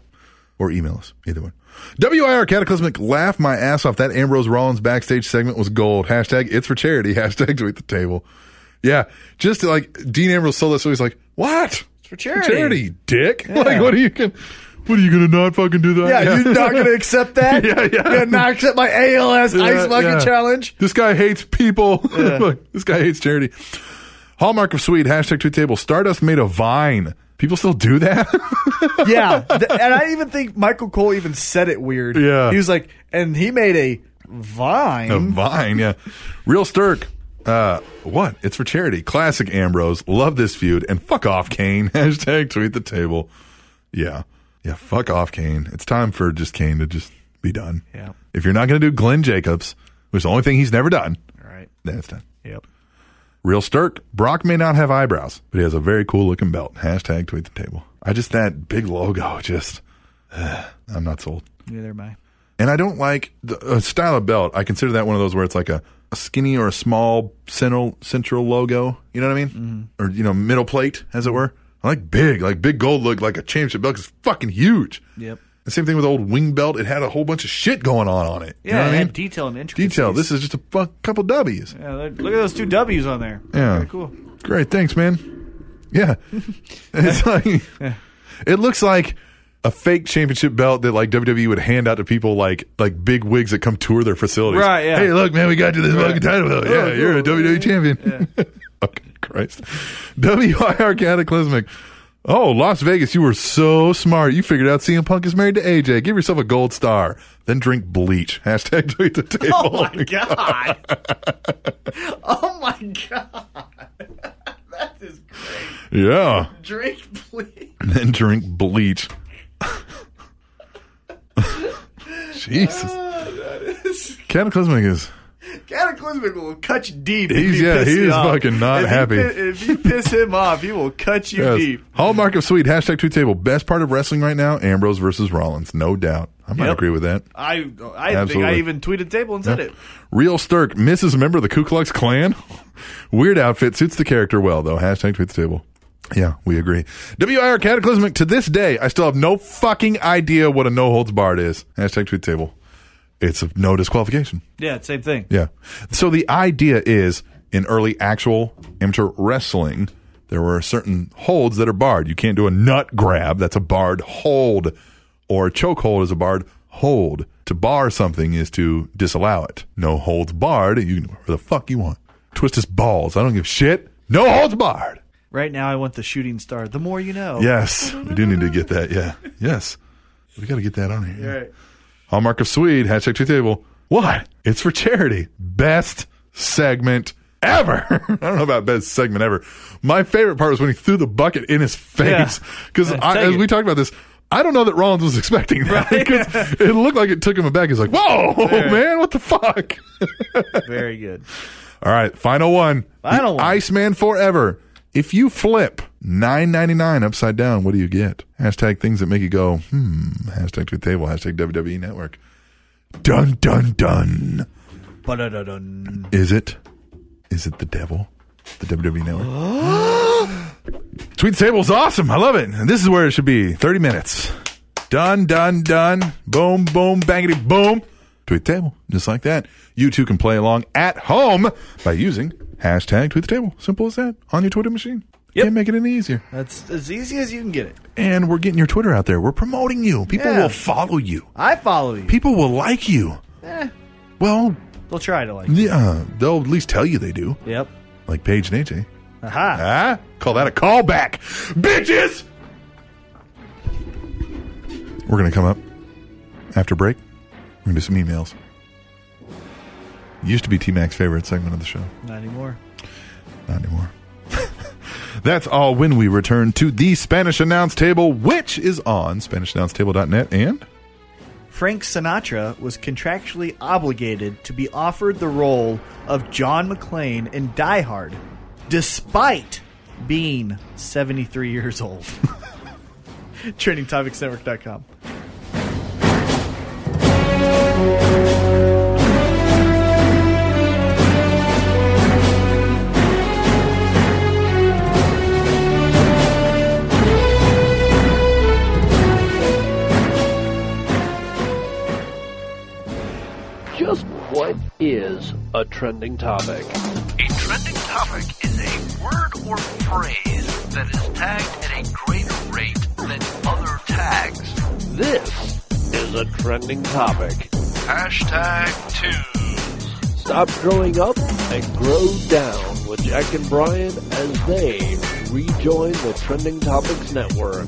B: Or email us, either one. WIR Cataclysmic, laugh my ass off. That Ambrose Rollins backstage segment was gold. Hashtag it's for charity. Hashtag tweet the table. Yeah, just like Dean Ambrose sold us, so he's like, what? It's
C: for charity.
B: charity, dick. Like, what are you gonna, what are you gonna not fucking do that?
C: Yeah, you're not gonna accept that.
B: Yeah, yeah.
C: You're not accept my ALS
B: Yeah,
C: ice bucket
B: yeah.
C: challenge.
B: This guy hates people. Look, this guy hates charity. Hallmark of Swede, hashtag two table. Stardust made a vine. People still do that?
C: Yeah, Th- and I even think Michael Cole even said it weird.
B: Yeah. Oh.
C: he was like, and he made a vine.
B: a vine, yeah. Real Sturk. Uh, what? It's for charity. Classic Ambrose. Love this feud. And fuck off, Kane. Hashtag tweet the table. Yeah. Yeah, fuck off, Kane. It's time for just Kane to just be done.
C: Yeah.
B: If you're not going to do Glenn Jacobs, which is the only thing he's never done,
C: All right.
B: then it's done.
C: Yep.
B: Real Sturk. Brock may not have eyebrows, but he has a very cool looking belt. Hashtag tweet the table. I just, that big logo, just, eh, I'm not sold.
C: Neither am I.
B: And I don't like the uh, style of belt. I consider that one of those where it's like a, a skinny or a small central central logo. You know what I mean?
C: Mm-hmm.
B: Or you know, middle plate, as it were. I like big, like big gold look like a championship belt. 'cause It's fucking huge.
C: Yep.
B: The same thing with the old wing belt. It had a whole bunch of shit going on on it. you
C: Yeah,
B: know what
C: it
B: I
C: had
B: mean?
C: detail and intricacies.
B: Detail. This is just a fuck couple W's.
C: Yeah, look look at those two W's on there.
B: Yeah.
C: Very cool.
B: Great, thanks, man. Yeah, it's like it looks like a fake championship belt that like WWE would hand out to people like like big wigs that come tour their facilities.
C: Right, yeah.
B: Hey, look, man, we got you this fucking title belt. yeah,
C: cool.
B: you're a WWE champion. Fucking Christ. WIR Cataclysmic. Oh, Las Vegas, you were so smart. You figured out CM Punk is married to AJ. Give yourself a gold star. Then drink bleach. Hashtag tweet the table.
C: Oh my god. oh my god. that is great.
B: Yeah.
C: Drink, please.
B: and drink bleach. Jesus.
C: Ah,
B: Cataclysmic is.
C: Cataclysmic will cut you deep.
B: He's-
C: if you
B: yeah,
C: piss
B: he
C: him
B: is
C: off.
B: fucking not
C: if you
B: happy.
C: pi- if you piss him off, he will cut you
B: Yes.
C: deep.
B: Hallmark of Sweet. Hashtag two table. Best part of wrestling right now Ambrose versus Rollins. No doubt. I might
C: Yep.
B: agree with that.
C: I I think I
B: Absolutely.
C: even tweeted table and said it.
B: Real Sturk. Mrs. Member of the Ku Klux Klan. Weird outfit. Suits the character well, though. Hashtag tweet the table. Yeah, we agree. WIR Cataclysmic. To this day, I still have no fucking idea what a no holds barred is. Hashtag tweet the table. It's a no disqualification.
C: Yeah, same thing.
B: Yeah. So the idea is in early actual amateur wrestling, there were certain holds that are barred. You can't do a nut grab, that's a barred hold, or a choke hold is a barred hold. To bar something is to disallow it. No holds barred. You can do whatever the fuck you want. Twist his balls. I don't give a shit. No holds barred.
C: Right now, I want the shooting star. The more you know.
B: Yes. We do need to get that. Yeah. Yes. We got to get that on here.
C: All right.
B: Hallmark of Swede, hashtag two table. What? It's for charity. Best segment ever. I don't know about best segment ever. My favorite part was when he threw the bucket in his face.
C: Yeah.
B: Because
C: Yeah, take
B: as
C: it.
B: we talked about this, I don't know that Rollins was expecting that. Because it looked like it took him aback. He's like, whoa, man, what the fuck?
C: Very good.
B: All right, final one.
C: Final
B: The
C: one.
B: Iceman forever. If you flip nine ninety nine upside down, what do you get? Hashtag things that make you go hmm. Hashtag tweet table. Hashtag WWE Network. Dun dun dun.
C: Ba-da-da-dun.
B: Is it? Is it the devil? The WWE Network. tweet the table's awesome. I love it. And this is where it should be. Thirty minutes. Done, done, done. Boom, boom, bangity, boom. Tweet the table. Just like that. You too can play along at home by using hashtag tweet the table. Simple as that. On your Twitter machine. Can't make it any easier.
C: That's as easy as you can get it.
B: And we're getting your Twitter out there. We're promoting you. People
C: Yeah.
B: will follow you.
C: I follow you.
B: People will like you. Well,
C: They'll try to like.
B: yeah, they'll at least tell you they do.
C: Yep.
B: Like Paige and AJ.
C: Aha.
B: Huh? Call that a callback. Bitches! We're going to come up after break. We're going to do some emails. Used to be T Mac's favorite segment of the show.
C: Not anymore.
B: Not anymore. That's all when we return to the Spanish Announce Table, which is on SpanishAnnounceTable.net and.
C: Frank Sinatra was contractually obligated to be offered the role of John McClane in Die Hard, despite being 73 years old. TrainingTopicsNetwork.com.
H: Just what is a trending topic?
I: A trending topic is a word or phrase that is tagged at a greater rate than other tags.
H: This is a trending topic.
I: Hashtag two.
H: Stop growing up and grow down with Jack and Brian as they rejoin the Trending Topics Network.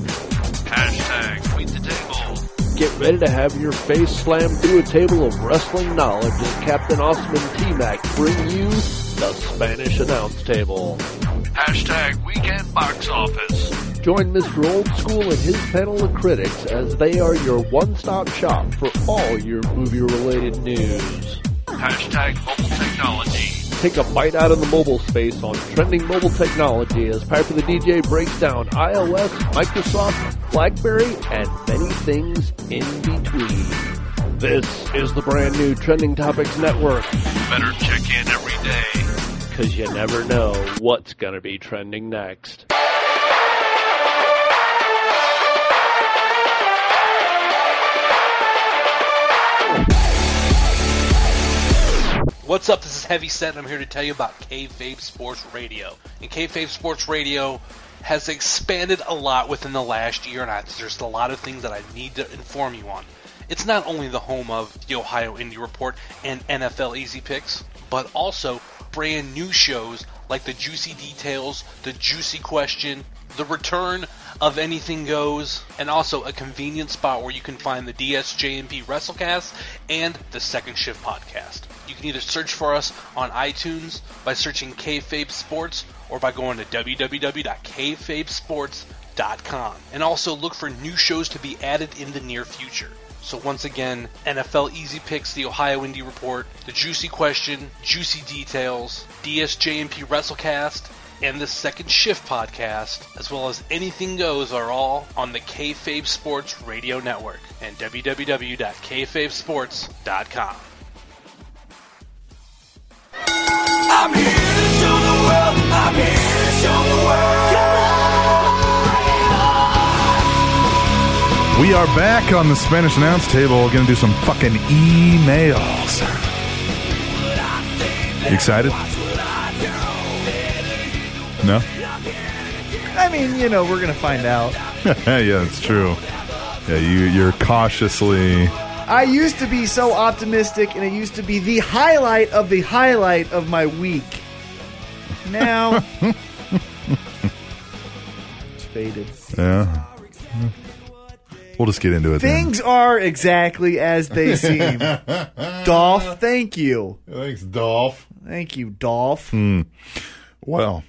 I: Hashtag tweet the table.
H: get ready to have your face slammed through a table of wrestling knowledge as Captain Osman T Mac bring you the Spanish Announce Table.
I: Hashtag Weekend Box Office.
H: Join Mr. Old School and his panel of critics as they are your one-stop shop for all your movie-related news.
I: Hashtag Mobile Technology.
H: Take a bite out of the mobile space on trending mobile technology as Piper the DJ breaks down iOS, Microsoft, BlackBerry, and many things in between. This is the brand new Trending Topics Network
I: Better check in every day.
H: because you never know what's going to be trending next.
G: What's up? This is Heavy Set, and I'm here to tell you about Kayfabe Sports Radio. And Kayfabe Sports Radio has expanded a lot within the last year, and I, there's a lot of things that I need to inform you on. It's not only the home of the Ohio Indie Report and NFL Easy Picks, but also brand new shows like the Juicy Details, the Juicy Question, the return of Anything Goes, and also a convenient spot where you can find the DSJMP Wrestlecast and the Second Shift Podcast. You can either search for us on iTunes by searching Kayfabe Sports or by going to www.kfabesports.com. And also look for new shows to be added in the near future. So once again, NFL Easy Picks, the Ohio Indie Report, the Juicy Question, Juicy Details, DSJMP Wrestlecast, and the Second Shift podcast, as well as Anything Goes, are all on the Kayfabe Sports Radio Network and www.kfabesports.com.
A: I'm here to show the world. I'm here to show the world.
B: We are back on the Spanish announce table. Gonna do some fucking emails. Excited? No?
C: I mean, you know, we're gonna find out.
B: yeah, it's true. Yeah, you, you're cautiously.
C: I used to be so optimistic, and it used to be the highlight of the highlight of my week. Now, it's faded.
B: Yeah. We'll just get into it
C: Things are exactly as they seem. Dolph, thank you.
B: then. Thanks, Dolph.
C: Thank you, Dolph.
B: Hmm. Well,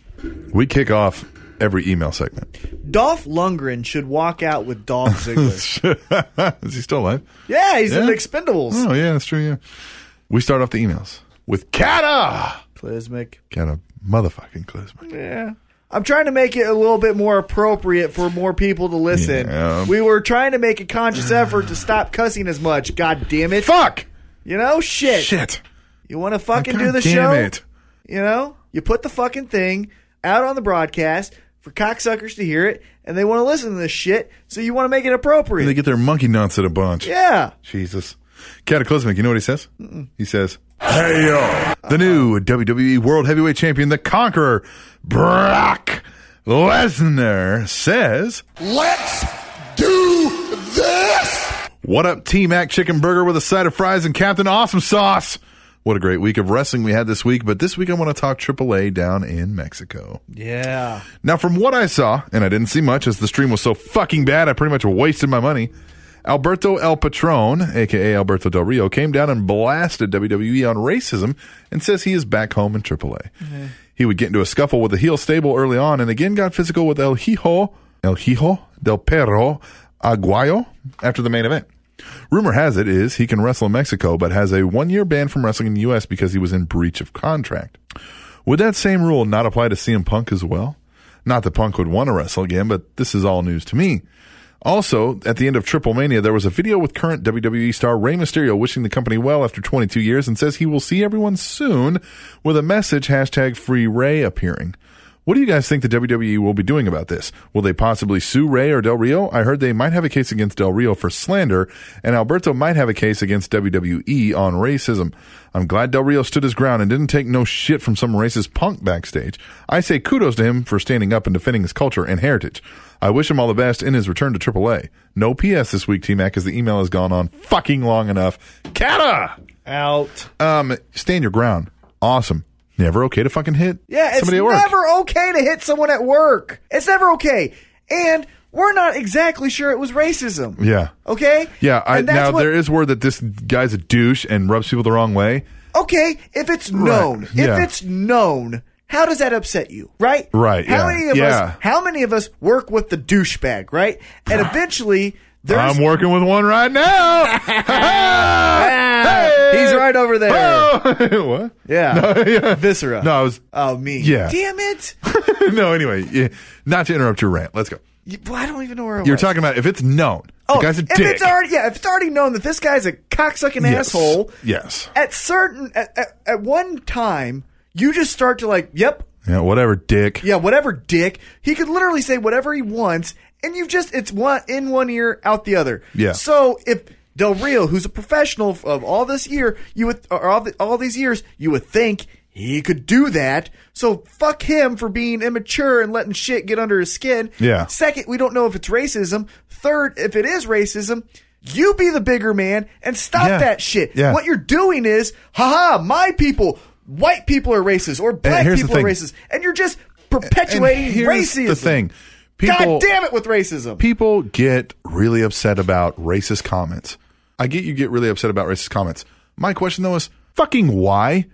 B: we kick off every email segment.
C: Dolph Lundgren should walk out with Dolph Ziggler.
B: Is he still alive?
C: yeah, he's in
B: Yeah.
C: the Expendables.
B: Oh, yeah, that's true, yeah. We start off the emails with Kata!
C: Clismic.
B: Kata, motherfucking Klisman.
C: Yeah. I'm trying to make it a little bit more appropriate for more people to listen.
B: Yeah.
C: We were trying to make a conscious effort to stop cussing as much. God damn it.
B: Fuck!
C: You know, shit.
B: Shit.
C: You want to fucking do
B: God
C: the show?
B: damn it.
C: You know, you put the fucking thing out on the broadcast for cocksuckers to hear it, and they want to listen to this shit, so you want to make it appropriate.
B: They get their monkey nuts in a bunch.
C: yeah.
B: Jesus. Cataclysmic, you know what he says? He says, Hey, yo. The new WWE World Heavyweight Champion, the Conqueror, Brock Lesnar, says,
A: Let's do this.
B: What up, T Mac Chicken Burger with a side of fries and Captain Awesome Sauce? What a great week of wrestling we had this week, but this week I want to talk AAA down in Mexico.
C: Yeah.
B: Now, from what I saw, and I didn't see much as the stream was so fucking bad, I pretty much wasted my money. Alberto El Patron, aka Alberto Del Rio, came down and blasted WWE on racism and says he is back home in AAA. He would get into a scuffle with the heel stable early on and again got physical with El Hijo, El Hijo del Perro Aguayo after the main event. Rumor has it is he can wrestle in Mexico, but has a one year ban from wrestling in the U.S. because he was in breach of contract. Would that same rule not apply to CM Punk as well? Not that Punk would want to wrestle again, but this is all news to me. Also, at the end of Triple Mania, there was a video with current WWE star Rey Mysterio wishing the company well after 22 years and says he will see everyone soon with a message hashtag free Rey appearing. What do you guys think the WWE will be doing about this? Will they possibly sue Rey or Del Rio? I heard they might have a case against Del Rio for slander, and Alberto might have a case against WWE on racism. I'm glad Del Rio stood his ground and didn't take no shit from some racist punk backstage. I say kudos to him for standing up and defending his culture and heritage. I wish him all the best in his return to AAA. No PS this week, T Mac, as the email has gone on fucking long enough. Kata!
C: Out.
B: Um, stand your ground. Awesome. Never okay to fucking hit
C: Yeah, it's
B: somebody at work.
C: never okay to hit someone at work. It's never okay. And we're not exactly sure it was racism.
B: Yeah.
C: Okay?
B: Yeah, I,
C: And that's
B: now
C: what-
B: there is word that this guy's a douche and rubs people the wrong way.
C: Okay, if it's known,
B: yeah.
C: if it's known, how does that upset you, right?
B: Right,
C: How
B: yeah,
C: many of
B: yeah.
C: us? How many of us work with the douchebag, right? And eventually, there's
B: I'm working with one right now. hey!
C: he's right over there.
B: Oh! what?
C: Yeah. viscera.
B: No, I was
C: Oh me.
B: Yeah.
C: Damn it.
B: no. Anyway, yeah, not to interrupt your rant. Let's go.
C: You- well, I don't even know where it
B: You're
C: was.
B: talking about if it's known,
C: Oh,
B: the guy's a
C: if
B: dick.
C: it's already yeah, if it's already known that this guy's a cocksucking
B: Yes.
C: asshole,
B: Yes.
C: at certain at, at, at one time you just start to like yep
B: Yeah. Whatever, dick.
C: yeah whatever dick he could literally say whatever he wants and you just it's one in one ear out the other
B: Yeah.
C: so if del rio who's a professional f- of all this year you would or all, the, all these years you would think he could do that so fuck him for being immature and letting shit get under his skin
B: Yeah.
C: second we don't know if it's racism third if it is racism you be the bigger man and stop
B: Yeah.
C: that shit
B: Yeah.
C: what you're doing is, haha, my people, white people are racist, or black
B: here's the
C: people are
B: thing.
C: racist, and you're just
B: And
C: perpetuating
B: here's
C: racism.
B: The thing,
C: God damn it with racism.
B: people get really upset about racist comments. I get you get really upset about racist comments. My question though is fucking why?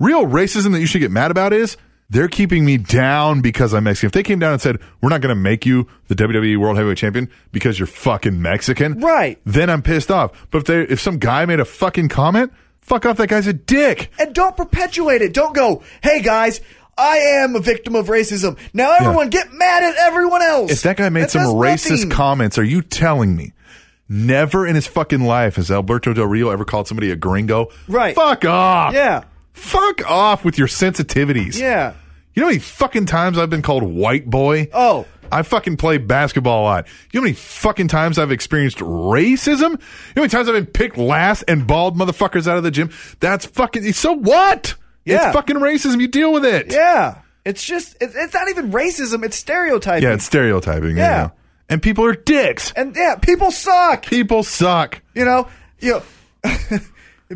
B: Real racism that you should get mad about is they're keeping me down because I'm Mexican. If they came down and said, "We're not going to make you the WWE World Heavyweight Champion because you're fucking Mexican,"
C: Right.
B: Then I'm pissed off. But if they, if some guy made a fucking comment, fuck off. That guy's a dick.
C: and don't perpetuate it. Don't go, hey guys, I am a victim of racism. Now everyone get mad at everyone else.
B: If that guy made some
C: does
B: racist
C: nothing.
B: comments, are you telling me? Never in his fucking life has Alberto Del Rio ever called somebody a gringo.
C: Right.
B: Fuck off.
C: Yeah,
B: Fuck off with your sensitivities.
C: yeah.
B: You know how many fucking times I've been called white boy?
C: Oh.
B: I fucking play basketball a lot. You know how many fucking times I've experienced racism? You know how many times I've been picked last and balled motherfuckers out of the gym? That's fucking. So what?
C: Yeah.
B: It's fucking racism. You deal with it.
C: Yeah. It's just, it, it's not even racism, it's stereotyping.
B: Yeah, it's stereotyping. there you
C: Yeah.
B: go. And people are dicks.
C: and yeah, people suck.
B: People suck.
C: You know, you know,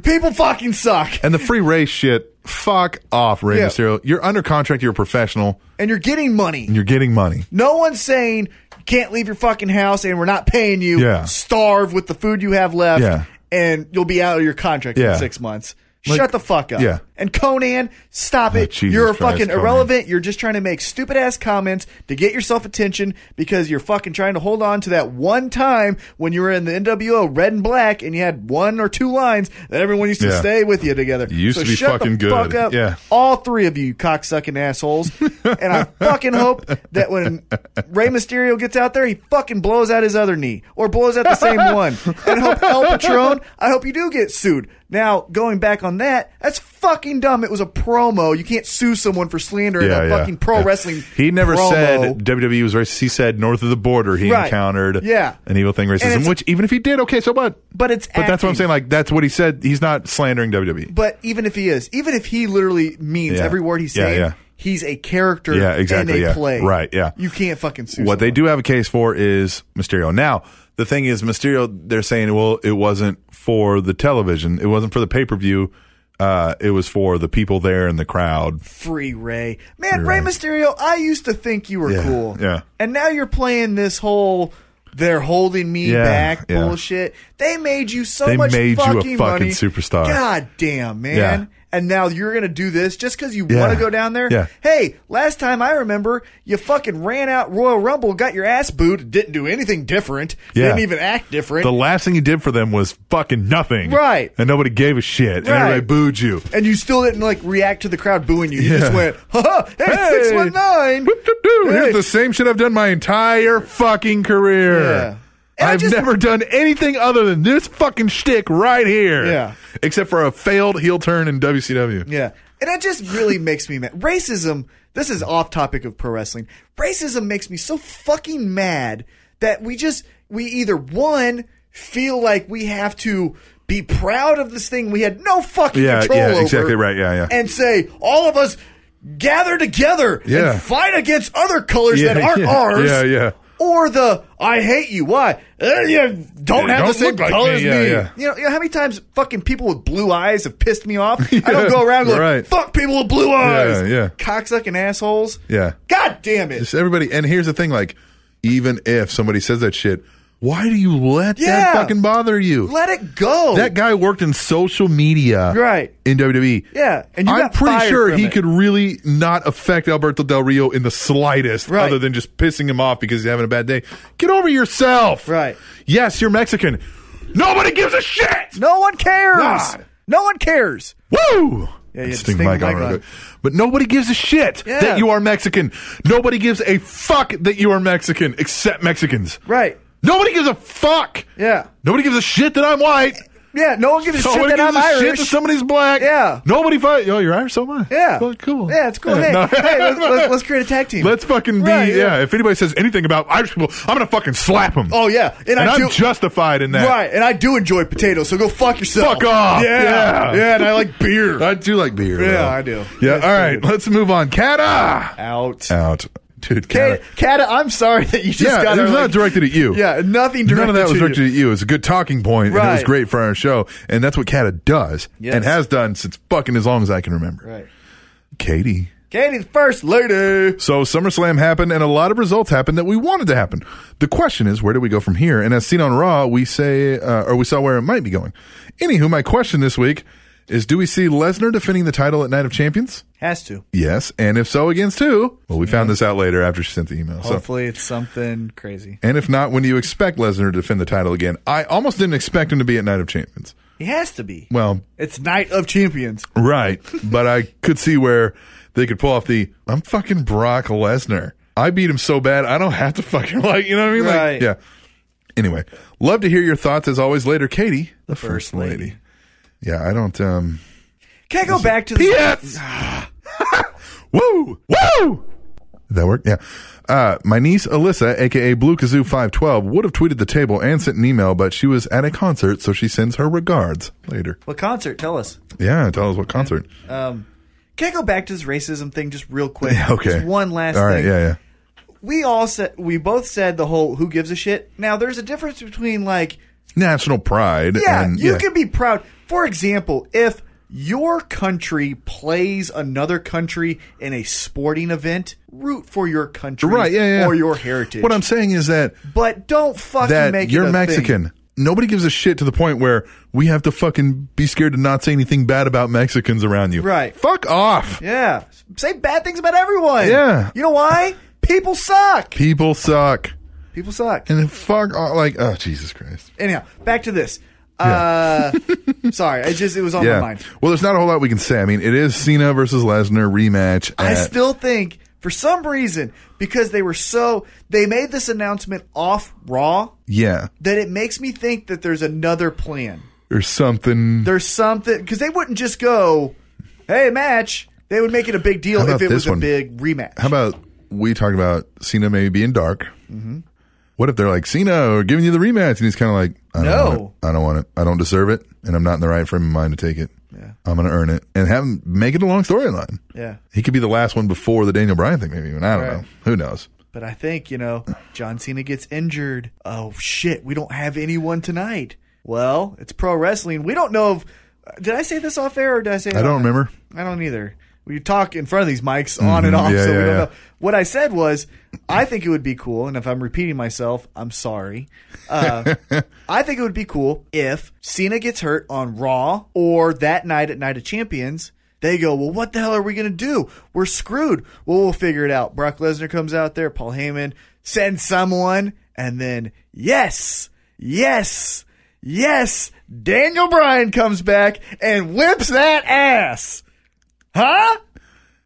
C: people fucking suck.
B: And the free race shit, fuck off, Rey
C: Yeah.
B: Mysterio. You're under contract, you're a professional,
C: And you're getting money.
B: and you're getting money.
C: No one's saying you can't leave your fucking house and we're not paying you.
B: Yeah.
C: Starve with the food you have left
B: Yeah.
C: and you'll be out of your contract
B: Yeah.
C: in six months.
B: Like-
C: Shut the fuck up.
B: Yeah. Oh,
C: And Conan, stop it.
B: Jesus
C: you're
B: Christ,
C: fucking
B: Conan.
C: irrelevant. You're just trying to make stupid ass comments to get yourself attention because you're fucking trying to hold on to that one time when you were in the NWO red and black and you had one or two lines that everyone used to
B: Yeah.
C: stay with you together.
B: You used
C: so
B: to be
C: shut
B: fucking
C: the
B: good.
C: Fuck up.
B: Yeah.
C: All three of you cocksucking assholes. and I fucking hope that when Rey Mysterio gets out there, he fucking blows out his other knee or blows out the same one. And I hope El Patron, I hope you do get sued. Now, going back on that, that's fucking dumb. It was a promo. You can't sue someone for slander in a fucking pro
B: yeah.
C: wrestling
B: He never
C: promo.
B: said WWE was racist. He said north of the border he
C: Right.
B: encountered
C: Yeah.
B: an evil thing racism,
C: it's-
B: which even if he did, okay, so what?
C: But it's
B: But that's what I'm
C: acting.
B: saying. Like, that's what he said. He's not slandering E. WWE.
C: But even if he is, even if he literally means
B: Yeah.
C: every word he's
B: Yeah,
C: saying,
B: yeah.
C: he's a character
B: Yeah, exactly,
C: in a
B: yeah.
C: play.
B: Right, yeah.
C: You can't fucking sue
B: what they
C: someone.
B: do have a case for is Mysterio. Now, the thing is, Mysterio, they're saying, well, it wasn't for the television, it wasn't for the pay per view. Uh, it was for the people there in the crowd.
C: free Ray. Man, Ray Mysterio, I used to think you were
B: Yeah,
C: cool.
B: yeah.
C: And now you're playing this whole they're holding me
B: Yeah,
C: back
B: yeah.
C: bullshit. They made you so
B: They
C: much
B: made you a
C: fucking
B: fucking
C: money.
B: superstar.
C: God damn, man.
B: Yeah.
C: And now you're gonna do this just because you
B: Yeah,
C: want to go down there?
B: yeah.
C: Hey, last time I remember you fucking ran out Royal Rumble, got your ass booed, didn't do anything different.
B: Yeah.
C: Didn't even act different.
B: The last thing you did for them was fucking nothing.
C: Right.
B: And nobody gave a shit. And
C: Right.
B: everybody booed you.
C: and you still didn't like react to the crowd booing you. You just
B: Yeah.
C: went, ha ha, hey,
B: Hey.
C: 619.
B: Whoop-de-doo.
C: Hey.
B: Here's the same shit I've done my entire fucking career.
C: Yeah. And I
B: I've
C: just-
B: never done anything other than this fucking shtick right here.
C: Yeah.
B: Except for a failed heel turn in WCW.
C: Yeah. And that just really makes me mad. Racism, this is off topic of pro wrestling. Racism makes me so fucking mad that we just, we either one, feel like we have to be proud of this thing we had no fucking
B: Yeah,
C: control
B: yeah,
C: over.
B: exactly right. Yeah, yeah.
C: And say, all of us gather together
B: Yeah.
C: and fight against other colors
B: Yeah,
C: that aren't
B: yeah,
C: ours.
B: yeah, yeah.
C: Or the I hate you. Why? Eh, you don't
B: Yeah,
C: have the
B: don't
C: same
B: look like
C: color
B: me.
C: as
B: Yeah,
C: me.
B: yeah.
C: You know, you know how many times fucking people with blue eyes have pissed me off? I don't go around going,
B: right.
C: fuck people with blue eyes.
B: yeah.
C: Cocksucking assholes.
B: Yeah.
C: God damn it.
B: Just everybody. And here's the thing like, even if somebody says that shit, why do you let that
C: Yeah.
B: fucking bother you?
C: Let it go.
B: that guy worked in social media
C: Right.
B: in E. WWE.
C: Yeah, and you
B: I'm
C: got
B: pretty
C: fired
B: sure
C: from
B: he
C: it.
B: could really not affect Alberto Del Rio in the slightest,
C: Right.
B: other than just pissing him off because he's having a bad day. Get over yourself.
C: Right.
B: Yes, you're Mexican. Nobody gives a shit.
C: No one cares.
B: God.
C: No one cares.
B: Woo!
C: Yeah, yeah,
B: Sting
C: just
B: Mike
C: Mike
B: on
C: on.
B: real quick. But nobody gives a shit
C: Yeah.
B: that you are Mexican. Nobody gives a fuck that you are Mexican, except Mexicans.
C: Right.
B: Nobody gives a fuck.
C: Yeah.
B: Nobody gives a shit that I'm white.
C: Yeah. No one gives a
B: Nobody
C: shit that
B: gives
C: I'm
B: a
C: Irish.
B: shit that somebody's black.
C: Yeah.
B: Nobody fight. Oh, you're Irish, so am I.
C: yeah.
B: Well, cool.
C: Yeah, it's cool. Hey,
B: no.
C: hey, let's, let's, let's create a tag team.
B: Let's fucking be.
C: Right,
B: yeah.
C: yeah.
B: If anybody says anything about Irish people, I'm gonna fucking slap them.
C: Oh yeah,
B: And,
C: I
B: I'm
C: do.
B: justified in that.
C: Right, and I do enjoy potatoes, so go fuck yourself.
B: Fuck off.
C: Yeah,
B: Yeah.
C: yeah, and I like beer.
B: I do like beer.
C: Yeah,
B: though.
C: I do.
B: Yeah.
C: That's
B: all right.
C: good.
B: Let's move on. Kata
C: Out.
B: out, dude.
C: Kata,
B: Kata.
C: Kata, I'm sorry that you just
B: Yeah,
C: got
B: it was
C: our,
B: not
C: like-
B: directed at you.
C: Yeah, nothing directed
B: None of that was
C: to you.
B: directed at you. It was a good talking point, and it was
C: Right.
B: great for our show. And that's what Kata does
C: Yes.
B: and has done since fucking as long as I can remember.
C: Right.
B: Katie.
C: Katie, the first lady.
B: So SummerSlam happened, and a lot of results happened that we wanted to happen. The question is, where do we go from here? And as seen on Raw, we say, uh, or we saw where it might be going. Anywho, my question this week is: Do we see Lesnar defending the title at Night of Champions?
C: Has to.
B: Yes, and if so, against who? Well, we found this out later after she sent the email. So.
C: Hopefully, it's something crazy.
B: And if not, when do you expect Lesnar to defend the title again? I almost didn't expect him to be at Night of Champions.
C: He has to be.
B: Well,
C: It's Night of Champions.
B: right, but I could see where they could pull off the I'm fucking Brock Lesnar. I beat him so bad, I don't have to fucking like, you know what I mean? Like,
C: Right.
B: yeah. Anyway, love to hear your thoughts as always. Later, Katie, the,
C: first lady.
B: Yeah, I don't. um
C: Can I go back to the
B: P.S. Woo! Woo! Did that work? Yeah. Uh, my niece Alyssa, aka Blue Kazoo 512, would have tweeted the table and sent an email, but she was at a concert, so she sends her regards later.
C: What concert? Tell us.
B: Yeah, tell us what concert.
C: Um, can I go back to this racism thing just real quick?
B: Yeah, okay.
C: Just one last
B: All right,
C: thing.
B: yeah, yeah.
C: We all said we both said the whole "who gives a shit." Now, there's a difference between like
B: National Pride.
C: Yeah,
B: and,
C: you
B: yeah.
C: can be proud. For example, if your country plays another country in a sporting event, root for your country
B: Right, yeah, yeah.
C: or your heritage.
B: What I'm saying is that
C: but don't fucking
B: that
C: make
B: you're
C: it a
B: Mexican.
C: Thing.
B: Nobody gives a shit to the point where we have to fucking be scared to not say anything bad about Mexicans around you.
C: Right.
B: Fuck off.
C: Yeah, say bad things about everyone.
B: Yeah.
C: you know why? People suck.
B: People suck.
C: People suck.
B: And fuck off. Like, oh, Jesus Christ.
C: Anyhow, back to this. Uh, sorry, I just it was on my mind.
B: Well, there's not a whole lot we can say. I mean, it is Cena versus Lesnar rematch.
C: I
B: at-
C: still think for some reason because they were so they made this announcement off Raw
B: yeah.
C: that it makes me think that there's another plan.
B: There's something.
C: There's something because they wouldn't just go, "Hey, match." They would make it a big deal
B: How about
C: if it
B: this
C: was
B: one?
C: a big rematch.
B: How about we talk about Cena maybe being dark? What if they're like Cena we're giving you the rematch, and he's kind of like, I don't
C: No.
B: want it. I don't want it. I don't deserve it, and I'm not in the right frame of mind to take it. Yeah. I'm gonna earn it and have him make it a long storyline.
C: yeah,
B: He could be the last one before the Daniel Bryan thing, maybe even. I don't
C: Right.
B: know. Who knows?
C: but I think you know John Cena gets injured. Oh shit, we don't have anyone tonight. Well, it's pro wrestling. We don't know if did I say this off air or did I say it
B: I
C: on-
B: don't remember.
C: I don't either. We talk in front of these mics on and
B: Mhm.
C: off,
B: Yeah,
C: so we
B: yeah,
C: don't
B: yeah.
C: know. What I said was, I think it would be cool, and if I'm repeating myself, I'm sorry. Uh, I think it would be cool if Cena gets hurt on Raw or that night at Night of Champions. They go, well, what the hell are we going to do? We're screwed. Well, we'll figure it out. Brock Lesnar comes out there, Paul Heyman, send someone, and then, yes, yes, yes, Daniel Bryan comes back and whips that ass. Huh?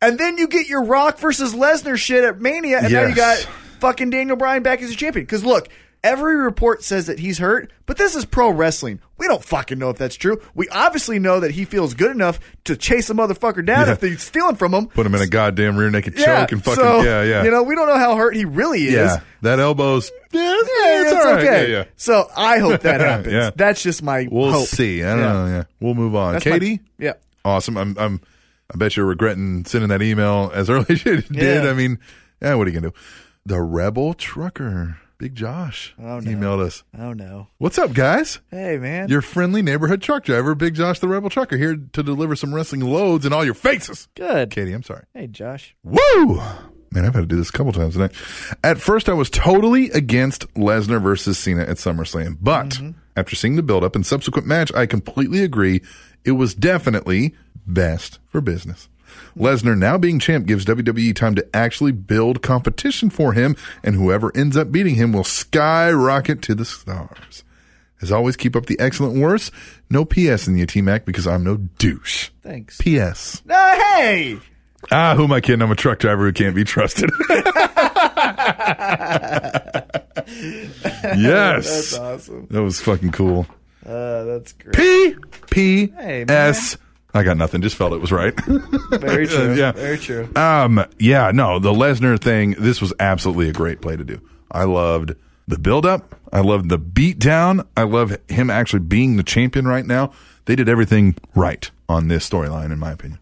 C: And then you get your Rock versus Lesnar shit at Mania, and now
B: Yes.
C: you got fucking Daniel Bryan back as a champion. Because look, every report says that he's hurt, but this is pro wrestling. We don't fucking know if that's true. We obviously know that he feels good enough to chase a motherfucker down
B: Yeah.
C: if they're stealing from him.
B: Put him in a goddamn rear naked choke and fucking
C: so,
B: yeah, yeah,
C: You know, we don't know how hurt he really is.
B: yeah. That elbow's yeah, it's,
C: Yeah,
B: it's
C: it's
B: all right.
C: okay.
B: Yeah, yeah.
C: So I hope that happens.
B: Yeah.
C: That's just my
B: We'll
C: hope.
B: see. I don't
C: Yeah.
B: know. Yeah, we'll move on.
C: That's my-
B: Katie,
C: yeah.
B: awesome. I'm, I'm. I bet you're regretting sending that email as early as you did.
C: Yeah.
B: I mean, yeah, what are you gonna do? The rebel trucker, Big Josh, oh,
C: no.
B: emailed us.
C: Oh no.
B: What's up, guys?
C: Hey man.
B: Your friendly neighborhood truck driver, Big Josh, the rebel trucker, here to deliver some wrestling loads in all your faces.
C: good.
B: Katie, I'm sorry.
C: Hey Josh.
B: Woo! Man, I've had to do this a couple times tonight. At first, I was totally against Lesnar versus Cena at SummerSlam, but after seeing the build-up and subsequent match, I completely agree. It was definitely best for business. Lesnar now being champ gives WWE time to actually build competition for him, and whoever ends up beating him will skyrocket to the stars. As always, keep up the excellent worse. No PS in the T Mac because I'm no douche.
C: Thanks.
B: PS.
C: No, hey,
B: Ah, who am I kidding? I'm a truck driver who can't be trusted. yes.
C: that's awesome.
B: That was fucking cool.
C: Uh, that's great.
B: P P
C: Hey, man.
B: S. I got nothing. Just felt it was right.
C: Very true.
B: yeah.
C: Very true.
B: um, yeah, no, the Lesnar thing, this was absolutely a great play to do. I loved the build up. I loved the beat down. I love him actually being the champion right now. They did everything right on this storyline, in my opinion.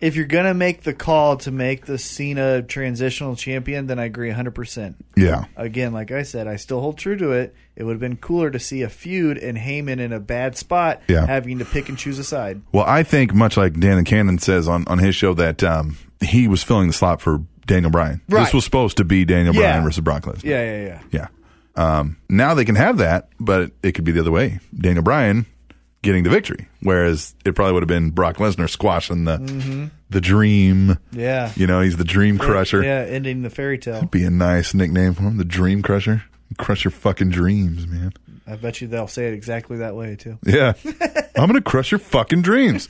C: If you're gonna make the call to make the Cena transitional champion, then I agree 100. percent
B: Yeah.
C: Again, like I said, I still hold true to it. It would have been cooler to see a feud and Heyman in a bad spot,
B: Yeah.
C: having to pick and choose a side.
B: Well, I think much like Dan the Cannon says on, on his show that um, he was filling the slot for Daniel Bryan. This
C: Right.
B: was supposed to be Daniel
C: Yeah.
B: Bryan versus Brock Lesnar.
C: Yeah, yeah, yeah.
B: Yeah. Um, now they can have that, but it could be the other way. Daniel Bryan getting the victory, whereas it probably would have been Brock Lesnar squashing the the dream.
C: Mm-hmm. Yeah.
B: You know, he's the dream crusher.
C: Yeah, ending the fairy tale.
B: Be a nice nickname for him, the dream crusher. Crush your fucking dreams, man.
C: I bet you they'll say it exactly that way too.
B: Yeah. I'm going to crush your fucking dreams.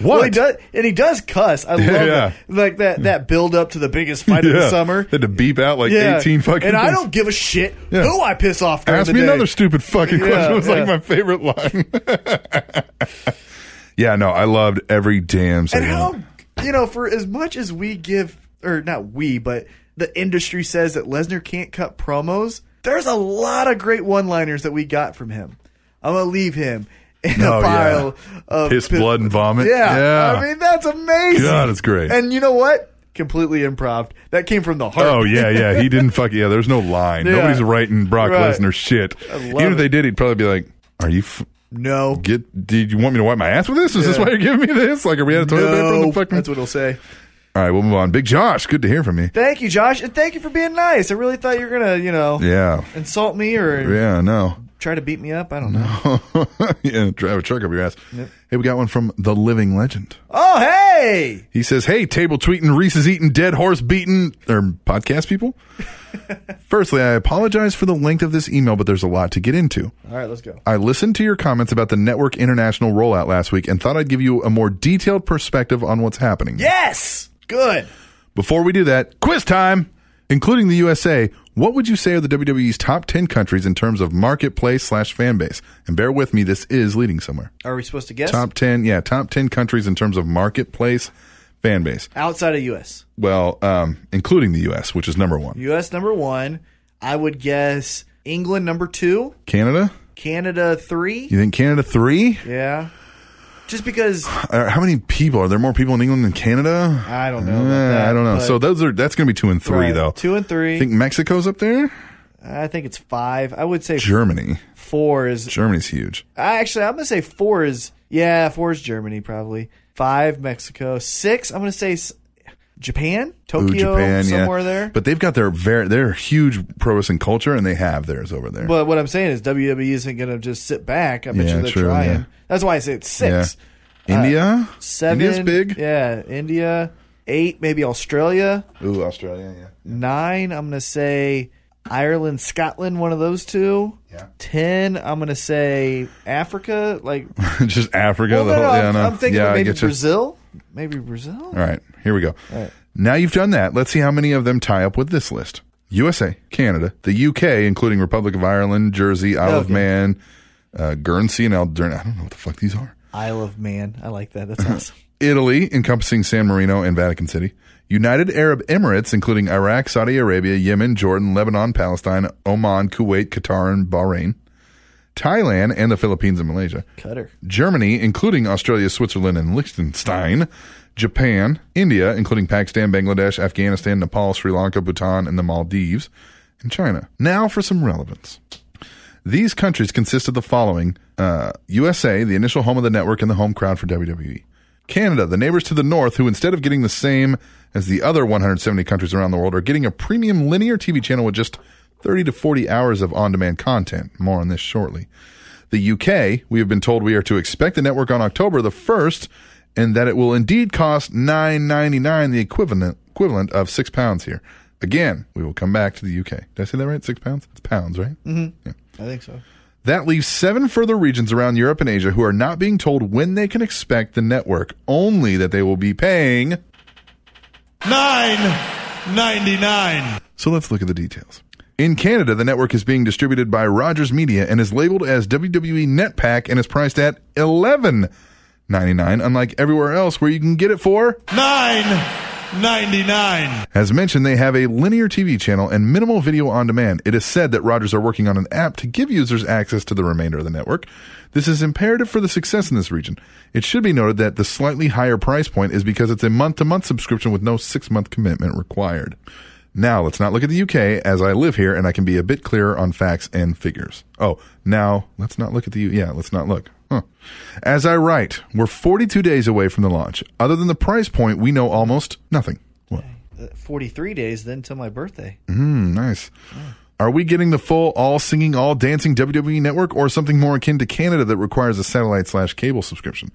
B: What?
C: Well, he does, and he does cuss. I love
B: Yeah.
C: that. like that that build up to the biggest fight of
B: Yeah.
C: the summer.
B: Had to beep out like
C: Yeah,
B: 18 fucking
C: and I
B: things.
C: don't give a shit
B: Yeah.
C: who I piss off. During
B: Ask
C: the
B: me
C: day.
B: another stupid fucking
C: Yeah,
B: question. it was
C: yeah.
B: like my favorite line. yeah, no, I loved every damn
C: And
B: second. of
C: how
B: it.
C: you know, for as much as we give, or not we, but the industry says that Lesnar can't cut promos. There's a lot of great one-liners that we got from him. I'm gonna leave him in
B: Oh, yeah.
C: a pile of
B: Piss,
C: pi-
B: blood, and vomit.
C: Yeah,
B: Yeah.
C: I mean that's amazing.
B: God, it's great.
C: And you know what? Completely improv. That came from the heart.
B: Oh yeah, yeah. He didn't fuck. Yeah, there's no line.
C: Yeah.
B: Nobody's writing Brock
C: Right.
B: Lesnar shit. Even if
C: it.
B: they did, he'd probably be like, "Are you f-
C: No.
B: get? Did you want me to wipe my ass with this? Is this
C: Yeah.
B: why you're giving me this? Like, are we out of toilet paper? on
C: no.
B: the fucking-
C: That's what he'll say.
B: All right, we'll move on. Big Josh, good to hear from you.
C: Thank you, Josh, and thank you for being nice. I really thought you were gonna, you know,
B: Yeah,
C: insult me or
B: yeah. No,
C: try to beat me up. I don't know.
B: yeah. Drive a truck up your ass. Hey, we got one from the Living Legend.
C: Oh, hey,
B: He says, Hey, table tweeting, Reese's eating, dead horse beating, or podcast people. Firstly, I apologize for the length of this email, but there's a lot to get into.
C: all right, let's go.
B: I listened to your comments about the Network International rollout last week and thought I'd give you a more detailed perspective on what's happening.
C: Yes, good.
B: Before we do that, quiz time! Including the USA, what would you say are the WWE's top 10 countries in terms of marketplace slash fan base? And bear with me, this is leading somewhere.
C: Are we supposed to guess
B: Top 10, yeah, top 10 countries in terms of marketplace fan base.
C: outside of U.S.
B: Well, um, including the U.S., which is number one.
C: U.S. number one. I would guess England number two,
B: Canada?
C: Canada three.
B: You think Canada three?
C: Yeah, just because
B: Uh, how many people are there? More people in England than Canada?
C: I don't know. About
B: Uh,
C: that,
B: I don't know.
C: but-
B: So those are that's going to be two and three
C: Right,
B: though.
C: two and three.
B: I think Mexico's up there.
C: I think it's five. I would say
B: Germany.
C: four is
B: Germany's huge.
C: I actually, I'm gonna say four is yeah, four is Germany probably. Five Mexico, six I'm gonna say s- Japan,
B: Ooh,
C: Tokyo,
B: Japan,
C: somewhere
B: yeah.
C: there.
B: But they've got their very their huge pro wrestling culture, and they have theirs over there.
C: But what I'm saying is WWE isn't gonna just sit back. I bet
B: Yeah,
C: you they're
B: true,
C: trying.
B: yeah.
C: That's why I say it's six,
B: India,
C: uh, seven.
B: India's big.
C: Yeah, India, eight maybe Australia,
B: Ooh, Australia, yeah.
C: nine I'm gonna say Ireland, Scotland, one of those two.
B: Yeah.
C: Ten I'm gonna say Africa, like
B: Just Africa.
C: well,
B: the
C: no,
B: whole,
C: no,
B: yeah,
C: I'm,
B: no.
C: I'm thinking
B: yeah, I
C: maybe
B: get you.
C: Brazil, maybe Brazil.
B: All right, here we go. Now you've done that. Let's see how many of them tie up with this list. USA, Canada, the UK, including Republic of Ireland, Jersey, Isle of
C: Okay.
B: Man, uh, Guernsey, and Aldern. I don't know what the fuck these are.
C: Isle of Man. I like that. That's awesome.
B: Italy, encompassing San Marino and Vatican City. United Arab Emirates, including Iraq, Saudi Arabia, Yemen, Jordan, Lebanon, Palestine, Oman, Kuwait, Qatar, and Bahrain. Thailand and the Philippines and Malaysia.
C: Cutter.
B: Germany, including Australia, Switzerland, and Liechtenstein, Japan, India, including Pakistan, Bangladesh, Afghanistan, Nepal, Sri Lanka, Bhutan, and the Maldives, and China. Now for some relevance. These countries consist of the following uh, USA, the initial home of the network and the home crowd for WWE. Canada, the neighbors to the north, who instead of getting the same as the other 170 countries around the world, are getting a premium linear TV channel with just 30 to 40 hours of on demand content. More on this shortly. The UK, we have been told we are to expect the network on October the 1st and that it will indeed cost 9.99 the equivalent equivalent of 6 pounds here. Again, we will come back to the UK. Did I say that right? 6 pounds? It's pounds, right?
C: I think so.
B: That leaves seven further regions around Europe and Asia who are not being told when they can expect the network, only that they will be paying.
A: Nine ninety nine.
B: So let's look at the details. In Canada, the network is being distributed by Rogers Media and is labeled as WWE NetPack and is priced at eleven ninety nine, unlike everywhere else where you can get it for.
A: Nine ninety nine.
B: As mentioned, they have a linear TV channel and minimal video on demand. It is said that Rogers are working on an app to give users access to the remainder of the network. This is imperative for the success in this region. It should be noted that the slightly higher price point is because it's a month to month subscription with no six month commitment required. Now, let's not look at the UK as I live here and I can be a bit clearer on facts and figures. Oh, now let's not look at the U. Yeah, let's not look. Huh. As I write, we're 42 days away from the launch. Other than the price point, we know almost nothing. What?
C: Uh, 43 days then till my birthday.
B: Mm, Nice. Are we getting the full all singing, all dancing WWE network or something more akin to Canada that requires a satellite slash cable subscription?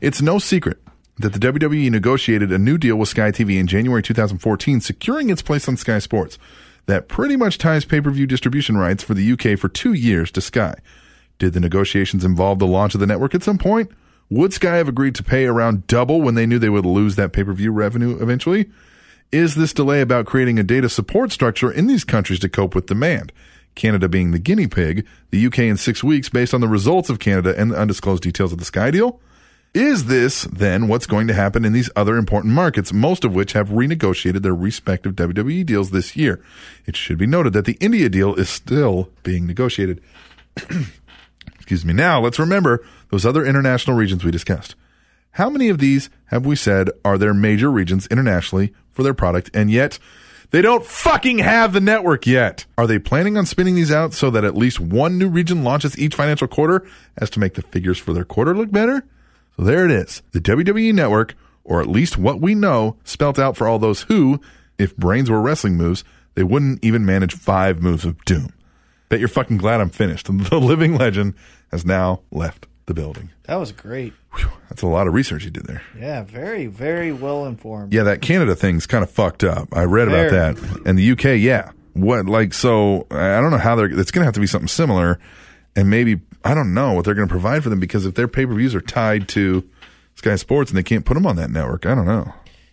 B: It's no secret that the WWE negotiated a new deal with Sky TV in January 2014, securing its place on Sky Sports. That pretty much ties pay per view distribution rights for the UK for two years to Sky. Did the negotiations involve the launch of the network at some point? Would Sky have agreed to pay around double when they knew they would lose that pay per view revenue eventually? Is this delay about creating a data support structure in these countries to cope with demand? Canada being the guinea pig, the UK in six weeks based on the results of Canada and the undisclosed details of the Sky deal? Is this then what's going to happen in these other important markets, most of which have renegotiated their respective WWE deals this year? It should be noted that the India deal is still being negotiated. Excuse me. Now, let's remember those other international regions we discussed. How many of these have we said are their major regions internationally for their product, and yet they don't fucking have the network yet? Are they planning on spinning these out so that at least one new region launches each financial quarter as to make the figures for their quarter look better? So there it is the WWE network, or at least what we know, spelt out for all those who, if brains were wrestling moves, they wouldn't even manage five moves of doom. Bet you're fucking glad I'm finished. The living legend has now left the building.
C: That was great.
B: That's a lot of research you did there.
C: Yeah, very, very well informed.
B: Yeah, that Canada thing's kind of fucked up. I read about
C: Fair.
B: that. And the UK, yeah. What like so I don't know how they're it's going to have to be something similar and maybe I don't know what they're going to provide for them because if their pay-per-views are tied to Sky Sports and they can't put them on that network, I don't know.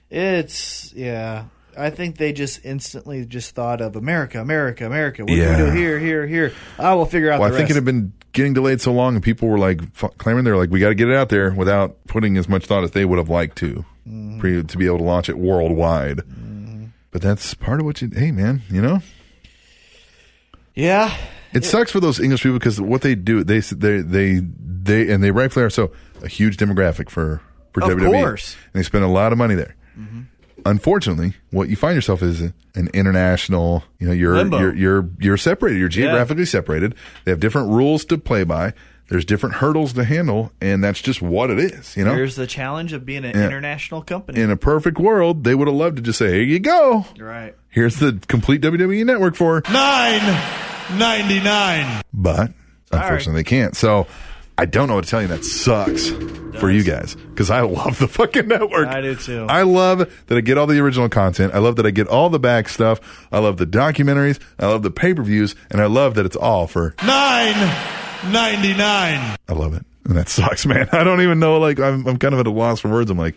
C: It's, yeah. I think they just instantly just thought of America, America, America. What do
B: Yeah.
C: we do here, here, here? I will figure out
B: Well, I
C: the
B: think it had
C: rest.
B: been getting delayed so long and people were like f- clamoring they're like we got to get it out there without putting as much thought as they would have liked to
C: Mm.
B: pre- to be able to launch it worldwide. But that's part of what you hey man, you know?
C: yeah.
B: It sucks for those English people because what they do, they they they they and they rightfully are so a huge demographic for for
C: Of
B: WWE,
C: course. Mm-hmm.
B: and they spend a lot of money there. Unfortunately, what you find yourself is an international. You know, you're
C: Limbo.
B: you're you're you're separated. You're geographically separated. They have different rules to play by. There's different hurdles to handle, and that's just what it is. You know,
C: There's the challenge of being an international company.
B: in a perfect world, they would have loved to just say, "Here you go.
C: right.
B: Here's the complete WWE network for."
A: Nine ninety nine.
B: but unfortunately they can't. So I don't know what to tell you. That sucks for you guys because I love the fucking network.
C: I do too.
B: I love that I get all the original content. I love that I get all the back stuff. I love the documentaries. I love the pay per views, and I love that it's all for.
A: Nine ninety nine.
B: I love it, and that sucks, man. I don't even know. Like I'm, I'm kind of at a loss for words. I'm like.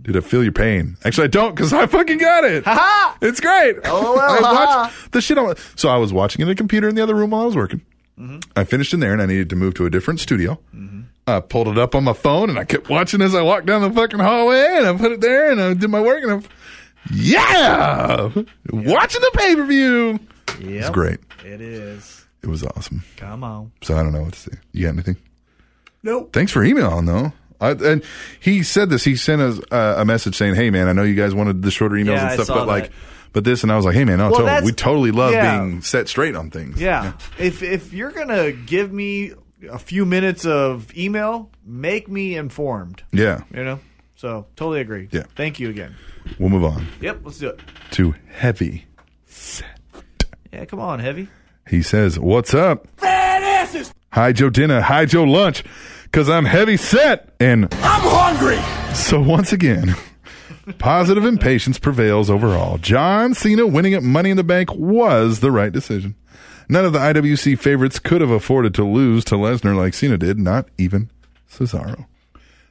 B: Dude, I feel your pain. Actually, I don't because I fucking got it. Ha It's great. Oh, I watched the shit on. So I was watching it on a computer in the other room while I was working. I finished in there and I needed to move to a different studio. I pulled it up on my phone and I kept watching as I walked down the fucking hallway and I put it there and I did my work and I'm, yeah, watching the pay per view. It's
C: Yep.
B: great.
C: It is.
B: It was awesome.
C: Come on.
B: So I don't know what to say. You got anything?
C: Nope.
B: Thanks for emailing though. I, and he said this. He sent us uh, a message saying, "Hey man, I know you guys wanted the shorter emails
C: Yeah,
B: and
C: I
B: stuff,
C: saw
B: but
C: that.
B: like, but this." And I was like, "Hey man, no,
C: Well,
B: totally.
C: that's-
B: we totally love
C: yeah.
B: being set straight on things."
C: Yeah. If if you're gonna give me a few minutes of email, make me informed.
B: yeah.
C: You know. So totally agree.
B: Yeah.
C: Thank you again.
B: We'll move on
C: Yep. Let's do it.
B: to Heavy.
C: Yeah. Come on, heavy.
B: He says, What's up? Fat asses! Hide your dinner, hide your lunch, because I'm heavy set and I'm hungry! So once again, positive impatience prevails overall. John Cena winning at Money in the Bank was the right decision. None of the IWC favorites could have afforded to lose to Lesnar like Cena did, not even Cesaro.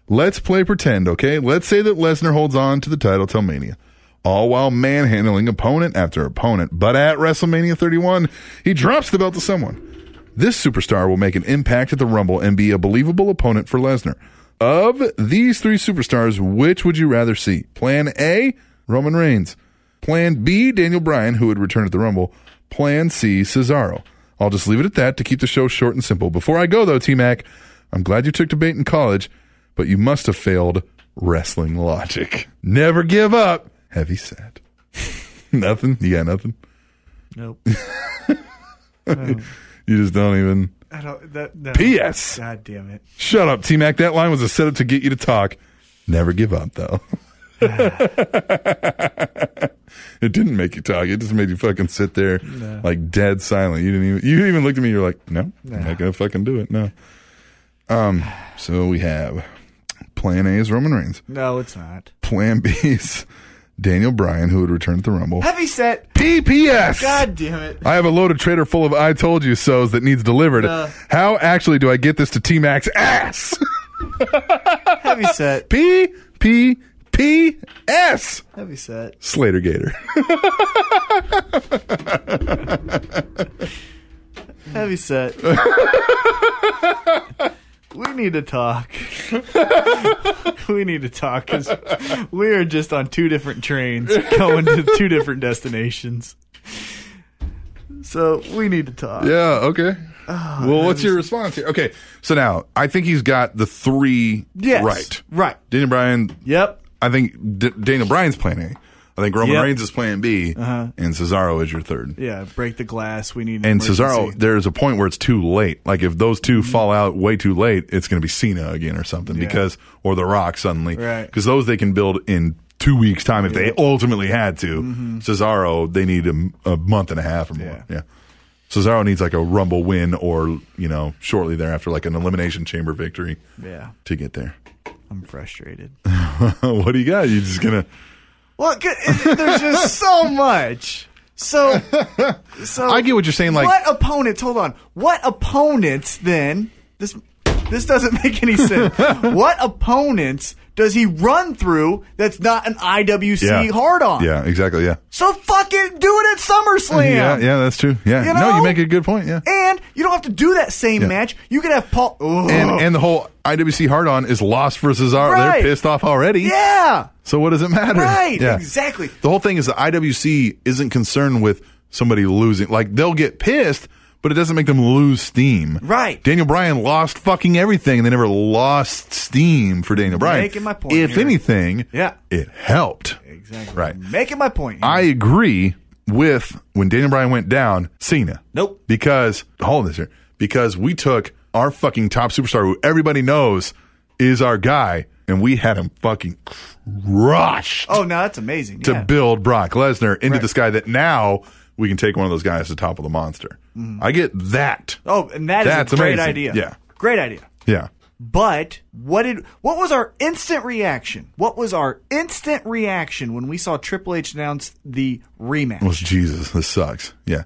B: Let's play pretend, okay? Let's say that Lesnar holds on to the title till Mania, all while manhandling opponent after opponent. But at WrestleMania 31, he drops the belt to someone. This superstar will make an impact at the Rumble and be a believable opponent for Lesnar. Of these three superstars, which would you rather see? Plan A, Roman Reigns. Plan B, Daniel Bryan, who would return at the Rumble. Plan C, Cesaro. I'll just leave it at that to keep the show short and simple. Before I go, though, T Mac, I'm glad you took debate in college, but you must have failed wrestling logic. Never give up. Heavy set. nothing? You got nothing?
C: Nope.
B: You just don't even.
C: I don't. That, no.
B: P.S.
C: God damn it.
B: Shut up, T Mac. That line was a setup to get you to talk. Never give up, though. it didn't make you talk. It just made you fucking sit there like dead silent. You didn't even. You even looked at me. You're like, no, I'm not gonna fucking do it. No. Um. So we have Plan A is Roman Reigns.
C: No, it's not.
B: Plan B is Daniel Bryan, who would return at the Rumble.
C: Heavy set.
B: PPS.
C: God damn it.
B: I have a loaded trailer full of I told you so's that needs delivered.
C: Uh.
B: How actually do I get this to T Mac's ass?
C: Heavy set.
B: P P P S
C: Heavy set.
B: Slater Gator.
C: Heavy set. we need to talk. we need to talk because we are just on two different trains going to two different destinations. So we need to talk.
B: yeah, okay.
C: Oh,
B: well, what's your response here? Okay, so now I think he's got the three
C: Yes.
B: right.
C: Right.
B: Daniel Bryan,
C: Yep.
B: I think D- Daniel Bryan's plan A. I think Roman
C: Yep. Uh-huh.
B: Reigns is plan B, and Cesaro is your third.
C: Yeah. Break the glass. We need an
B: And
C: emergency.
B: Cesaro, there's a point where it's too late. Like if those 2
C: Mm-hmm.
B: fall out way too late, it's going to be Cena again or something because or The Rock suddenly
C: Right.
B: because those they can build in two weeks time if they ultimately had to.
C: Mm-hmm.
B: Cesaro, they need a, m- a month and a half or more. Yeah. Cesaro needs like a Rumble win or you know shortly thereafter like an Elimination Chamber victory
C: Yeah.
B: to get there.
C: I'm frustrated.
B: what do you got? You just gonna
C: Well, c- it- there's just so much. So, so
B: I get what you're saying. Like
C: Oh, what opponents? Hold on. What opponents? Then this this doesn't make any sense. what opponents does he run through? That's not an IWC
B: yeah,
C: hard on.
B: Yeah, exactly. Yeah.
C: So fucking do it at SummerSlam.
B: Yeah, yeah, that's true. Yeah,
C: You
B: no, you
C: know?
B: make a good point. Yeah,
C: And you don't have to do that same
B: Yeah.
C: match. You could have Paul. oh, Ugh.
B: and and the whole IWC hard on is lost versus our.
C: Right.
B: They're pissed off already.
C: yeah,
B: So what does it matter?
C: right,
B: Yeah.
C: exactly.
B: The whole thing is the IWC isn't concerned with somebody losing. Like they'll get pissed, but it doesn't make them lose steam.
C: Right.
B: Daniel Bryan lost fucking everything, and they never lost steam for Daniel Bryan.
C: Making my point
B: If
C: here.
B: anything,
C: Yeah.
B: it helped.
C: Exactly.
B: Right.
C: Making my point. here.
B: I agree with when Daniel Bryan went down, Cena.
C: Nope.
B: Because hold on this here. Because we took our fucking top superstar who everybody knows is our guy, and we had him fucking crushed
C: oh no, that's amazing.
B: to
C: yeah.
B: build Brock Lesnar into this guy that now we can take one of those guys to the top of the monster. I get that.
C: Oh, and that is
B: That's
C: a great
B: amazing.
C: idea.
B: Yeah.
C: Great idea.
B: Yeah.
C: But what did what was our instant reaction? What was our instant reaction when we saw Triple H announce the rematch?
B: Well, Jesus, this sucks. Yeah.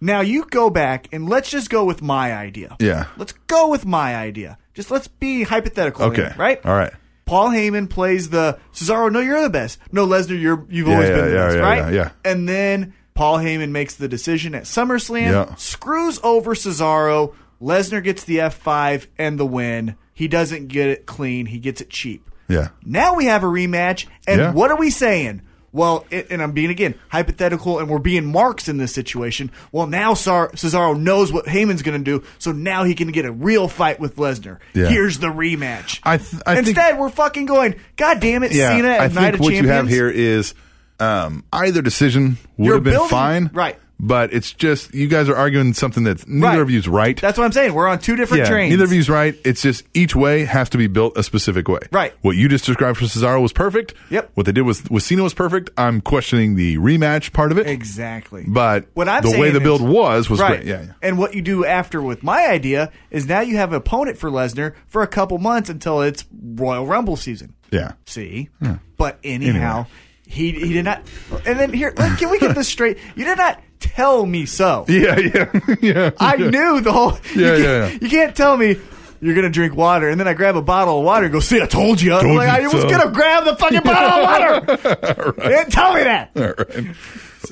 C: now you go back and let's just go with my idea.
B: Yeah.
C: Let's go with my idea. Just let's be hypothetical.
B: Okay.
C: here, right?
B: All right.
C: Paul Heyman plays the Cesaro, no, you're the best. No, Lesnar, you're you've
B: Yeah,
C: always
B: yeah,
C: been the
B: yeah,
C: best,
B: yeah,
C: right?
B: yeah, yeah.
C: And then Paul Heyman makes the decision at SummerSlam,
B: Yeah.
C: screws over Cesaro, Lesnar gets the F five and the win. He doesn't get it clean, he gets it cheap.
B: Yeah.
C: Now we have a rematch, and
B: Yeah.
C: what are we saying? Well, it, and I'm being again hypothetical, and we're being marks in this situation. Well, now Sar- Cesaro knows what Heyman's going to do, so now he can get a real fight with Lesnar.
B: Yeah.
C: Here's the rematch.
B: I th- I think-
C: Instead, we're fucking going. God damn it,
B: Yeah.
C: Cena at
B: I
C: Night
B: think
C: of
B: what
C: Champions.
B: you have here is um, either decision would
C: You're
B: have been
C: building-
B: fine.
C: right.
B: But it's just you guys are arguing something that's neither
C: Right.
B: of you's right.
C: That's what I'm saying. We're on two different trains.
B: Neither of you's right. It's just each way has to be built a specific way.
C: Right.
B: What you just described for Cesaro was perfect.
C: Yep.
B: What they did with with Cena was perfect. I'm questioning the rematch part of it.
C: Exactly.
B: But
C: What I'm
B: the way
C: saying
B: the build
C: is-
B: was was
C: right.
B: great. Yeah, yeah.
C: And what you do after with my idea is now you have an opponent for Lesnar for a couple months until it's Royal Rumble season.
B: Yeah.
C: See, but anyhow, he he did not. And then here, let- can we get this straight? You did not tell me so.
B: Yeah, yeah, yeah.
C: I knew the whole. you
B: Yeah,
C: can't-
B: yeah, yeah.
C: You can't tell me. You're gonna drink water, and then I grab a bottle of water and go, "See, I told you." I'm
B: Told
C: like,
B: you
C: I was
B: so."
C: gonna grab the fucking bottle of water. You didn't tell me that.
B: All right.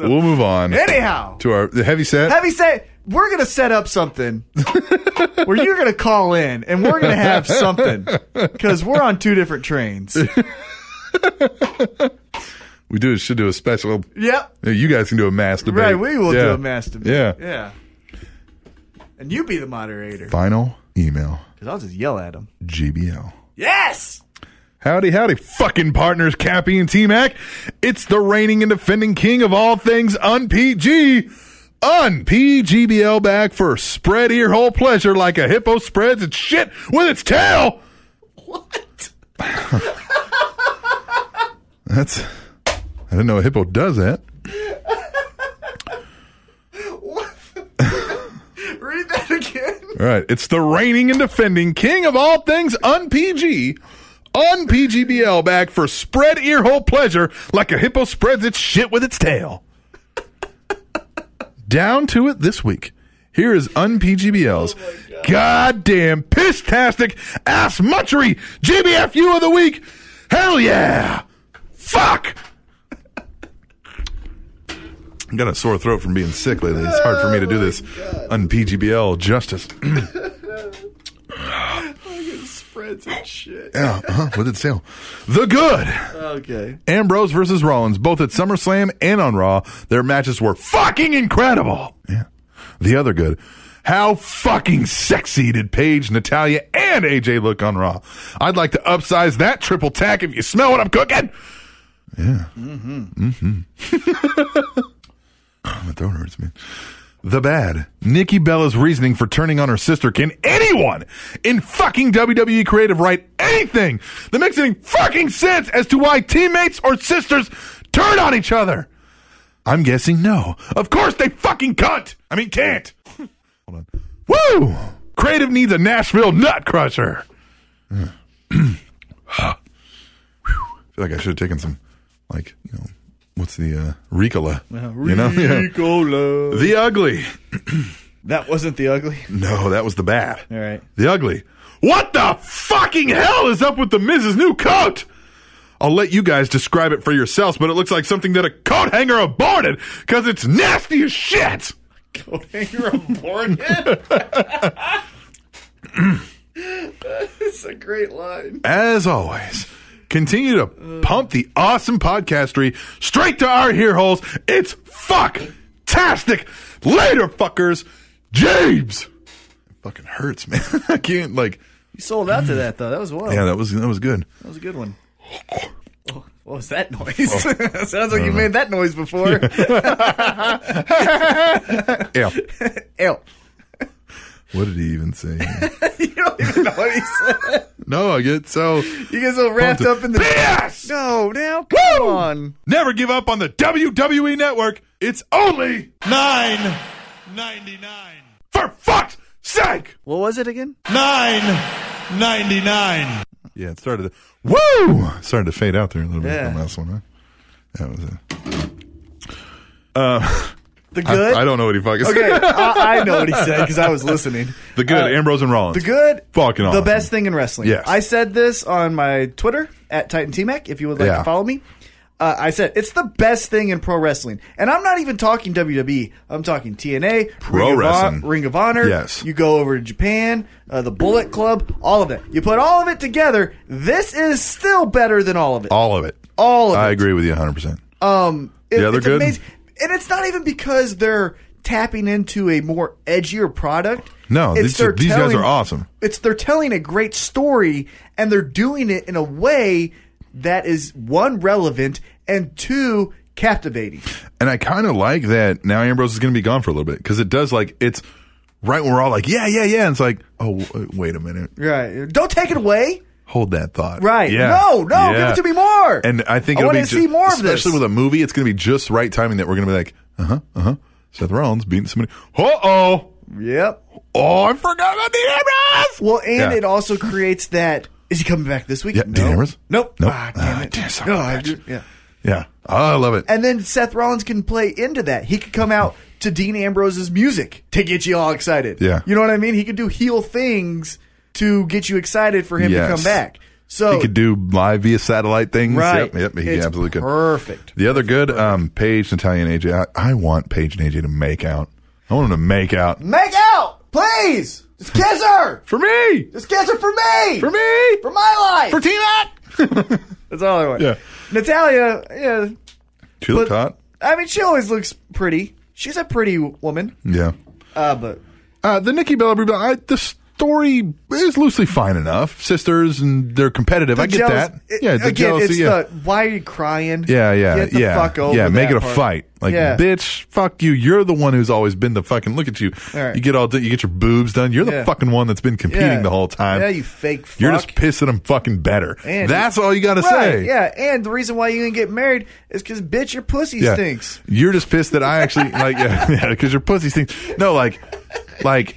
B: we'll move on.
C: Anyhow,
B: to our the heavy set.
C: Heavy say we're gonna set up something where you're gonna call in and we're gonna have something because we're on two different trains.
B: we do should do a special.
C: Yep.
B: You guys can do a mass debate.
C: Right, we will do
B: Yeah.
C: a mass debate.
B: Yeah.
C: Yeah. And you be the moderator
B: Final email
C: because I'll just yell at him.
B: GBL.
C: Yes.
B: Howdy, howdy, fucking partners, Cappy and T Mac. It's the reigning and defending king of all things unPG. UnPGBL back for spread ear hole pleasure like a hippo spreads its shit with its tail.
C: What?
B: That's. I didn't know a hippo does that.
C: Read that again.
B: All right. It's the reigning and defending king of all things unPG. UnPGBL back for spread ear hole pleasure like a hippo spreads its shit with its tail. Down to it this week. Here is unPGBL's goddamn piss-tastic ass munchery GBFU of the week. Hell yeah! Fuck! I got a sore throat from being sick lately. It's hard for me to do this unPGBL justice.
C: Spreads and shit.
B: Yeah, uh-huh, with its tail. The good
C: Okay.
B: Ambrose versus Rollins, both at SummerSlam and on Raw. Their matches were fucking incredible. Yeah. The other good. How fucking sexy did Paige, Natalia, and AJ look on Raw? I'd like to upsize that triple tack if you smell what I'm cooking. Yeah. Mm-hmm. Mm-hmm. My throat hurts, man. The bad. Nikki Bella's reasoning for turning on her sister. Can anyone in fucking WWE creative write anything that makes any fucking sense as to why teammates or sisters turn on each other? I'm guessing no. Of course they fucking cunt. I mean, can't. Hold on. Woo! Creative needs a Nashville nut crusher. Ugh. Whew. feel like I should have taken some, like, you know, what's the, uh, Ricola. you know? Yeah.
C: Ricola.
B: The ugly.
C: That wasn't the ugly.
B: No, that was the bad.
C: All right.
B: The ugly. What the fucking hell is up with the Mrs. New Coat? I'll let you guys describe it for yourselves, but it looks like something that a coat hanger aborted because it's nasty as shit.
C: You're aborted. It's a great line.
B: As always, continue to pump the awesome podcastery straight to our ear holes. It's fuck-tastic. Later, fuckers. James. It fucking hurts, man. I can't, like,
C: You sold out to that though. That was wild.
B: yeah, that was, that was good.
C: That was a good one. Oh, What was that noise?
B: Oh.
C: Sounds like you made that noise before.
B: Yeah.
C: Ew.
B: What did he even say?
C: You don't even know what he said.
B: no, I get so.
C: You get so wrapped up in the.
B: BS!
C: No, now come on.
B: Never give up on the WWE Network. It's only nine ninety nine. For fuck's sake!
C: What was it again?
B: Nine ninety nine. Yeah, it started. To, woo! Started to fade out there a little bit
C: Yeah.
B: on the last one. Huh? That was it.
C: The good.
B: I, I don't know what he fucking
C: okay,
B: said.
C: I, I know what he said because I was listening.
B: The good, Ambrose and Rollins.
C: The good,
B: Fucking awesome.
C: the best thing in wrestling.
B: Yes.
C: I said this on my Twitter at Titan T Mac. If you would like
B: Yeah.
C: to follow me, uh, I said it's the best thing in pro wrestling, and I'm not even talking WWE. I'm talking TNA,
B: Pro
C: Ring of Hon-
B: wrestling.
C: Ring of Honor.
B: Yes.
C: you go over to Japan, uh, the Bullet Club, all of that. You put all of it together. This is still better than all of it.
B: All of it.
C: All of
B: I
C: it.
B: agree with you 100%.
C: Um, it-
B: Yeah, they're
C: it's
B: good.
C: amazing. And it's not even because they're tapping into a more edgier product.
B: No,
C: It's
B: these are-
C: they're
B: these guys are awesome.
C: It's they're telling a great story and they're doing it in a way that is one relevant and two captivating.
B: And I kind of like that now Ambrose is going to be gone for a little bit because it does like it's right when we're all like, yeah, yeah, yeah. And it's like, oh, w- wait a minute.
C: Right. Don't take it away.
B: Hold that thought.
C: Right.
B: Yeah.
C: No, no, give
B: Yeah.
C: it to me more.
B: And I think
C: I
B: it'll be
C: wanna
B: ju-
C: see more of this.
B: especially with a movie, it's going to be just right timing that we're going to be like, uh huh, uh huh. Seth Rollins beating somebody. Uh oh.
C: Yep.
B: Oh, I forgot about the Ambrose.
C: Well, and
B: Yeah.
C: it also creates that. Is he coming back this week?
B: Yeah, Dean
C: no.
B: Ambrose?
C: Nope.
B: Nope.
C: Ah, damn
B: Ah,
C: it.
B: damn son
C: no,
B: of a
C: I
B: bitch.
C: ju- yeah.
B: Yeah. Oh, I love it.
C: And then Seth Rollins can play into that. He could come out to Dean Ambrose's music to get you all excited.
B: Yeah.
C: You know what I mean? He could do heel things to get you excited for him
B: Yes.
C: to come back. So
B: he could do live via satellite things.
C: right.
B: Yep. Yep. He
C: It's
B: absolutely could.
C: Perfect.
B: The other good, um, Paige, Natalia, and AJ. I, I want Paige and AJ to make out. I want them to make out.
C: Make out, please. Just kiss her.
B: For me!
C: Just kiss her for me.
B: For me!
C: For my life.
B: For Team Hot!
C: That's all I want.
B: Yeah.
C: Natalia. Yeah.
B: She looked hot.
C: I mean, she always looks pretty. She's a pretty woman.
B: Yeah.
C: Uh, but
B: Uh, the Nikki Bella, Brie Bella, I, the story is loosely fine enough. Sisters, and they're competitive. I get
C: jealous-
B: that.
C: it-
B: yeah, the
C: again,
B: jealousy.
C: it's
B: yeah.
C: the why are you crying?
B: yeah, yeah,
C: Get the
B: yeah,
C: fuck over
B: yeah. Make
C: that
B: it a
C: part.
B: fight, like
C: Yeah.
B: bitch. Fuck you. You're the one who's always been the fucking. Look at you.
C: Right.
B: You get all you get your boobs done. You're the
C: Yeah.
B: fucking one that's been competing
C: Yeah.
B: the whole time.
C: Yeah, you fake fuck.
B: You're just pissing them fucking better.
C: And-
B: That's all you got to
C: Right,
B: say.
C: Yeah, and the reason why you didn't get married is because bitch, your pussy
B: Yeah.
C: stinks.
B: You're just pissed that I actually like yeah, yeah, because your pussy stinks. No, like like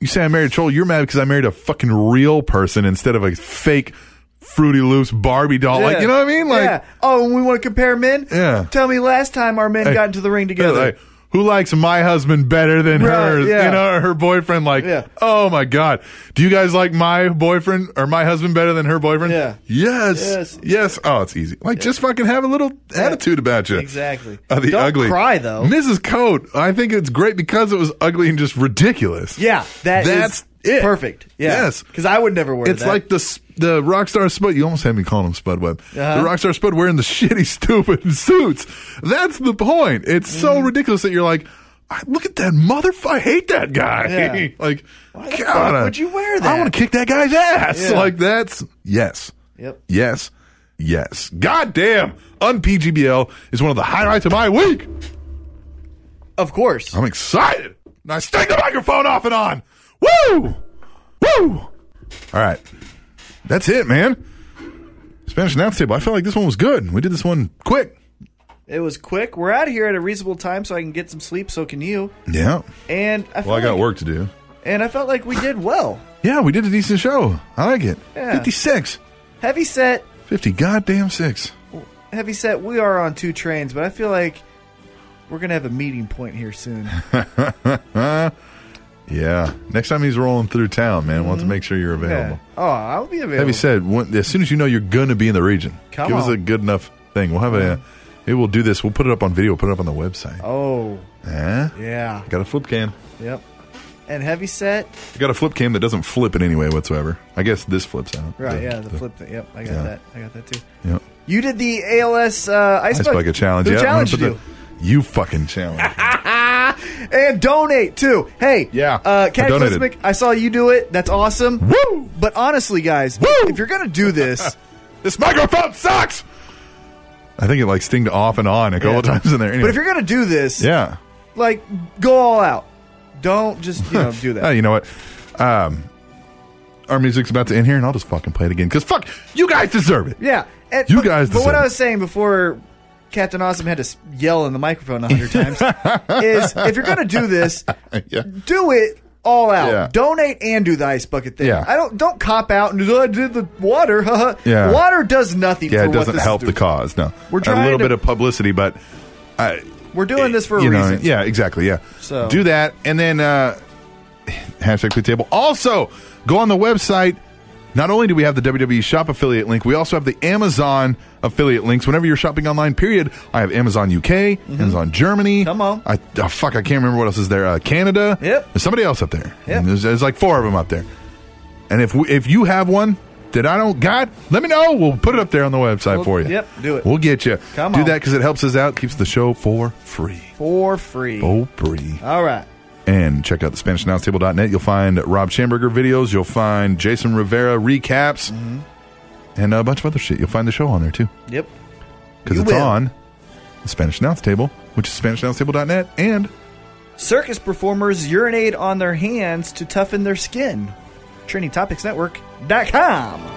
B: you say I married a troll, you're mad because I married a fucking real person instead of a fake Fruity Loops Barbie doll. Like
C: Yeah.
B: you know what I mean? Like
C: yeah. Oh, and we want to compare men.
B: Yeah.
C: Tell me last time our men got into the ring
B: yeah,
C: together.
B: like, who likes my husband better than
C: Right,
B: hers?
C: yeah.
B: You know, or her boyfriend. Like,
C: Yeah.
B: oh my god, do you guys like my boyfriend or my husband better than her boyfriend?
C: Yeah.
B: Yes.
C: Yes.
B: Yes. Oh, it's easy. Like, just fucking have a little attitude about you.
C: Exactly.
B: Uh, the
C: Don't
B: ugly.
C: cry, though.
B: Mrs. Coat. I think it's great because it was ugly and just ridiculous.
C: Yeah, that is
B: That's it.
C: Perfect. Yeah.
B: Yes.
C: Because I would never wear
B: It's
C: that.
B: like the s- the rock star Spud. You almost had me calling him Spud Webb.
C: Uh-huh.
B: The rock star Spud wearing the shitty, stupid suits. That's the point. It's
C: Mm-hmm.
B: so ridiculous that you're like, I, look at that motherfucker. I hate that guy.
C: Yeah.
B: like,
C: the
B: God,
C: fuck
B: I-
C: would you wear that?
B: I want to kick that guy's ass.
C: Yeah.
B: Like that's yes,
C: Yep.
B: yes, yes. God damn, unpgbl is one of the highlights of my week.
C: Of course.
B: I'm excited. And I stick the microphone off and on. Woo! Woo! All right. That's it, man. Spanish announce table. I felt like this one was good. We did this one quick.
C: It was quick. We're out of here at a reasonable time, so I can get some sleep. So can you?
B: Yeah.
C: And I felt
B: Well, I got
C: like,
B: work to do.
C: And I felt like we did well.
B: Yeah, we did a decent show. I like it.
C: Yeah.
B: 56.
C: Heavy set.
B: 50 goddamn six.
C: heavy set we are on two trains but i feel like we're gonna have a meeting point here soon
B: Yeah. Next time he's rolling through town, man, we'll have to make sure you're available.
C: Yeah. oh i'll be available
B: Heavy said, when, as soon as you know you're going to be in the region,
C: Come
B: give us
C: on.
B: a good enough thing. We'll have a, maybe we'll do this. We'll put it up on video, put it up on the website.
C: oh
B: Eh?
C: yeah
B: Got a flip cam.
C: yep and heavy set
B: Got a flip cam that doesn't flip in any way whatsoever. I guess this flips out.
C: right yeah the flip thing yep i got
B: yeah.
C: that i got that too
B: Yeah.
C: you did the als uh, ice,
B: Ice bucket challenge.
C: Who
B: yeah, I'm gonna
C: challenged
B: put
C: you
B: the- you fucking challenge.
C: and donate too hey
B: Yeah,
C: uh
B: I donated.
C: cataclysmic I, saw you do it that's awesome
B: Woo!
C: but honestly guys
B: Woo!
C: if you're gonna do this
B: This microphone sucks. I think it like stinged off and on a couple
C: Yeah.
B: times in there.
C: but if you're gonna do this
B: yeah,
C: like go all out don't just you know do that
B: Ah, you know what? Um, our music's about to end here, and I'll just fucking play it again because fuck, you guys deserve it.
C: Yeah, and,
B: You
C: but,
B: guys
C: But what
B: decide.
C: I was saying before, Captain Awesome had to s- yell in the microphone a hundred times is if you're going to do this,
B: Yeah.
C: do it all out.
B: Yeah.
C: Donate and do the ice bucket thing.
B: Yeah.
C: I don't don't cop out and "Oh, I did the water. haha."
B: Yeah.
C: water does nothing.
B: Yeah,
C: for
B: it
C: what
B: doesn't
C: this
B: help
C: is
B: the
C: doing.
B: cause. No,
C: We're
B: a
C: trying
B: little
C: to-
B: bit of publicity, but I.
C: We're doing this for a
B: you know,
C: reason.
B: yeah, exactly. Yeah.
C: So-
B: do that, and then uh, hashtag tweet table. Also, go on the website. Not only do we have the WWE shop affiliate link, we also have the Amazon affiliate links. Whenever you're shopping online, period, I have Amazon UK, Amazon Germany.
C: Mm-hmm. Come on.
B: I, oh, fuck, I can't remember what else is there. Uh, Canada.
C: Yep.
B: There's somebody else up there.
C: Yep.
B: There's, there's like four of them up there. And if we, if you have one that I don't got, let me know. We'll put it up there on the website
C: Well,
B: for you.
C: yep, do it.
B: We'll get you.
C: Come
B: do
C: on.
B: that because it helps us out, keeps the show for free.
C: for free.
B: Oh, free.
C: All right.
B: And check out the SpanishAnnounceTable.net. You'll find Rob Schamberger videos. You'll find Jason Rivera recaps
C: Mm-hmm.
B: and a bunch of other shit. You'll find the show on there too
C: Yep.
B: because
C: You
B: it's
C: will.
B: on the Spanish Announce Table, which is SpanishAnnounceTable.net, and
C: Circus performers urinate on their hands to toughen their skin. TrainingTopicsNetwork.com.